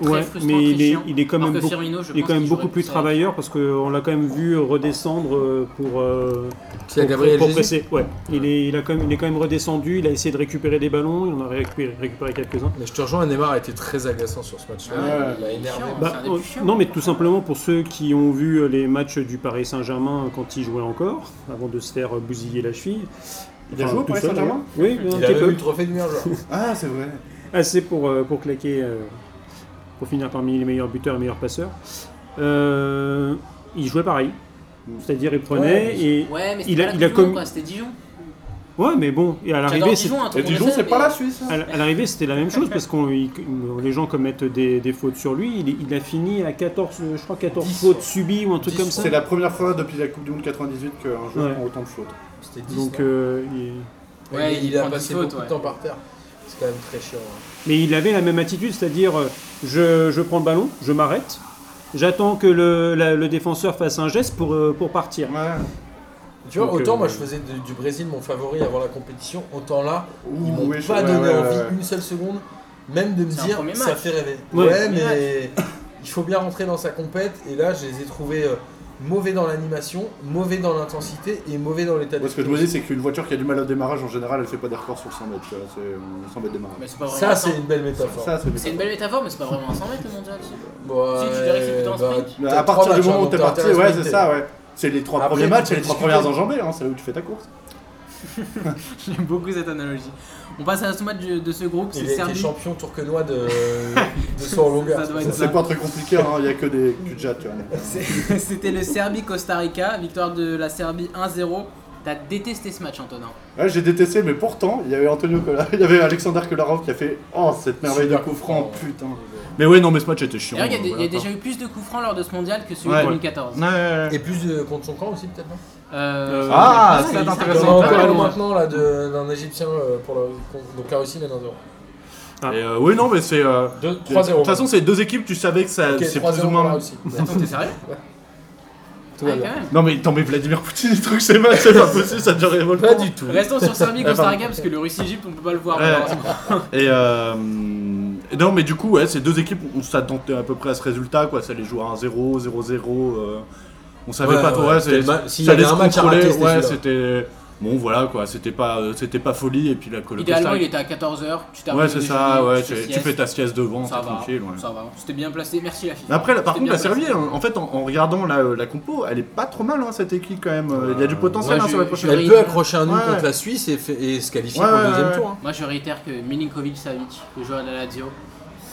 A: très
C: Ouais,
A: frustrant,
C: mais il
A: très
C: est,
A: chiant.
C: il est quand
A: Alors
C: même
A: que
C: beaucoup,
A: Firmino, je
C: il est
A: pense
C: quand même
A: qu'il
C: beaucoup
A: jouerait
C: plus
A: avec-
C: travailleur parce qu'on l'a quand même vu redescendre euh, pour, euh,
B: C'est
C: pour-
B: Gabriel
C: pour
B: Jesus
C: presser. Ouais. Il, est, il, a quand même, il est quand même redescendu, il a essayé de récupérer des ballons, il en a récupéré, récupéré quelques-uns.
B: Mais je te rejoins, Neymar a été très agaçant sur ce match-là.
D: Ouais.
B: Il a énervé.
D: hein.
A: Chiant.
C: Bah,
A: C'est un des
C: euh,
A: plus chiants.
C: non, mais tout simplement pour ceux qui ont vu euh, les matchs du Paris Saint-Germain quand il jouait encore, avant de se faire euh, bousiller la cheville.
D: Il a
C: Enfin,
D: joué au
C: tout
D: Paris
C: seul,
D: Saint-Germain
C: d'ailleurs. Oui, un
B: Il
C: petit
B: avait eu
C: peu.
B: le trophée du meilleur joueur.
A: [laughs]
D: Ah, c'est vrai.
C: assez pour, euh, pour claquer, euh, pour finir parmi les meilleurs buteurs et meilleurs passeurs. Euh, il jouait pareil. C'est-à-dire, il prenait
B: Ouais,
C: et.
A: Ouais, mais
C: Il
A: c'était
C: a-
A: pas la
C: il a
A: Coupe du Monde,
C: commis-
A: quoi, c'était Dijon.
C: Ouais, mais bon, et à
A: J'adore
C: l'arrivée, c'est-
A: Dijon, un truc
D: Et
A: qu'on
D: Dijon,
A: essaie,
D: c'est pas
A: mais-
D: la Suisse. hein.
C: à l- à l'arrivée, c'était la même chose parce que les gens commettent des, des fautes sur lui. Il, il a fini à 14, euh, je crois, 14
B: 10,
C: fautes
B: ouais.
C: subies ou un truc
B: 10,
C: comme ça.
D: C'est la première fois depuis la Coupe du Monde 98 qu'un joueur
C: Ouais.
D: prend autant de fautes.
B: C'était 10.
C: Donc,
B: non
C: euh, il-
A: Ouais,
B: il,
A: il
B: a
A: prend
B: passé
A: dix fautes,
B: beaucoup de
A: ouais.
B: temps par terre. C'est quand même très chiant. hein.
C: Mais il avait la même attitude, c'est-à-dire euh, je, je prends le ballon, je m'arrête, j'attends que le, la- le défenseur fasse un geste pour, euh, pour partir.
D: Ouais.
B: Tu vois,
C: Donc,
B: autant
C: euh,
B: moi je faisais de- du Brésil mon favori avant la compétition, autant là, ils m'ont
D: Ouh, ouais,
B: pas
D: ouais,
B: donné
D: ouais,
B: envie
D: ouais.
B: une seule seconde, même de me
A: C'est un
B: dire
A: premier
B: ça
A: match.
B: fait rêver. Ouais,
C: Ouais.
B: mais [laughs] il faut bien rentrer dans sa compète et là je les ai trouvés euh, mauvais dans l'animation, mauvais dans l'intensité et mauvais dans l'état
D: Moi, ce que je me dis, c'est qu'une voiture qui a du mal au démarrage, en général, elle fait pas des records sur 100 mètres. tu vois, C'est euh, 100 mètres démarrage.
A: Mais c'est pas
B: Ça
A: vraiment
B: c'est
A: un-
B: une belle métaphore.
D: Ça, c'est
A: C'est une belle métaphore, mais c'est pas vraiment un 100 mètres le mondial. tu sais.
B: Bon,
A: Si, tu
B: ouais,
A: dirais que c'est plutôt un
B: bah,
A: sprint.
D: Mais
B: t'as
D: à
B: trois
D: partir du
B: matchs, hein,
D: moment où
B: donc
D: t'es
B: t'as
D: parti,
B: intérêt à
D: ouais,
B: sprinter.
D: c'est ça, ouais. C'est les trois
B: Après,
D: premiers
B: tu
D: matchs,
B: peux
D: c'est les trois
B: discuter.
D: premières enjambées, hein, c'est là où tu fais ta course.
A: J'aime beaucoup cette analogie. On passe à ce match de, de ce groupe, c'est
B: Il a été
A: Serbie.
B: champion tourquenois de, de saut en longueur.
A: Ça doit
B: C'est
A: être
B: ça.
D: C'est pas très compliqué, hein, il y a que des culs de jatte, tu vois.
A: C'est- C'était le Serbie-Costa Rica, victoire de la Serbie 1-0. T'as détesté ce match, Antonin.
D: Ouais, Ah, j'ai détesté, mais pourtant, il y avait Antonio Cola, [laughs] il y avait Alexander Kolarov qui a fait Oh, cette merveille de
B: Super
D: coup franc,
B: coup franc,
D: putain. Mais ouais, non, mais ce match était chiant.
A: D'ailleurs, il y a des- il
D: euh,
A: y,
D: voilà,
A: a déjà eu plus de coups francs lors de ce mondial que celui
D: Ouais.
A: de 2014.
D: Ouais, ouais, ouais.
B: Et plus de contre son camp aussi peut-être non
A: Euh,
D: Ah,
A: je
D: c'est
A: sais pas,
D: intéressant.
A: c'est
B: Dans
A: pas
B: un
A: mal,
B: parle
A: moi.
B: maintenant là de- d'un Égyptien euh, pour la, contre- donc la Russie mène 1-0.
D: Et, euh, oui, non, mais c'est. euh,
B: Deux-
D: de toute
B: 3-0.
D: façon, c'est deux équipes, tu savais que ça.
B: Ok,
D: c'est plus
B: 3-0
D: ou
B: pour la
D: moins.
B: Russie.
A: Attends, t'es sérieux
B: Tout
A: Ouais,
B: va
A: quand
B: bien.
A: même.
D: Non, mais attends, mais Vladimir Poutine, il truc, c'est mal, c'est pas possible, ça ne révolte
B: Pas du tout.
A: Restons sur Serbie-Costa
D: Pardon.
A: Rica parce que le Russie-Égypte, on peut pas le voir.
D: Ouais.
A: malheureusement.
D: Et euh, non, mais du coup, ouais, ces deux équipes, on s'attendait à peu près à ce résultat, quoi. Ça allait jouer à 1-0, 0-0. euh, on savait
B: Ouais,
D: pas trop.
B: ouais,
D: Ouais,
B: c'était
D: c'est-
B: le ma-
D: ça
B: s'il y avait
D: allait
B: un
D: se
B: match à
D: contrôler,
B: rater, c'était
D: ouais,
B: celui-là.
D: c'était. Bon, voilà, quoi. C'était pas, euh, c'était pas folie. Et puis la Colombie.
A: Idéalement, il était à 14h. Tu termines
D: Ouais, c'est
A: le
D: ça,
A: jeu,
D: ouais.
A: tu
D: Tu,
A: fais
D: tu
A: sieste,
D: fais ta sieste devant,
A: Ça
D: t'es
A: va,
D: tranquille, ouais.
A: ça va. C'était bien placé, merci la FIFA.
D: Après, là, par
A: C'était
D: contre, la
A: bien
D: Serbie,
A: placé.
D: hein, en fait, en, en regardant la, euh, la compo, elle est pas trop mal, hein, cette équipe, quand même. Il y a du potentiel
A: Ouais,
D: hein,
A: je-
D: sur la
A: je-
D: prochaine.
B: Elle peut accrocher un nul
D: Ouais.
B: contre la Suisse et, fait- et se qualifier
D: Ouais,
B: pour le
D: ouais,
B: deuxième
D: ouais.
B: tour. hein.
A: Moi, je réitère que Milinkovic-Savic, le joueur de la Lazio,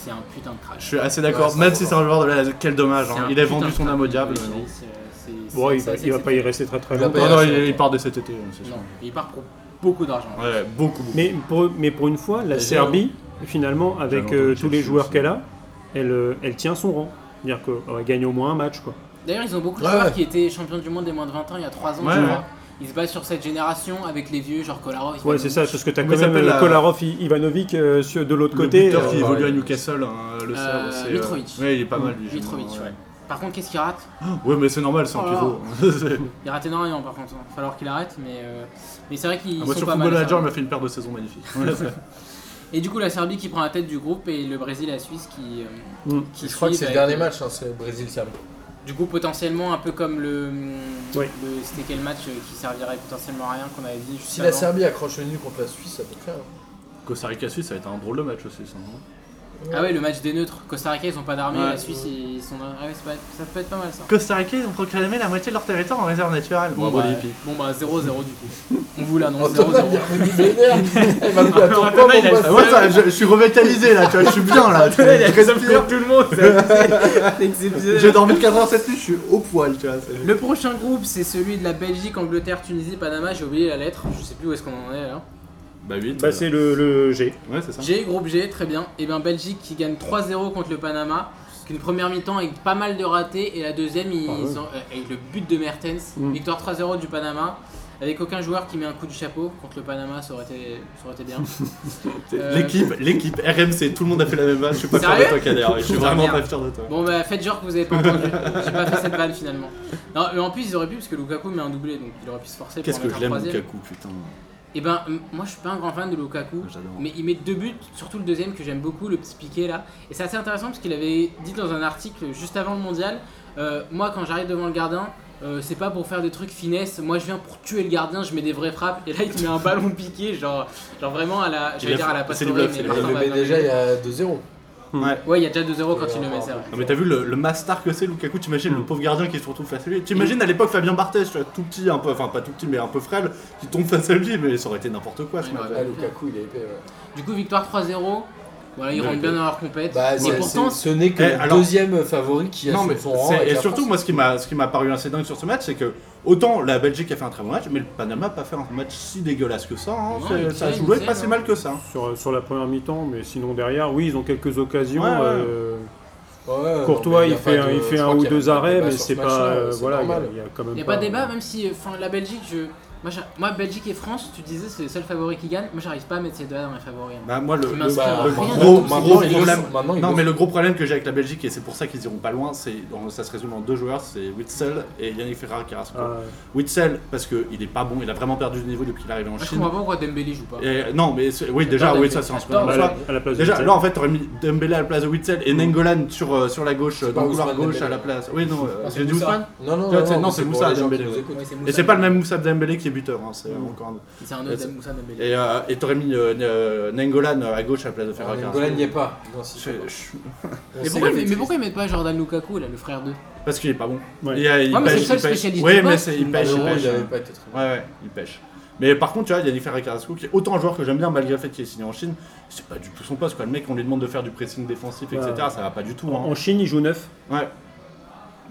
A: c'est un putain de crash.
D: Je suis assez
B: Ouais,
D: d'accord,
B: c'est
D: même
B: un
D: si
B: bon
D: c'est un joueur de la. Quel dommage,
A: C'est
D: hein.
A: un
D: il a
A: putain
D: vendu
A: de
D: son
A: crash,
D: âme au diable.
A: Milinkovic,
D: mais bon.
A: c'est- c'est-
C: Bon,
A: c'est-
C: il,
A: c'est
C: va-
A: assez
C: il va pas y rester très très
B: Il va
C: longtemps.
B: pas y
D: Non, non,
B: Ouais,
D: il,
B: c'est-
D: il part de cet été, hein, c'est sûr.
A: Non, il part pour beaucoup d'argent.
D: Ouais, beaucoup, beaucoup.
C: Mais pour, mais pour une fois, la
B: Et
C: Serbie, finalement, avec
D: J'ai
C: euh,
D: entendu
C: tous les
D: Chelsea
C: joueurs
D: aussi.
C: qu'elle a, elle, euh, elle tient son rang. C'est-à-dire qu'elle gagne au moins un match. Quoi.
A: D'ailleurs, ils ont beaucoup de
B: Ouais,
A: joueurs
B: ouais.
A: qui étaient champions du monde des moins de 20 ans il y a 3 ans.
D: Ouais,
A: tu
D: ouais.
A: vois. Ils se basent sur cette génération avec les vieux, genre Kolarov.
C: Ouais,
A: Ivanov.
C: c'est ça, c'est ce que t'as
D: Comment
C: quand
D: il
C: même
D: s'appelle,
C: euh,
D: la-
C: Kolarov I- Ivanovic euh, sur- de l'autre
D: Le
C: côté.
D: buteur
C: euh,
D: qui
B: euh,
D: évolue
B: ouais.
D: à Newcastle, hein, le Serbe.
A: Euh,
D: c'est,
A: Mitrovic.
D: ouais, il est pas mal lui.
A: Mitrovic,
D: justement,
A: ouais. Par contre, qu'est-ce qu'il rate
D: Ouais, mais c'est normal, c'est un
A: Oh là
D: pivot. [laughs]
A: Il rate énormément par contre. Il va falloir qu'il arrête, mais, euh, mais c'est vrai qu'ils
D: Ah,
A: sont
D: Moi, sur
A: pas
D: Football
A: mal.
D: Manager, il
A: Serbes.
D: m'a fait une paire de saisons magnifiques.
A: Et du coup, la Serbie qui prend la tête du groupe et le Brésil et la Suisse qui. euh,
C: Mm.
A: qui
B: Je crois que
A: suivent
B: c'est le
A: avec-
B: dernier match, hein, c'est Brésil-Serbie.
A: Du coup, potentiellement, un peu comme le. euh,
C: Oui.
A: le- C'était quel match euh, qui servirait potentiellement à rien qu'on avait dit juste
B: Si la
A: avant.
B: Serbie accroche le nul contre la Suisse, ça peut le faire. hein.
D: [laughs] Costa Rica Suisse, ça va être un drôle de match aussi. Ça, hein.
A: Ah ouais, le match des neutres. Costa Rica, ils ont pas d'armée,
D: Ouais.
A: la Suisse, ils sont. Ah ouais, c'est pas- ça peut être pas mal ça.
D: Costa Rica, ils ont proclamé la moitié de leur territoire en réserve naturelle. Bon,
A: bah,
D: bon, les hippies.
A: bon, bah, 0-0 du coup. On vous l'annonce,
B: Antonin,
A: 0-0.
B: [laughs] il est revenu vénère. Il m'a dit, attends,
C: Antonin,
B: pas
C: il a
B: mon
C: le
B: boss.
D: Ah ouais, ça, je, je suis revitalisé là, tu vois, je suis bien
A: [laughs]
D: là. tu vois, je respire.
A: tout le monde, c'est exceptionnel.
D: J'ai dormi 4 heures cette nuit, je suis au poil, tu vois. c'est-
A: Le prochain groupe, c'est celui de la Belgique, Angleterre, Tunisie, Panama. J'ai oublié la lettre, je sais plus où est-ce qu'on en est là.
D: Bah 8.
C: Bah, c'est le, le G.
D: Ouais, c'est ça.
A: G, groupe G, très bien. Et bien Belgique qui gagne 3-0 contre le Panama. Qu'une première mi-temps avec pas mal de ratés et la deuxième ils ont- euh, avec le but de Mertens.
C: Mm.
A: Victoire 3-0 du Panama. Avec aucun joueur qui met un coup du chapeau contre le Panama, ça aurait été, ça aurait été
D: [laughs]
A: bien. Euh,
D: L'équipe, l'équipe RMC, tout le monde a fait la même match, je suis pas fier
A: Sérieux
D: de toi Kader, je suis vraiment
A: Merde.
D: pas fier de toi.
A: Bon bah faites genre que vous avez pas entendu. J'ai pas fait cette vanne finalement. Non, mais en plus ils auraient pu parce que Lukaku met un doublé donc il aurait pu se forcer
D: Qu'est-ce
A: pour en
D: que
A: mettre un
D: je
A: troisième.
D: l'aime Lukaku, putain,
A: Et ben m- moi je suis pas un grand fan de Lukaku.
D: j'adore.
A: Mais il met deux buts, surtout le deuxième que j'aime beaucoup, le petit piqué là. Et c'est assez intéressant parce qu'il avait dit dans un article juste avant le mondial euh, Moi, quand j'arrive devant le gardien, euh, c'est pas pour faire des trucs finesse. Moi, je viens pour tuer le gardien, je mets des vraies frappes. Et là, il te met un ballon piqué, genre, genre vraiment à la.
D: Il
A: J'allais
D: a
A: dire à la
D: fait- c'est
A: pastorée,
D: du bluff,
A: mais
D: c'est
A: le
B: [laughs]
D: du
B: Il
A: Martin
B: le
A: va
B: met
A: bien
B: déjà,
A: le
B: il y
A: mettre.
B: a 2-0.
A: Ouais, il y a déjà 2-0 quand il le met, c'est vrai.
D: Non mais t'as vu le, le master que c'est Lukaku, t'imagines le pauvre gardien qui se retrouve face à lui. T'imagines à l'époque Fabien Barthez, tu vois, tout petit, un peu, enfin pas tout petit mais un peu frêle, qui tombe face à lui, mais ça aurait été n'importe quoi ce
A: Ouais,
D: match.
A: ouais.
B: Ah, Lukaku, il est épais. ouais.
A: Du coup, victoire 3-0. Voilà, ils
D: Ouais.
A: rentrent bien dans leur compète.
B: Bah,
A: et
B: c'est-
A: pourtant,
B: c'est- ce n'est que
D: Eh,
B: le
D: alors-
B: deuxième favori
A: bah,
B: qui a
D: Non, mais
B: sur son rang.
D: c'est-
B: avec
D: et
B: la
D: surtout,
B: France.
D: moi, ce qui m'a ce qui m'a paru assez dingue sur ce match, c'est que autant la Belgique a fait un très bon match, mais le Panama a pas fait un match si dégueulasse que ça. hein.
A: Non,
D: C'est-
A: il
D: ça a
A: tient,
D: joué
A: il tient,
D: pas si
A: hein.
D: mal que ça.
C: Sur, sur la première mi-temps, mais sinon derrière, oui, ils ont quelques occasions.
D: Ouais, ouais.
C: euh,
B: Ouais, non,
C: Courtois,
B: mais y
C: il
B: a
C: fait,
B: pas
C: un,
B: de-
C: il fait
B: je
C: un
B: crois
C: ou
B: qu'il y a
C: deux
B: pas de
C: arrêts,
B: débat
C: mais
B: sur ce
C: c'est pas.
B: match-là,
C: euh,
B: c'est
C: voilà, il y a-
B: normal.
C: il y a quand même.
A: Il n'y a pas débat, même si. Enfin, la Belgique, je. Moi, j'a- moi, Belgique et France, tu disais, c'est les seuls favoris qui gagnent. Moi, j'arrive pas à mettre ces deux-là dans les favoris. hein.
D: Bah, moi, le,
A: Il
D: le-
A: m'inscrit
D: bah,
A: à
D: le
A: rien. hein,
D: gros,
B: Maintenant,
D: gros
B: ils le
D: problème.
B: sont. Maintenant, ils
D: Non,
B: le
D: mais
B: sont.
D: le gros problème que j'ai avec la Belgique, et c'est pour ça qu'ils iront pas loin, c'est ça se résume en deux joueurs c'est Witzel et Yannick Ferrar
A: hein.
D: Carrasco.
C: Ah,
D: Witzel, parce qu'il est pas bon, il a vraiment perdu du niveau depuis qu'il est arrivé en
A: Moi, Ah, je
D: Chine.
A: comprends pas pourquoi Dembélé joue pas.
D: Et- non, mais c'est- oui, déjà,
A: Attends,
D: oui, ça c'est un
A: attends,
D: scandale.
A: attends,
C: à,
D: Voilà.
C: la, à la place de
D: Déjà,
C: Witzel.
D: là en fait, t'aurais mis Dembélé à la place de Witzel et Nengolan sur, euh, sur la gauche, euh,
B: pas
D: dans le couloir
B: Ousmane
D: gauche à
B: Dembélé.
D: la place. Oui, non, euh,
A: Ah, c'est
D: j'ai dit
A: Moussa.
D: Ousmane
B: Non, non,
D: Tu vois,
B: non,
D: c'est- non,
B: mais
D: c'est
B: pour les
D: Moussa
B: gens qui
D: Dembélé,
B: nous
D: ouais.
B: écoutent.
A: Ouais, Moussa Mm.
D: Et c'est pas le
A: Dembélé.
D: même Moussa Dembélé qui est buteur, hein, c'est encore un.
A: C'est un
D: Et
A: autre
D: c'est-
A: Moussa Dembélé.
D: Et euh, et t'aurais mis euh, euh, Nengolan à gauche à la place de Ferrar.
B: Ah, Golan n'y est pas. Non, si,
D: Je-
B: je-
D: je-
B: on
A: Mais
B: sait
A: pourquoi,
B: qu'il
A: mais,
B: est
A: mais
B: triste.
A: pourquoi ils mettent pas Jordan Lukaku, là, le frère d'eux
D: Parce qu'il est pas bon.
C: Ouais.
D: Il, a- il
A: Ouais, mais c'est le seul
D: pêche, il pêche.
A: spécialiste
D: Ouais,
A: du
D: mais
A: poste.
D: c'est- il
B: Ah,
D: pêche, il
B: non,
D: pêche.
B: il avait pas été très bon.
D: Ouais, ouais, il pêche. Mais par contre, tu vois, il y a Ferrer Carrasco qui est autant un joueur que j'aime bien malgré le fait qu'il est signé en Chine. C'est pas du tout son poste, quoi. Le mec, on lui demande de faire du pressing défensif,
C: Ouais.
D: etc. Ça va pas du tout.
C: En,
D: hein.
C: en Chine, il joue 9.
D: Ouais.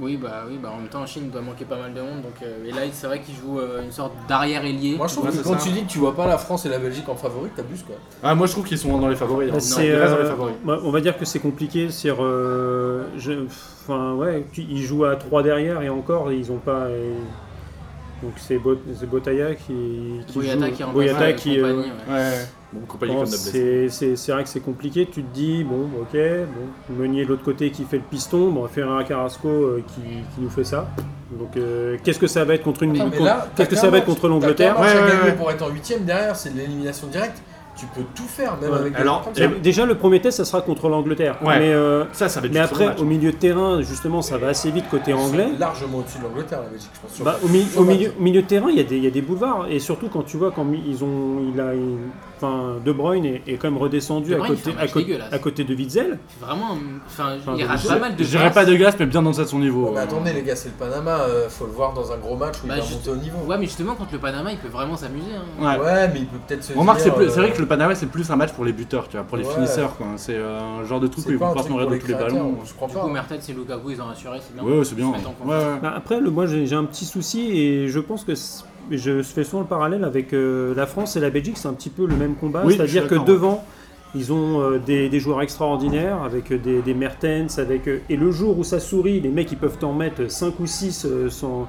A: Oui, bah oui, bah en même temps, en Chine, il doit manquer pas mal de monde. Donc, euh, et là, c'est vrai qu'ils jouent euh, une sorte d'arrière-ailier.
B: Moi, je trouve
D: Ouais,
B: que
D: c'est
B: quand
D: ça.
B: tu dis que tu vois pas la France et la Belgique en favori, t'abuses quoi.
D: Ah, moi, je trouve qu'ils sont dans les favoris. hein.
C: C'est,
D: ils restent dans les
C: euh,
D: favoris.
C: bah, on va dire que c'est compliqué. C'est, euh, je- enfin ouais, tu- ils jouent à 3 derrière et encore ils ont pas. et- donc c'est, Bo- c'est Botaya qui, qui
A: Boyata
C: joue.
A: qui remplace
C: Boyata
A: euh,
C: qui, euh,
A: Compagnie, ouais.
D: Ouais. Bon, compagnie
C: bon,
D: comme d'hab, blessé.
C: Oh, c'est, c'est- c'est vrai que c'est compliqué. Tu te dis bon ok, bon Meunier de l'autre côté qui fait le piston, bon Ferreira Carrasco euh, qui, qui nous fait ça. Donc euh, qu'est-ce que ça va être contre une
B: Putain, mais
C: contre-
B: là,
C: qu'est-ce que
B: t'as
C: ça
B: qu'un
C: va être
B: match.
C: contre
B: T'as qu'un
C: l'Angleterre
B: match
D: Ouais,
B: à
D: ouais,
B: gagner
D: ouais.
B: pour être en huitième derrière, c'est de l'élimination directe. Tu peux tout faire, même
C: Ouais.
B: avec des
D: Alors,
B: gens comme ça.
C: Déjà- Eh, Déjà le premier test ça sera contre l'Angleterre.
D: Ouais.
C: Mais, euh,
D: Ça, ça va être
C: mais
D: du hein. très bon
C: après
D: match.
C: au milieu de terrain justement ça va assez vite côté
B: Ils sont
C: anglais.
B: largement au-dessus de l'Angleterre, la Belgique, je pense. sur
C: Bah,
B: la-
C: au, mi-
B: sur
C: au
B: la-
C: milieu, au milieu de terrain, il y, a des- il y a des boulevards. Et surtout quand tu vois, quand mi- ils ont, il a, il- enfin, De Bruyne est, est quand même redescendu
A: De
C: à
A: Bruyne fait
C: côté,
A: un
C: à,
A: match
C: co-
A: dégueulasse.
C: à côté de Witzel.
A: C'est Vraiment, euh, enfin,
C: Enfin,
A: il
C: donc,
A: rate pas mal de
D: Je dirais
A: passes.
D: pas de glace, mais bien dans ça de son niveau.
B: Oh, mais attendez, les gars, c'est le Panama. euh, faut le voir dans un gros match où
A: Bah,
B: il va
A: juste-
B: monter au niveau.
A: Ouais, mais justement, contre le Panama, il peut vraiment s'amuser. hein.
D: euh. Ouais.
B: Ouais, mais il peut peut-être se.
D: Remarque,
B: dire,
D: c'est plus- c'est
B: euh,
D: vrai que le Panama c'est plus un match pour les buteurs, tu vois, pour les
B: Ouais.
D: finisseurs quoi. C'est euh, un genre de truc où
B: c'est
D: ils
B: pas
D: vont
B: un
D: pas se
B: truc
D: nourrir
B: pour
D: de
B: les
D: tous les
B: créateurs.
D: ballons.
B: Je crois
A: Du
B: pas.
A: coup, Mertens et Lukaku, ils ont rassuré, c'est bien.
D: Ouais, ouais, c'est bien.
A: Ils se mettent en
D: Ouais,
A: confiance.
D: ouais.
C: Bah, après, le, moi j'ai j'ai un petit souci et je pense que c'est- je fais souvent le parallèle avec euh, la France et la Belgique. C'est un petit peu le même combat.
D: Oui, je suis
C: C'est-à-dire que
D: d'accord, ouais.
C: devant, Ils ont euh, des, des joueurs extraordinaires avec euh, des, des Mertens, avec euh, et le jour où ça sourit, les mecs ils peuvent t'en mettre 5 ou 6 sans.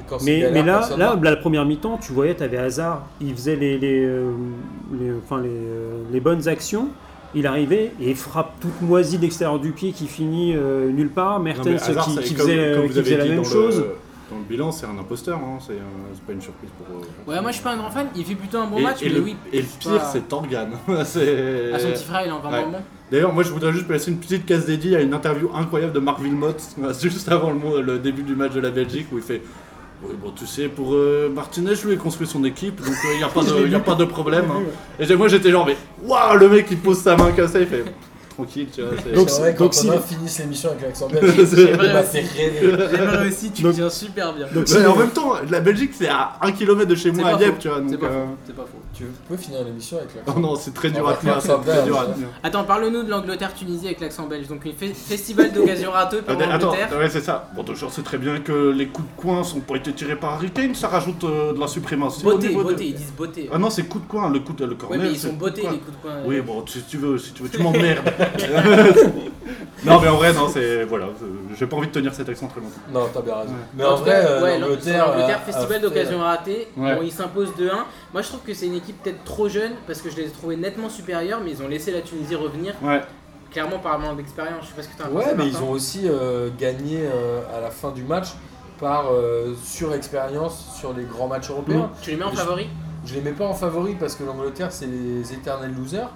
B: Et quand c'est
C: Mais,
B: galère,
C: mais là,
B: personne
C: là,
B: marque.
C: la première mi-temps, tu voyais, t'avais Hazard, il faisait les, les, euh, les- enfin, les, euh, les bonnes actions, il arrivait et frappe toute moisie d'extérieur du pied qui finit euh, nulle part.
D: Non,
C: Mertens
D: mais Hazard,
C: qui,
D: c'est
C: qui
D: comme-
C: faisait, euh,
D: comme vous
C: qui
D: avez
C: faisait la
D: dit
C: même
D: dans le-
C: chose.
D: Dans le bilan, c'est un imposteur, hein, c'est euh, c'est pas une surprise pour eux.
A: Ouais, moi je suis pas un grand fan, il fait plutôt un bon
D: et,
A: match,
D: et
A: mais
D: le,
A: oui.
D: et le
A: c'est
D: pire,
A: pas-
D: c'est Torgan. [laughs] C'est-
A: Ah, son petit frère, il est encore
D: Ouais.
A: moins bon.
D: D'ailleurs, moi, je voudrais juste placer une petite case dédiée à une interview incroyable de Marc Wilmot, [laughs] juste avant le, mo- le début du match de la Belgique, où il fait Oui, bon, tu sais, pour euh, Martinez, je lui ai construit son équipe, donc euh, il n'y a, pas de- y a pas de problème. hein. Et j'ai- moi, j'étais genre, mais waouh, le mec, il pose sa main comme ça, il fait tranquille, tu vois. c'est-
C: Donc,
B: C'est vrai,
C: donc
B: quand
C: si-
B: Thomas finisse l'émission avec l'accent belge,
A: C'est
B: il m'a
A: vrai
B: fait
A: aussi.
D: [laughs]
B: rêver.
A: J'ai mal réussi, tu
C: Donc-
A: le tiens super bien.
C: donc, si-
D: Ouais, en même temps, la Belgique, c'est à 1 km de chez
A: C'est
D: moi, à
A: pas
D: Dieppe,
A: faux.
D: tu vois.
A: C'est
D: donc,
A: pas Ah,
D: euh,
A: faux, c'est pas faux.
B: Tu peux finir l'émission avec l'accent
D: Oh non, c'est très dur
B: On
D: à
B: va
D: tenir,
B: faire
D: c'est
B: ça
D: très
B: après,
D: dur à
B: hein.
D: tenir.
A: Attends, parle-nous de l'Angleterre-Tunisie avec l'accent belge. Donc, une fe-
D: [laughs]
A: festival d'occasion râteux pour
D: Ah, Attends,
A: l'Angleterre.
D: ouais, c'est ça. Bon, déjà, c'est très bien que les coups de coin sont pas été tirés par Harry Kane, ça rajoute euh, de la suprématie. au
A: Beauté,
D: niveau de-
A: beauté, ils disent beauté.
D: Ah non, c'est coup de coin, le coup de le
A: Ouais,
D: corner.
A: mais ils
D: c'est
A: sont
D: coup de
A: beauté
D: coin.
A: les coups de poing.
D: Oui, bon, si tu veux, si tu veux, tu m'emmerdes. [laughs] non, mais en vrai, non, c'est. Voilà, c'est- j'ai pas envie de tenir cet accent très longtemps.
B: Non, t'as bien raison.
D: Ouais.
B: Mais en
A: tout
B: vrai,
A: cas,
B: euh,
A: ouais,
B: l'Angleterre.
A: l'Angleterre,
B: a- a
A: festival
B: fait-
A: d'occasion ratée.
D: Ouais.
A: Bon, ils s'imposent 2-1. Moi, je trouve que c'est une équipe peut-être trop jeune parce que je les ai trouvés nettement supérieurs, mais ils ont laissé la Tunisie revenir,
D: Ouais,
A: clairement par manque d'expérience. Je sais pas ce que t'en as
B: Ouais,
A: pensé,
B: mais ils
A: Martin.
B: ont aussi euh, gagné euh, à la fin du match par euh, surexpérience sur les grands matchs européens.
A: Tu les mets en
B: Je-
A: favori
B: Je les mets pas en favori parce que l'Angleterre, c'est les éternels losers.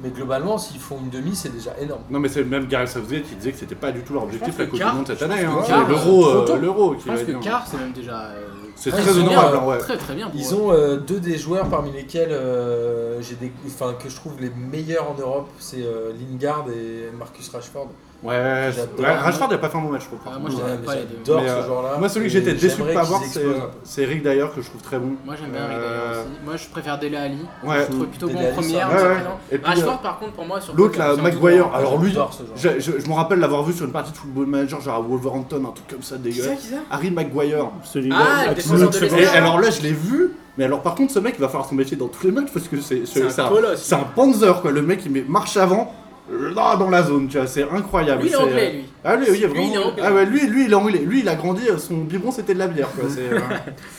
B: Mais globalement, s'ils font une demi, c'est déjà énorme.
D: non, mais c'est même Gareth Southgate qui disait que c'était pas du tout leur objectif
A: pense
D: la
A: que
D: Coupe du
A: quart-
D: Monde cette
A: je pense
D: année.
A: que
D: hein.
A: quart,
D: C'est l'euro,
B: euh,
D: euh,
B: trop tôt.
D: l'euro qui
A: Je pense
D: va
A: que
D: être-
A: quart, c'est même déjà. euh,
D: C'est
B: Ah,
D: très
B: ils sont
D: honorable,
B: bien,
D: hein, ouais.
A: Très très bien. pour eux.
B: Ils ont euh, deux des joueurs parmi lesquels euh, j'ai des, enfin, que je trouve les meilleurs en Europe, c'est euh, Lingard et Marcus Rashford.
D: Ouais,
B: J'adore.
D: ouais, Rashford n'a pas fait un bon match, je crois.
A: Ah, moi, je les aime pas, les deux.
B: J'adore
D: Mais,
B: ce
D: euh,
B: joueur-là.
D: Moi, celui que
B: et
D: j'étais déçu de
B: j'aimerais
D: pas
B: qu'ils
D: avoir, c'est
B: explosent
D: euh,
B: un peu.
D: c'est Eric d'ailleurs, que je trouve très bon.
A: Moi j'aime bien Rick
D: Euh,
A: d'ailleurs aussi. Moi je préfère Dele Ali.
D: Ouais.
A: Je trouve plutôt
B: Dele
A: bon en
B: Alli,
A: première.
B: c'est
D: un
A: en
D: bon.
A: second.
D: Et puis, euh,
A: Rashford Ah, par contre pour moi sur
D: l'autre, là,
A: c'est un doute.
D: Maguire. Alors lui,
B: J'adore ce joueur.
D: je, je- je me rappelle l'avoir vu sur une partie de football manager, genre à Wolverhampton, un truc comme ça
A: Qui ça
D: dégueulasse.
A: qui ça
D: Harry Maguire.
C: celui-là,
A: Ah, le
C: absolument
A: défenseur de
D: Et
A: l'Est.
C: second-
D: alors là, je l'ai vu, mais alors par contre, ce mec, il va falloir s'en méfier dans tous les matchs parce que c'est
A: C'est un
D: c'est
A: colosse.
D: c'est un panzer quoi. Le mec, il met marche avant. Là dans la zone, tu vois, c'est incroyable.
A: Lui il est
D: c'est-
A: anglais lui.
D: Ah lui, oui,
A: Lui, il est
D: vraiment.
A: anglais.
D: Ah ouais, lui, lui, il est anglais. Lui, il a grandi, euh, son biberon c'était de la bière. Quoi. c'est, [laughs] euh,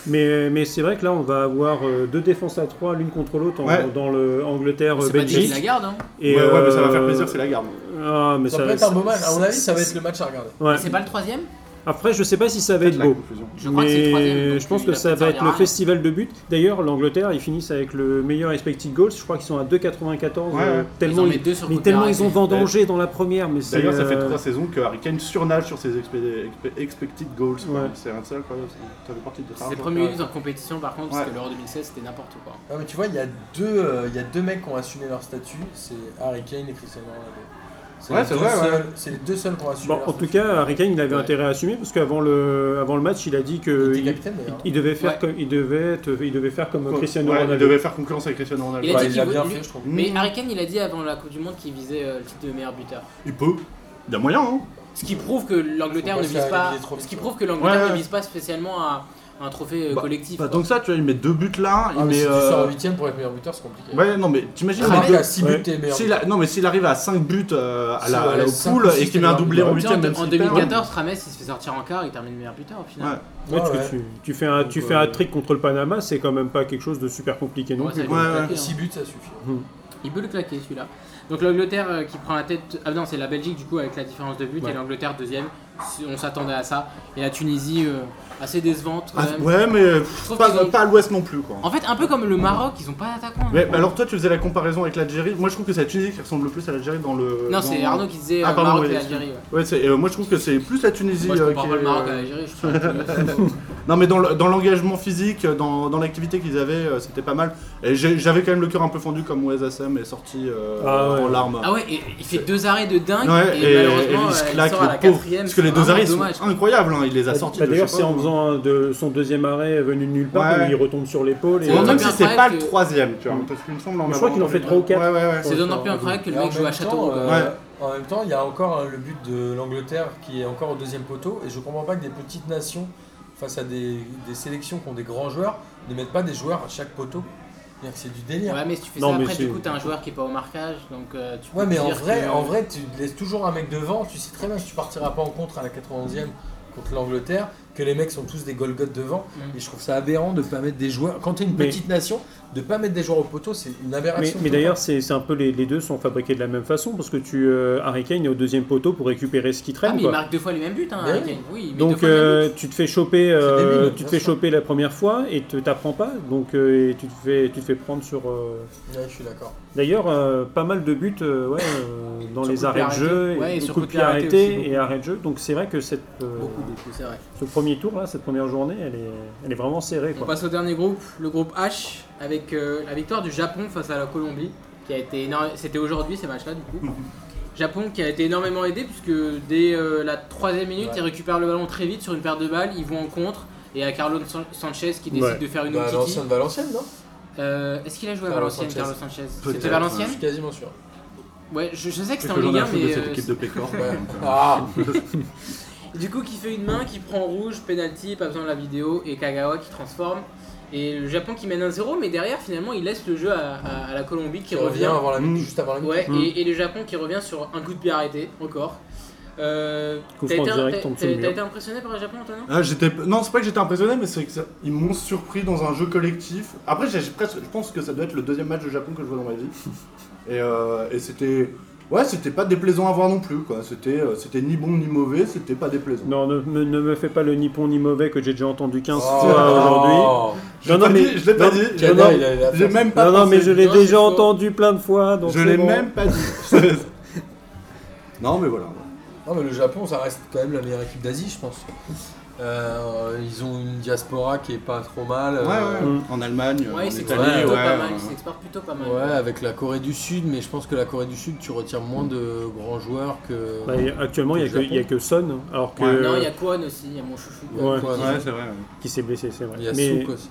C: Mais, mais c'est vrai que là, on va avoir euh, deux défenses à trois, l'une contre l'autre, en-
D: Ouais.
C: dans
A: C'est
C: le
A: pas David
C: Angleterre-Belgique.
A: Lagarde hein.
D: ouais, ouais, mais ça va faire plaisir, c'est la garde.
C: euh, Ah, mais
B: Ça,
C: ça,
B: peut être un
C: ça-
B: beau match. À mon avis,
C: ça-
B: ça va être le match à regarder.
C: ouais.
A: C'est pas le troisième
C: Après, je sais pas si ça va être
D: La
C: beau.
D: conclusion.
A: Je crois que c'est le troisième,
C: Mais
A: donc
C: je pense
A: il
C: que
A: va
C: ça
A: peut-être
C: va
A: servir
C: être
A: à
C: le
A: rien.
C: festival de buts. D'ailleurs, l'Angleterre, ils finissent avec le meilleur expected goals. Je crois qu'ils sont à 2,94.
D: Ouais,
C: euh,
D: ouais.
A: ils
C: Tellement
A: en
C: ils,
A: mettent deux sur
C: mais
A: Cotter
C: tellement
A: Harry.
C: ils ont vendangé dans la première. Mais c'est,
D: D'ailleurs, ça fait
C: euh,
D: trois saisons que Harry Kane surnage sur ses expé- expé- expected goals. quoi.
C: Ouais.
D: C'est un seul, quoi. C'est- Ça fait partie de
A: C'est le premier minutes en compétition par contre, parce
D: Ouais.
A: que l'Euro 2016 c'était n'importe quoi.
B: Ah, mais tu vois, il y, a deux, euh, il y a deux mecs qui ont assumé leur statut, c'est Harry Kane et Cristiano Ronaldo.
D: Ouais,
B: les
D: c'est
B: deux
D: vrai, ouais.
B: seuls- C'est les deux seuls qui ont assumé
C: Bon,
B: leur
C: en tout
B: statut.
C: cas, Harry Kane, il avait
A: Ouais.
C: intérêt à assumer parce qu'avant le, avant le match, il a dit que
B: il
C: il,
B: était capitaine d'ailleurs.
C: il devait faire
A: Ouais.
C: comme il devait, être- il devait faire comme Cristiano
D: Ouais, Il
C: Ronaldo.
D: devait faire concurrence avec Cristiano Ronaldo.
A: Il a
B: Ouais,
A: dit
B: il
A: qu'il
B: l'a
A: voulait-
B: bien
A: lui-
B: fait, je trouve.
D: Mm.
A: Mais Harry Kane, il a dit avant la Coupe du Monde qu'il visait euh, le titre de meilleur buteur.
D: Il peut. Il a moyen, hein
A: Ce qui prouve que l'Angleterre
B: Faut
A: ne
B: pas
A: vise
B: se
A: pas.
B: réaliser trop vite,
A: Ce qui
B: ouais.
A: prouve que l'Angleterre
D: Ouais, ouais.
A: ne vise pas spécialement à à un trophée euh,
D: Bah,
A: collectif.
D: Bah,
A: quoi.
D: donc ça, tu vois, il met deux buts là, il
B: Ah, mais
D: met.
B: si tu
D: euh,
B: sors 8 pour être meilleur buteur, c'est compliqué.
D: Ouais, non, mais t'imagines
B: Ah,
D: les
B: mais
D: deux-
B: à 6 buts,
C: Ouais.
B: t'es meilleur.
D: S'il a- Non, mais s'il arrive à 5 buts euh, à
B: Si,
D: la, à la
B: ouais,
D: au
B: cinq
D: pool
B: ou six,
D: et qu'il met un
B: c'est
D: doublé
B: énorme.
D: en
A: Tu sais,
D: 8ème, Oh, même
A: en, en
D: s'il perd,
A: 2014, Rames il se fait sortir en quart, il termine meilleur buteur au final.
D: Ouais.
C: Ouais, parce que
B: Ouais, ouais.
C: tu, tu fais un, tu
B: Donc,
C: fais un
B: euh,
C: trick contre le Panama, c'est quand même pas quelque chose de super compliqué non
A: Ouais,
C: plus.
A: ça, il
C: quoi.
A: peut
D: Ouais,
A: le
D: ouais.
A: claquer, hein.
B: Si buts, ça suffit.
A: Il peut le claquer celui-là. Donc l'Angleterre euh, qui prend la tête. Ah non, c'est la Belgique du coup avec la différence de but
C: Ouais.
A: et l'Angleterre deuxième. On s'attendait à ça. Et la Tunisie euh, assez décevante. quand
D: Ah,
A: même.
D: Ouais, mais euh,
A: trouve
D: pas,
A: qu'ils ont-
D: pas à l'ouest non plus, quoi.
A: En fait, un peu comme le Maroc, ils ont pas d'attaquant. hein.
D: Ouais, bah alors toi, tu faisais la comparaison avec l'Algérie. Moi, je trouve que c'est la Tunisie qui ressemble le plus à l'Algérie dans le.
A: Non,
D: dans-
A: c'est Arnaud qui disait
D: Ah,
A: euh,
D: pardon,
A: Maroc
D: ouais,
A: et l'Algérie. ouais.
D: Ouais, c'est- euh, moi, je trouve que c'est plus la Tunisie
A: Moi, je
D: euh,
A: comprends
D: qui
A: pas le
D: est,
A: Maroc
D: euh,
A: à l'Algérie.
D: [laughs]
A: je trouve que-
D: Non, mais dans le- dans l'engagement physique, euh, dans, dans l'activité qu'ils avaient, euh, c'était pas mal. Et j'ai- j'avais quand même le cœur un peu fendu comme Wes Assam est sorti euh,
C: Ah ouais.
D: en larmes.
A: Ah ouais, et il fait deux arrêts de dingue
D: Ouais,
A: et, malheureusement
D: il se
A: euh,
D: claque
A: sort à
D: le
A: la
D: pauvre.
A: quatrième.
D: Parce que les
A: c'est
D: deux
A: vraiment
D: arrêts sont
A: dommage.
D: incroyables, hein, il les a
C: Bah,
D: sortis.
C: bah,
D: de je
C: D'ailleurs,
D: sais
C: c'est
D: pas
C: en
D: où.
C: faisant un de son deuxième arrêt venu de nulle part
D: Ouais.
C: où il retombe sur l'épaule. Et,
A: C'est
D: Bon,
A: vraiment
D: même
A: bien
D: si c'est
A: incroyable
D: pas
A: que-
D: le troisième, tu vois. Parce qu'il me semble en
C: Je crois
D: avoir-
C: qu'il en fait trois ou quatre.
D: Ouais, ouais, ouais.
A: C'est d'autant plus incroyable que
B: Et
A: le
B: en
A: mec joue à
B: même temps,
A: Châteauroux. quoi.
B: euh, En même temps, il y a encore hein, le but de l'Angleterre qui est encore au deuxième poteau. Et je comprends pas que des petites nations, face à des, des sélections qui ont des grands joueurs, ne mettent pas des joueurs à chaque poteau. C'est-à-dire que C'est du délire.
A: Ouais, mais si tu fais
C: Non,
A: ça
C: mais
A: après,
C: c'est-
A: du coup, t'as un joueur qui est pas au marquage, donc euh, tu peux
B: Ouais, mais
A: te
B: en
A: dire
B: vrai,
A: que-
B: en vrai, tu laisses toujours un mec devant. Tu sais très bien que tu partiras pas en contre à la 91e contre l'Angleterre, que les mecs sont tous des golgotes devant.
A: Mm.
B: Et je trouve ça aberrant de pas mettre des joueurs. Quand t'es une
C: Mais-
B: petite nation, de pas mettre des joueurs au poteau, c'est une
C: Mais,
B: aberration.
C: mais
B: totale.
C: d'ailleurs, c'est c'est un peu les, les deux sont fabriqués de la même façon parce que tu euh, Harry Kane est au deuxième poteau pour récupérer ce qui
A: Ah,
C: traîne.
A: mais il
C: quoi.
A: marque deux fois les mêmes buts, hein,
B: Mais
A: Harry
B: oui.
A: Kane. Oui, il met deux
C: Donc
A: fois le même
C: euh,
A: but.
C: tu te fais choper, euh,
B: débile,
C: tu
B: bien
C: te fais
B: sûr.
C: choper la première fois et tu t'apprends pas, donc euh, et tu te fais, tu te fais prendre sur. euh,
B: Ouais, je suis d'accord.
C: D'ailleurs, euh, pas mal de buts, euh, ouais, euh, dans
A: Sur coup
C: les
A: de
C: arrêts de
A: pied
C: jeu,
A: arrêté. Ouais, et
C: et
A: sur
C: coups
A: coup de
C: de pied
A: pied arrêté
C: arrêtés
A: aussi,
C: et arrêts de jeu. Donc c'est vrai que cette, euh,
A: Beaucoup, beaucoup, c'est vrai.
C: ce premier tour là, cette première journée, elle est, elle est vraiment serrée.
A: On
C: Quoi.
A: passe au dernier groupe, le groupe H, avec euh, la victoire du Japon face à la Colombie, qui a été énorme. C'était aujourd'hui ces matchs-là, du
C: [laughs]
A: coup. Japon qui a été énormément aidé, puisque dès euh, la troisième minute,
B: Ouais.
A: ils récupèrent le ballon très vite sur une paire de balles, ils vont en contre, et à Carlos San- Sanchez qui décide
C: Ouais.
A: de faire Ah, une
B: Bah,
A: outil.
B: l'ancienne Valenciennes, non
A: Est-ce qu'il a joué à
B: Carlos
A: Valenciennes,
B: Sanchez.
A: Carlos Sanchez
D: Peut-être,
A: C'était
B: Je
A: Valenciennes
B: suis quasiment sûr.
A: Ouais, je, je sais que
D: C'est
A: c'était en
D: que j'en
A: Ligue
D: ai
A: 1,
D: un peu de
A: mais.
D: cette
A: euh,
D: équipe de Pécor. [laughs]
B: Ouais. Ah
A: Du coup, qui fait une main, qui prend rouge, penalty, pas besoin de la vidéo, et Kagawa qui transforme. Et le Japon qui mène 1-0, mais derrière, finalement, il laisse le jeu à, à- à la Colombie qui
B: Qui revient
A: revient.
B: avant la
D: Mm.
B: juste avant la
A: Ouais,
C: Mm.
A: et, et le Japon qui revient sur un coup de pied arrêté, encore. Euh,
C: Coup
A: T'as
C: franc
A: été,
C: direct,
A: t'as-
C: tombe sur le
A: t'as-
C: mur.
A: t'as été impressionné par le Japon, Antonin
F: Ah, j'étais... Non, c'est pas que j'étais impressionné, mais c'est que ça- ils m'ont surpris dans un jeu collectif. Après, j'ai- j'ai presque- je pense que ça doit être le deuxième match de Japon que je vois dans ma
C: [laughs]
F: vie. Et, euh, et c'était. Ouais, c'était pas déplaisant à voir non plus, quoi. C'était, euh, c'était ni bon ni mauvais, c'était pas déplaisant.
C: Non, ne, me- ne me fais pas le nippon ni mauvais que j'ai déjà entendu 15
B: Oh.
C: fois aujourd'hui.
F: Je l'ai
C: Non, non,
F: pas
C: mais-
F: dit, je l'ai pas
C: non,
F: dit.
C: non,
B: Canal,
C: non,
B: il a- il a
F: J'ai
B: fait-
F: même pas
C: Non, non,
F: pensé.
C: mais je l'ai
A: Non, c'est
C: déjà
A: faux.
C: entendu plein de fois. Donc
F: Je
C: c'est
F: l'ai
C: bon.
F: même pas
C: [laughs]
F: dit. non, mais voilà.
B: Non, mais le Japon, ça reste quand même la meilleure équipe d'Asie, je pense. Euh, ils ont une diaspora qui est pas trop mal.
F: Ouais,
B: euh,
F: ouais. En Allemagne,
D: Euh,
A: Ouais,
F: en
A: il s'exporte
F: Italie, ouais.
A: plutôt pas mal.
F: ouais.
A: Il s'exporte plutôt pas mal.
B: ouais, avec la Corée du Sud, mais je pense que la Corée du Sud, tu retires moins de grands joueurs que.
C: Bah, y a- actuellement, il n'y a, que- il y a que Son, alors que
A: Non, il y a Kwon aussi, il y a mon chouchou.
B: que-
C: ouais.
B: quoi,
F: Ouais, c'est vrai. ouais.
C: qui s'est blessé, c'est vrai.
B: Il y a
C: Mais-
B: Souk aussi.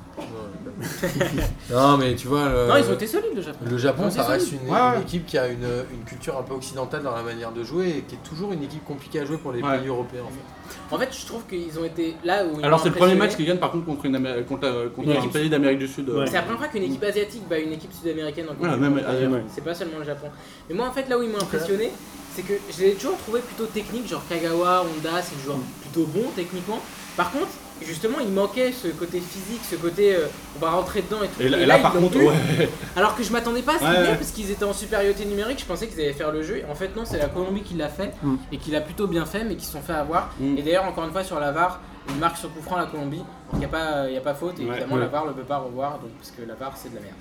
B: non, mais tu vois. Le,
A: Non, ils ont été solides, le Japon.
B: le
A: ils
B: Japon,
A: ont été
B: ça reste
A: solides.
B: une,
F: Ouais,
B: une
F: ouais.
B: équipe qui a une, une culture un peu occidentale dans la manière de jouer et qui est toujours une équipe compliquée à jouer pour les
D: Ouais.
B: pays européens. en fait.
A: En fait, je trouve qu'ils ont été là où ils
D: Alors
A: m'ont
D: c'est le premier match
A: impressionné.
D: qu'ils gagnent par contre contre, une Amé- contre, euh, contre
C: Ouais.
D: un pays d'Amérique du Sud. euh.
C: Ouais.
A: C'est la première fois qu'une équipe asiatique bat une équipe sud-américaine en Coupe
D: Voilà,
A: du
D: même
A: Monde,
D: à-
A: d'ailleurs.
C: ouais.
A: C'est pas seulement le Japon. Mais moi, en fait, là où ils m'ont impressionné, c'est que je l'ai toujours trouvé plutôt technique, genre Kagawa, Honda, c'est des joueurs plutôt bons techniquement. Par contre, justement, il manquait ce côté physique, ce côté euh, on va rentrer dedans et tout.
D: Et là, et là,
A: ils
D: par
A: l'ont
D: contre,
A: eu.
D: ouais.
A: Alors que je m'attendais pas à ce
D: Ouais,
A: qu'ils aient,
D: ouais.
A: parce qu'ils étaient en supériorité numérique, je pensais qu'ils allaient faire le jeu. En fait, non, c'est la Colombie qui l'a fait
C: Mm.
A: et qui l'a plutôt bien fait, mais qui se sont fait avoir.
D: Mm.
A: Et d'ailleurs, encore une fois, sur la VAR, ils marquent sur coup franc la Colombie. Il n'y a, pas- y a pas faute, et
D: Ouais,
A: évidemment,
C: ouais.
A: la VAR ne peut pas revoir, donc, parce que la VAR c'est de la merde.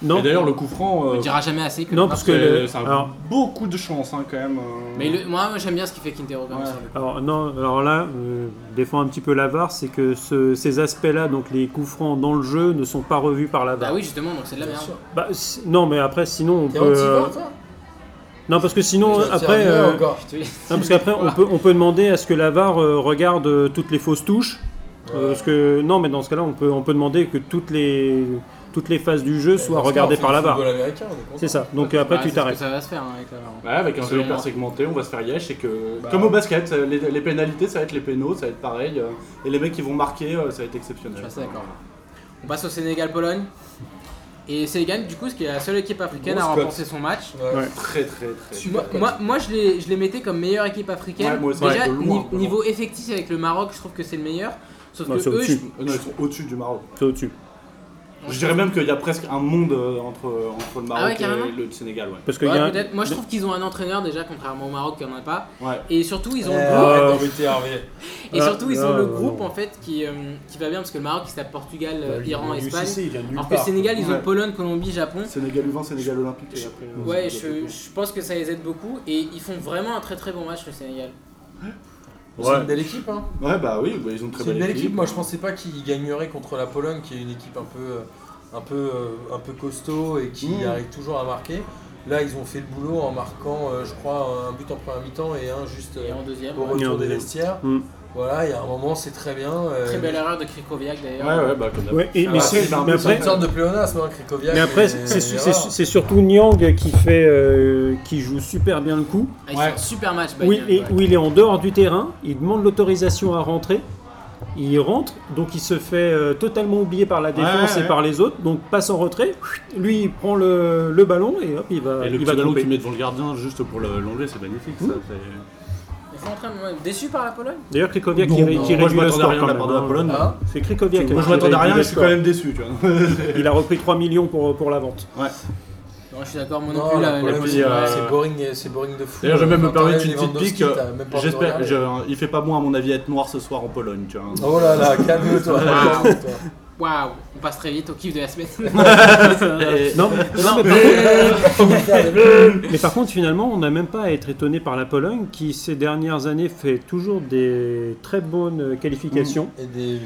C: Non,
D: Et d'ailleurs le coup franc,
A: On
D: euh,
A: ne dira jamais assez que
C: non
A: la
C: parce
A: VAR-
C: que le-
D: c'est- c'est un-
C: alors,
D: beaucoup de chance hein, quand même. euh.
A: Mais le- moi, moi, j'aime bien ce qu'il fait Quintero quand même
D: Ouais.
A: sur le coup.
C: alors, non, alors là, euh, défend un petit peu la VAR, c'est que ce- ces aspects-là, donc les coups francs dans le jeu, ne sont pas revus par la
A: Bah
C: VAR.
A: oui, justement, donc c'est de la
B: Bien
A: merde.
B: sûr.
C: Bah, si- non, mais après, sinon on
B: T'es
C: peut.
B: anti-VAR,
C: euh,
B: toi
C: non, parce que sinon
B: Tu vas te faire
C: après,
B: virer
C: euh,
B: encore.
A: Tu-
C: non, parce qu'après on peut on peut demander à ce que la VAR euh, regarde euh, toutes les fausses touches. Euh, parce que non, mais dans ce cas-là, on peut on peut demander que toutes les toutes les phases du jeu soient
B: Parce qu'on
C: regardées
B: fait
C: par
B: du
C: la VAR.
B: football américain, on est content.
C: C'est ça. Donc euh, après,
A: Bah, c'est
C: tu
A: ce que
C: t'arrêtes.
A: Ça va se faire hein, avec la VAR.
D: Ouais, avec un jeu
A: Absolument.
D: hyper segmenté, on va se faire yesh et que
B: Bah.
D: comme au basket, euh, les, les pénalités, ça va être les pénaux, ça va être pareil, euh, et les mecs qui vont marquer, euh, ça va être
A: Je
D: exceptionnel.
A: suis assez d'accord. On passe au Sénégal-Pologne. Et Sénégal, du coup, ce qui est la seule équipe africaine
B: Grosse
A: à
B: cote.
A: remporter son match.
B: Ouais.
C: Ouais.
D: Très très très.
A: Moi, moi, moi, je, les, je les mettais comme meilleure équipe africaine.
D: Ouais, moi aussi,
A: Déjà,
D: de loin,
A: ni- niveau effectif avec le Maroc, je trouve que c'est le meilleur. Sauf
C: Non,
A: que
C: c'est
A: eux,
C: au-dessus.
A: je-
D: Euh, non, ils sont au-dessus du Maroc.
C: C'est au-dessus.
D: Je dirais même qu'il y a presque un monde euh, entre, entre le Maroc
A: Ah ouais, carrément
D: et le Sénégal, ouais.
C: Parce que
A: Ouais,
C: il y a un-
A: peut-être. Moi, je trouve qu'ils ont un entraîneur déjà, contrairement au Maroc qui en a pas.
D: Ouais.
A: Et surtout, ils ont
B: Euh,
A: le groupe,
C: Ah,
B: arrête d'embêter Hervé.
A: et surtout, ils ont
C: ah,
A: le
C: non,
A: groupe
C: non.
A: en fait qui, euh, qui va bien parce que le Maroc, il se tape Portugal,
C: Bah,
D: Bah,
A: euh, Iran,
B: L'UCC,
A: Espagne.
B: il vient de nulle
A: Alors que le
B: part.
A: Sénégal, ils ont
D: Ouais.
A: Pologne, Colombie, Japon.
D: Sénégal U20, Sénégal Olympique, et après. euh,
A: Ouais,
D: Sénégal
A: je,
D: Olympique.
A: je pense que ça les aide beaucoup et ils font vraiment un très très bon match le Sénégal.
B: C'est
C: Ouais.
B: une belle équipe, hein.
D: Ouais, bah oui, bah, ils ont une très
B: C'est
D: belle,
B: une belle équipe. Moi, je pensais pas qu'ils gagneraient contre la Pologne, qui est une équipe un peu, euh, un peu, euh, un peu costaud et qui
D: Mm.
B: arrive toujours à marquer. Là, ils ont fait le boulot en marquant, euh, je crois, un but en première mi-temps et un juste euh,
A: Et en deuxième,
B: au
A: ouais.
C: Et en
B: retour des
C: deuxième.
B: vestiaires.
C: Mm.
B: Voilà, il y a un moment, c'est très bien. euh,
A: très belle erreur de Krikoviak d'ailleurs.
D: Ouais, ouais, bah comme d'hab.
C: Ouais, et-
D: Ah,
C: mais, c'est-
D: c'est un
C: mais
D: peu
B: C'est
C: après,
B: une sorte de pléonasme, hein, Krikoviak.
C: mais après,
B: mais-
C: c'est-
B: mais
C: c'est
B: voilà.
C: c'est surtout Nyang qui fait, euh, qui joue super bien le coup.
A: Ah, ils
D: Ouais.
A: font un super match.
C: Où il,
A: Bayern,
C: est,
A: ouais.
C: où il est en dehors du terrain, il demande l'autorisation à rentrer. Il rentre, donc il se fait euh, totalement oublier par la défense
D: ouais.
C: et par les autres, donc passe en retrait. Lui, il prend le, le ballon et hop, il va,
D: Et le
C: il
D: petit
C: va
D: ballon
C: galoper.
D: qu'il met devant le gardien juste pour le- l'enlever, c'est magnifique. Ça, c'est-
A: Ils sont en train de- ouais, déçus par la Pologne
C: D'ailleurs, Krikoviak qui,
D: Non,
C: ré-
D: non,
C: qui
D: moi je
C: régule le
D: m'attendais à
C: score
D: rien de
C: quand
D: la
C: même. hein.
D: part de la Pologne.
B: Hein
A: Ah.
C: C'est Krikoviak.
D: Moi
C: qui
D: je m'attendais à
C: régule
D: rien,
C: le
D: je suis
C: score.
D: quand même déçu. Tu vois.
C: Il a repris 3 millions pour, pour la vente.
A: Non, je suis d'accord, moi non,
B: Non,
A: plus.
B: la
A: la-
B: Pologne,
A: la-
B: c'est
D: euh,
B: c'est boring, et- c'est boring de fou.
D: D'ailleurs, je vais même me
B: Quand
D: permettre
B: t'enlèves
D: une petite
B: Lewandowski,
D: pique. euh,
B: t'as même pas envie de
D: [laughs] J'espère,
B: regarder.
D: je- il fait pas moins à mon avis être noir ce soir en Pologne. Tu vois.
B: Oh là là, calme-toi.
A: Waouh.
D: [laughs]
B: calme-toi.
A: Waouh, on passe très vite au kiff de la semaine.
D: Et-
C: Euh, Non, non, mais, par, mais par contre, finalement, on n'a même pas à être étonné par la Pologne qui, ces dernières années, fait toujours des très bonnes qualifications.
B: Et des, et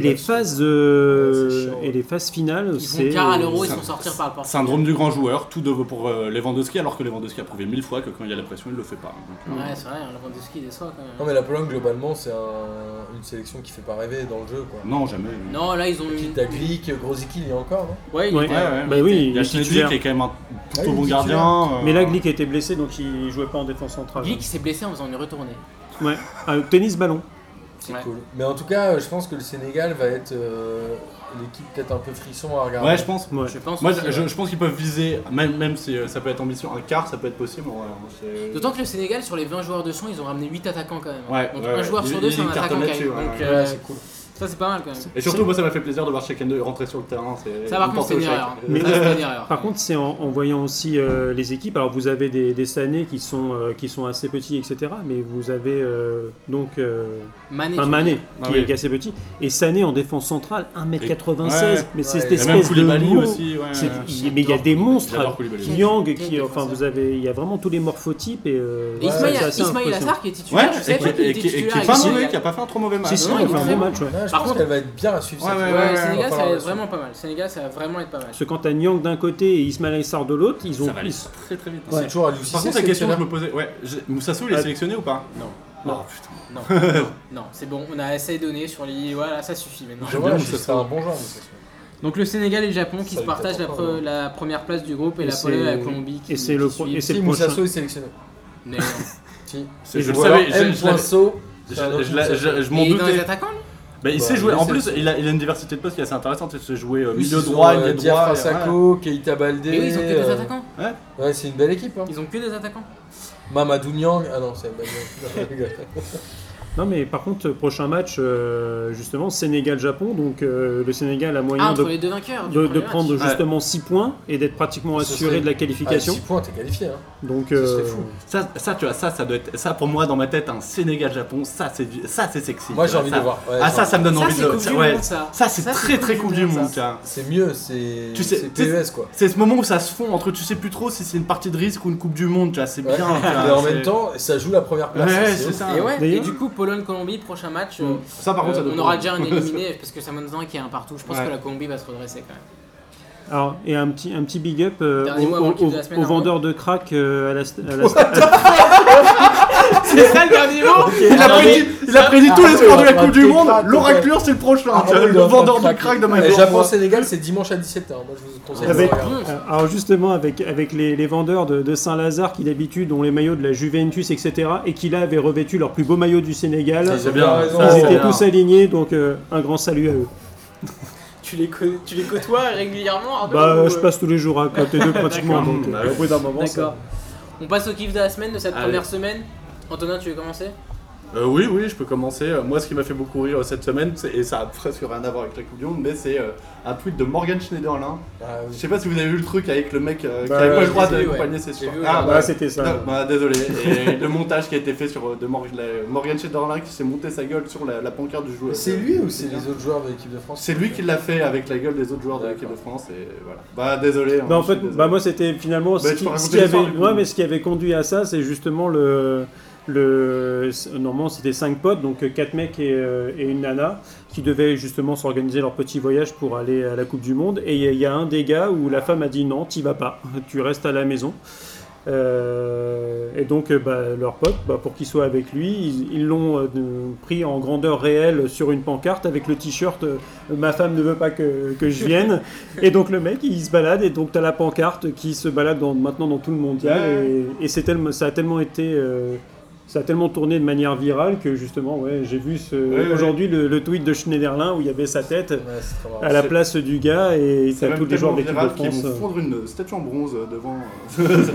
B: des,
C: Mmh. Et bah, les phases, euh,
B: Ouais, c'est chiant, ouais.
C: et les phases finales,
A: Ils
C: c'est.
A: font quart à l'euro, ils
D: c'est-
A: sont sortis par le Portugal.
D: Syndrome du grand joueur, tout devant pour euh, Lewandowski, alors que Lewandowski a prouvé mille fois que quand il y a la pression, il le fait pas. Donc, euh,
A: Ouais, c'est vrai, Lewandowski déçoit quand même.
B: Non, mais la Pologne, globalement, c'est un- une sélection qui fait pas rêver dans le jeu. quoi.
D: euh, Non, jamais.
A: Non, là ils ont mis.
B: T'as Glick, Grozicki, il y a encore, non
A: Ouais, il
C: Ouais.
A: était-
D: Ouais,
C: Bah
D: ouais.
C: oui,
D: Il y
C: il
D: a
C: est
D: Schneider
C: titulaire.
D: qui est quand même un
B: Ah, il
D: plutôt
B: est
D: bon
B: titulaire.
D: gardien. euh,
C: Mais là, Glick était blessé, donc il jouait pas en défense centrale.
A: Glick s'est blessé en faisant une retournée.
C: Ouais. Ah, tennis ballon.
B: C'est
A: Ouais.
B: cool. Mais en tout cas, euh, je pense que le Sénégal va être euh, l'équipe peut-être un peu frisson à regarder.
D: Ouais, je pense.
C: Ouais.
A: Je pense.
D: Moi,
A: aussi,
D: je,
A: ouais.
D: je- je pense qu'ils peuvent viser, même, même si euh, ça peut être ambition, un quart, ça peut être possible. ouais, c'est-
A: D'autant que le Sénégal, sur les 20 joueurs de son, ils ont ramené 8 attaquants quand même.
D: Ouais,
A: Donc
D: ouais,
A: un
D: ouais.
A: joueur
D: Ils-
A: sur deux,
D: ils
A: c'est un
D: cartonnent
A: attaquant quand
D: là-dessus,
A: même.
D: ouais,
A: Donc
D: ouais.
A: euh,
B: Ouais, c'est cool.
A: ça, c'est pas mal quand même.
D: Et surtout, moi, ça m'a fait plaisir de voir chacun d'eux rentrer sur le terrain. c'est-
A: Ça, par
D: une
A: contre,
D: porte
A: c'est
D: au
A: une
D: chèque.
A: erreur.
C: Mais-
A: Ça, c'est une erreur.
C: Par contre, c'est en, en voyant aussi euh, les équipes. Alors, vous avez des, des Sané qui sont, euh, qui sont assez petits, etc. Mais vous avez euh, donc euh,
A: Mané.
C: Enfin, Mané,
D: Ah
C: qui
D: oui.
C: est assez petit. Et Sané en défense centrale, 1m96.
D: Et- ouais.
C: mais c'est
B: Ouais,
C: cette
B: et
D: Et même
C: espèce de.
D: Koulibaly
C: lourd.
D: aussi. ouais,
C: C'est-
D: ouais.
C: il- mais il y a des
D: J'adore
C: monstres.
D: Koulibaly.
C: Yang,
A: Quel
C: qui, enfin,
A: défenseur.
C: vous avez, il y a vraiment tous les morphotypes. Et, euh,
A: Et
B: Ouais,
A: Ismail,
C: c'est assez
A: Ismail
C: impressionnant.
A: Assar qui est
D: Ouais,
A: titulaire, je
D: et
A: sais,
D: qui,
A: il
D: et
A: était
D: qui- et qui
A: titulaire avec
D: est pas
A: le
D: mauvais,
A: Sénégal.
D: qui a pas fait un trop mauvais match.
C: Si, si,
A: Ah non,
C: il a fait
A: est
C: un
A: très
C: bon
A: bon.
C: match. ouais.
B: Ouais, Ah, je
A: Par
B: pense
A: contre-
B: qu'elle va être bien à suivre.
D: Ouais,
B: cette
D: ouais,
B: équipe.
A: Ouais, le
D: ouais,
A: Sénégal,
B: on
A: ça
B: va
A: va
B: voir
A: vraiment pas mal. Le Sénégal, ça va vraiment être pas mal.
C: Parce que quand t'as Nyang d'un côté et Ismail Assar de l'autre, ils ont.
D: Ça va aller
C: ils-
D: très très vite. hein.
B: C'est toujours à Lucie.
D: Par contre, la question que je me posais, ouais, j'ai- Moussassou, il est
C: Ah.
D: sélectionné ou pas
A: Non.
D: Oh putain.
A: Non, non, c'est bon, on a assez donné sur l'île, voilà, ça suffit maintenant.
B: Je
D: bien
B: vois,
D: que ce
B: c'est
D: soit-
B: un bon genre. mais c'est sûr.
A: Donc le Sénégal et le Japon qui
B: Ça
A: se
B: va être
A: partagent la,
B: important,
A: pre-
B: ouais.
A: la première place du groupe et,
C: Et
A: la
C: c'est-
A: Pologne et la Colombie qui
C: et c'est le
A: qui
C: pro-
A: suivent.
C: et c'est-
B: Si
C: prochain.
B: Moussasso est sélectionné.
C: [laughs]
A: Mais-
B: Si.
D: C'est- Je
C: Et
D: le
B: Ou alors
D: savais, je- je l'avais-
B: M.So.
D: je-
B: c'est un autre
D: je l'avais-
B: Moussasso.
D: je- je
A: Mais
D: m'en
A: il est dans les
D: doutais.
A: attaquants lui
D: Bah, il sait
B: Bah,
D: jouer. En
B: mais
D: plus,
B: c'est-
D: il a, il a une diversité de postes qui est assez intéressante. Il sait jouer euh,
B: Oui,
D: milieu
B: ils ont,
D: droit,
B: euh,
D: milieu
B: Diafra
D: droit. et- ouais.
B: Sakho, Keita Balde.
A: Mais oui, ils ont que des
B: euh,
A: attaquants.
B: Ouais, c'est une belle équipe. Hein.
A: Ils ont que des attaquants.
B: Mamadou Niang. Ah non, c'est
D: [laughs]
B: Mamadou Niang.
C: Non, mais par contre, prochain match, euh, justement, Sénégal-Japon. Donc, euh, le Sénégal a moyen
A: Ah, entre
C: de,
A: les deux vainqueurs. du
C: de, de
A: premier match.
C: prendre
D: match.
C: justement 6 points et d'être pratiquement
B: Ce
C: assuré
B: serait-
C: de la
B: Ah,
C: qualification.
B: 6 points, t'es qualifié. Hein.
C: Donc,
B: Ce serait
C: euh,
B: fou.
D: Ça, ça, tu vois, ça, ça doit être, ça pour moi dans ma tête, un Sénégal-Japon, ça c'est, du- ça c'est sexy.
B: Moi, j'ai
D: tu vois,
B: envie
D: ça.
B: de voir. Ouais,
D: Ah
B: j'ai
D: ça, ça me donne
A: Ça,
D: envie
A: c'est
D: de.
A: Coupe
D: ça,
A: du
D: ouais.
A: Monde, ça.
D: Ça c'est
A: Ça,
D: très très
A: Coupe
D: Coupe
A: du
D: du
A: Monde,
D: Monde.
A: ça.
D: tiens.
B: C'est mieux, c'est
D: Tu sais-
B: c'est
D: tu sais-
B: PES quoi.
D: C'est ce moment où ça se fond entre tu sais plus trop si c'est une partie de risque ou une Coupe du Monde, tu vois, c'est
B: Ouais.
D: bien. tu vois,
B: Mais en
D: c'est-
B: même temps, ça joue la première place.
D: Ouais, c'est
B: ouf.
D: ça.
A: Et ouais, et
C: D'ailleurs-
A: du coup, Pologne-Colombie, prochain match. euh,
D: Ça par contre, ça
A: euh,
D: doit
A: on
D: être-
A: aura déjà un éliminé parce que ça me donne qu'il y a un partout. Je pense
D: Ouais.
A: que la Colombie va se redresser quand même.
C: Alors, et un petit, un petit big up euh,
A: Dernier
C: au,
A: mot avant
C: au-
A: le kiff de la
C: au-
A: semaine, hein.
C: au
A: Arnaud.
C: vendeur de crack euh, à la, st- à la st-
A: C'est ça le dernier mot
D: Il a prédit, il a prédit tous les
B: Ah,
D: sports de la
B: ouais,
D: Coupe du
B: ouais,
D: Monde.
B: ouais.
D: L'oraclure, c'est le prochain.
B: Ah,
D: tu vois,
B: ouais,
D: le
B: ouais,
D: vendeur
B: ouais.
D: du crack de ma
B: Et Japon-Sénégal, c'est dimanche à 17h. Moi, je vous conseille de
C: Avec- Ah.
B: regarder.
C: euh, Alors, justement, avec, avec les, les vendeurs de, de Saint-Lazare qui d'habitude ont les maillots de la Juventus, etc., et qui là avaient revêtu leur plus beau maillot du Sénégal,
B: Ils ont
D: bien,
B: raison.
D: ça,
C: ils
D: c'est
A: Ah,
C: étaient
D: bien.
C: tous alignés, donc euh, un grand salut à eux.
A: Tu les co- tu les côtoies régulièrement Arnaud,
C: Bah,
A: ou,
C: je
A: euh,
C: passe tous les jours à côté d'eux pratiquement,
D: D'accord.
C: donc euh,
D: Bah ouais.
C: au bout d'un moment, ça-
A: D'accord. euh, On passe au kiff de la semaine, de cette
D: Allez.
A: première semaine. Antonin, tu veux commencer
D: Euh, oui, oui, je peux commencer. Euh, Moi, ce qui m'a fait beaucoup rire euh, cette semaine, c'est- et ça a presque rien à voir avec la Coupe du Monde, mais c'est euh, un tweet de Morgan Schneiderlin.
B: Ah,
D: Je
B: oui.
D: sais pas si vous avez vu le truc avec le mec
C: Bah,
D: euh, qui avait pas
C: ouais,
D: le droit
A: j'ai vu,
D: d'accompagner
A: ouais.
D: ses
A: J'ai
D: soins.
A: vu,
D: Ah,
A: ouais.
D: bah,
C: Bah, c'était ça.
D: non, bah, désolé. Et le montage qui a été fait sur euh, de Morgan, la- Morgan Schneiderlin qui s'est monté sa gueule sur la, la pancarte du joueur.
B: C'est lui ou c'est les autres joueurs de l'équipe de France
D: C'est lui qui l'a fait avec la gueule des autres joueurs de l'équipe de France. Et voilà. Bah, désolé. hein,
C: Bah, en
D: je
C: fait,
D: suis désolé.
C: bah, moi c'était finalement
D: Bah,
C: ce,
D: tu
C: qui,
D: peux
C: ce
D: raconter
C: qui avait,
D: l'histoire, du coup.
C: ouais, mais ce qui avait conduit à ça, c'est justement le. le normalement, c'était cinq potes, donc euh, quatre mecs et, euh, et une nana, qui devaient justement s'organiser leur petit voyage pour aller à la Coupe du Monde. Et il y a- il y, a un des gars où la femme a dit non, t'y vas pas, tu restes à la maison. Euh, et donc, euh, bah, leur pote, bah, pour qu'il soit avec lui, ils- ils l'ont euh, de- pris en grandeur réelle sur une pancarte avec le t-shirt euh, Ma femme ne veut pas que, que je vienne. et donc, le mec, il se balade, et donc, tu as la pancarte qui se balade dans- maintenant dans tout le mondial.
D: Ouais.
C: Et, et c'est tellement- ça a tellement été. euh, ça a tellement tourné de manière virale que justement, ouais, j'ai vu ce-
D: Ouais, ouais.
C: aujourd'hui le, le tweet de Schneiderlin où il y avait sa tête
B: Ouais, c'est trop marrant.
C: à la
D: C'est-
C: place du gars et
D: C'est
C: t'as
D: même
C: tous les joueurs
D: tellement
C: d'équipe de
D: viral qu'ils
C: France.
D: vont
C: euh.
D: fondre une statue en bronze euh, devant. euh, [laughs]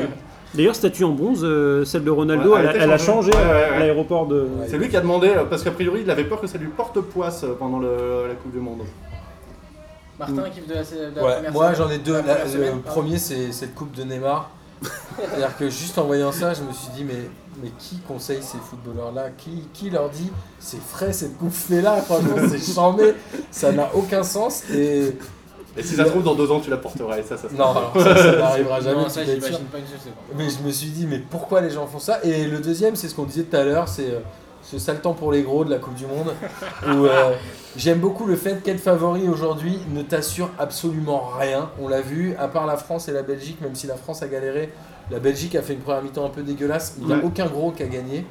C: D'ailleurs, statue en bronze, euh, celle de Ronaldo,
D: Ouais,
C: elle,
D: elle
C: a-
D: était
C: elle a changé euh,
D: changée. Ouais, ouais,
C: à
D: ouais.
C: l'aéroport de.
D: C'est lui qui a demandé, euh, parce qu'a priori il avait peur que ça lui porte poisse euh, pendant le- la Coupe du Monde.
C: Mm.
A: Martin, équipe de la, de la
B: Ouais,
A: première
B: moi
A: semaine.
B: j'en ai deux.
A: la
B: La-
A: première semaine,
B: le
A: pardon.
B: premier c'est cette coupe de Neymar. C'est-à-dire que juste en voyant ça, je me suis dit mais, mais qui conseille ces footballeurs-là qui, qui leur dit c'est frais cette coupe fait-là [laughs] Franchement c'est chambé, ça n'a aucun sens et
D: Et si ça se trouve, dans deux ans tu la porteras, et ça, ça se
B: non alors ça, ça n'arrivera jamais.
A: Non,
B: tu
A: ça,
B: peux être sûr.
A: j'imagine pas que je sais pas.
B: Mais je me suis dit, mais pourquoi les gens font ça Et le deuxième, c'est ce qu'on disait tout à l'heure, c'est euh, ce sale temps pour les gros de la Coupe du Monde. où euh, j'aime beaucoup le fait qu'être favori aujourd'hui ne t'assure absolument rien. On l'a vu, à part la France et la Belgique, même si la France a galéré, la Belgique a fait une première mi-temps un peu dégueulasse. Il n'y a
D: Ouais.
B: aucun gros qui a gagné.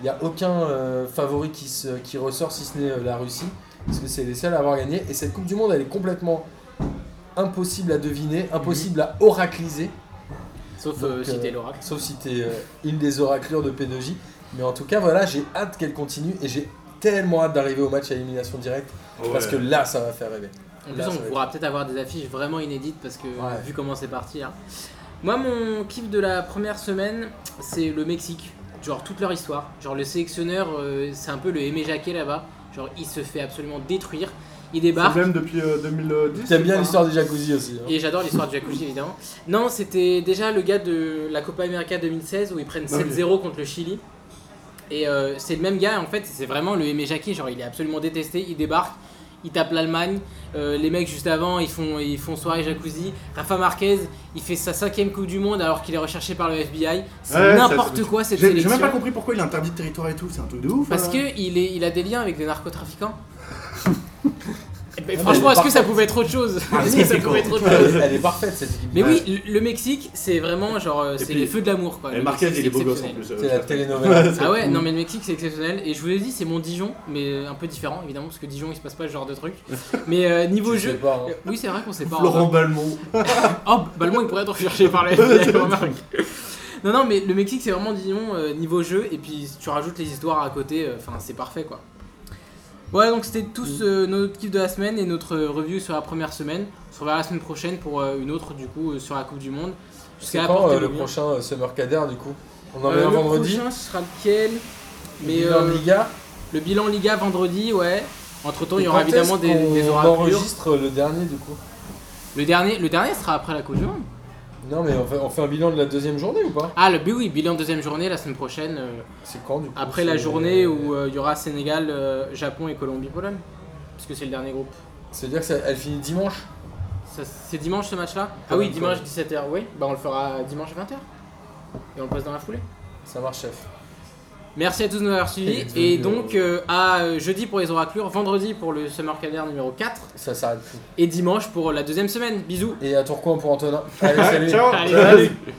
B: Il n'y a aucun euh, favori qui, se, qui ressort, si ce n'est euh, la Russie, parce que c'est les seuls à avoir gagné. Et cette Coupe du Monde, elle est complètement impossible à deviner, impossible à oracliser.
A: Sauf
B: Donc,
A: euh, si
B: euh,
A: t'es l'oracle.
B: Sauf si t'es euh, une des oraclures de P2J. Mais en tout cas, voilà, j'ai hâte qu'elle continue et j'ai tellement hâte d'arriver au match à élimination directe parce que là, ça va faire rêver.
A: En plus,
B: Là,
A: on
B: ça va
A: pourra peut-être avoir des affiches vraiment inédites parce que
B: Ouais.
A: vu comment c'est parti. hein. Moi, mon kiff de la première semaine, c'est le Mexique. Genre toute leur histoire. Genre le sélectionneur, euh, c'est un peu le Aimé Jacquet là-bas. Genre il se fait absolument détruire. Il
D: C'est
A: débarque.
D: le même depuis euh, 2010.
B: T'aimes bien
D: hein.
B: l'histoire du jacuzzi aussi. hein.
A: Et j'adore l'histoire du jacuzzi évidemment. Non, c'était déjà le gars de la Copa América 2016 où ils prennent
D: Ah oui.
A: 7-0 contre le Chili. Et euh, c'est le même gars en fait, c'est vraiment le Aimé Jackie, genre il est absolument détesté, il débarque, il tape l'Allemagne, Euh, les mecs juste avant ils font, ils font soirée jacuzzi, Rafa Marquez il fait sa cinquième coupe du monde alors qu'il est recherché par le FBI, c'est
D: Ouais,
A: n'importe
D: ça-
A: quoi cette
D: J'ai j'ai
A: sélection.
D: même pas compris pourquoi il est interdit de territoire et tout, c'est un truc de ouf.
A: Parce
D: hein.
A: que il, est, il a des liens avec des narcotrafiquants. Eh ben,
B: mais
A: franchement,
B: elle est
A: est-ce que ça pouvait être autre chose
D: Ah,
A: Est-ce
D: mais
A: que ça
D: c'est
A: pouvait être
D: con.
A: autre chose
B: Elle, elle est parfaite cette équipe.
A: mais
D: Ouais.
A: oui, le- le Mexique, c'est vraiment genre, euh,
D: Et
A: c'est
D: puis-
A: les feux de l'amour quoi.
D: Et
A: Le
D: Marquez,
A: Mexique,
D: il est beau gosse en Mm.
A: exceptionnel.
D: plus.
B: C'est la
D: euh,
B: télénovelle.
A: Ah ouais, non mais le Mexique c'est exceptionnel et je vous l'ai dit c'est mon Dijon mais euh, un peu différent évidemment parce que Dijon il se passe pas ce genre de
D: [laughs]
A: truc mais euh, niveau
B: Je sais
A: jeu
B: pas. hein.
A: euh, oui c'est vrai qu'on sait pas
D: Florent Balmont.
A: Oh, Balmont, il pourrait être recherché
B: [laughs]
A: par les FBI, remarque. Non, non, mais le Mexique, c'est vraiment, disons, euh, niveau jeu. Et puis, si tu rajoutes les histoires à côté, euh, enfin, c'est parfait, quoi. Voilà, donc c'était
B: Mm.
A: tous euh, notre kiff de la semaine et notre euh, review sur la première semaine. On se reverra la semaine prochaine pour euh, une autre, du coup, euh, sur la Coupe du Monde.
B: C'est
A: à
B: quand
A: portée
B: euh,
A: de
B: le
A: bien.
B: prochain euh, Summer Cader du coup On en
A: Euh,
B: met un
A: le
B: vendredi.
A: prochain, ce sera lequel Mais
B: Mais en
A: euh,
B: Liga.
A: le bilan Liga vendredi, ouais. Entre temps, il
B: Et
A: y aura
B: quand
A: évidemment
B: est-ce
A: des,
B: qu'on
A: des oracles.
B: enregistre euh, le dernier du coup.
A: Le dernier, le dernier sera après la Coupe du Monde.
B: Non mais on fait, on fait un bilan de la deuxième journée ou pas
A: Ah, le, oui, oui, bilan deuxième journée, la semaine prochaine. euh,
B: C'est quand du coup
A: Après
B: c'est-
A: la journée où euh, il y aura Sénégal, euh, Japon et Colombie-Pologne. Parce que c'est le dernier groupe.
B: C'est-à-dire qu'elle finit dimanche
A: Ça, c'est dimanche ce match-là Ah oui, dimanche 17h, oui. Bah on le fera dimanche 20h. Et on le passe dans la foulée.
B: Ça marche chef.
A: Merci à tous de nous avoir suivis.
B: Et de-
A: Et donc euh, à euh, jeudi pour les oraclures, vendredi pour le Summer Calendar numéro 4
B: Ça s'arrête plus.
A: et dimanche pour la deuxième semaine. Bisous
D: [laughs]
B: Et à Tourcoing pour Antonin. Allez salut
D: Ciao
A: Allez, salut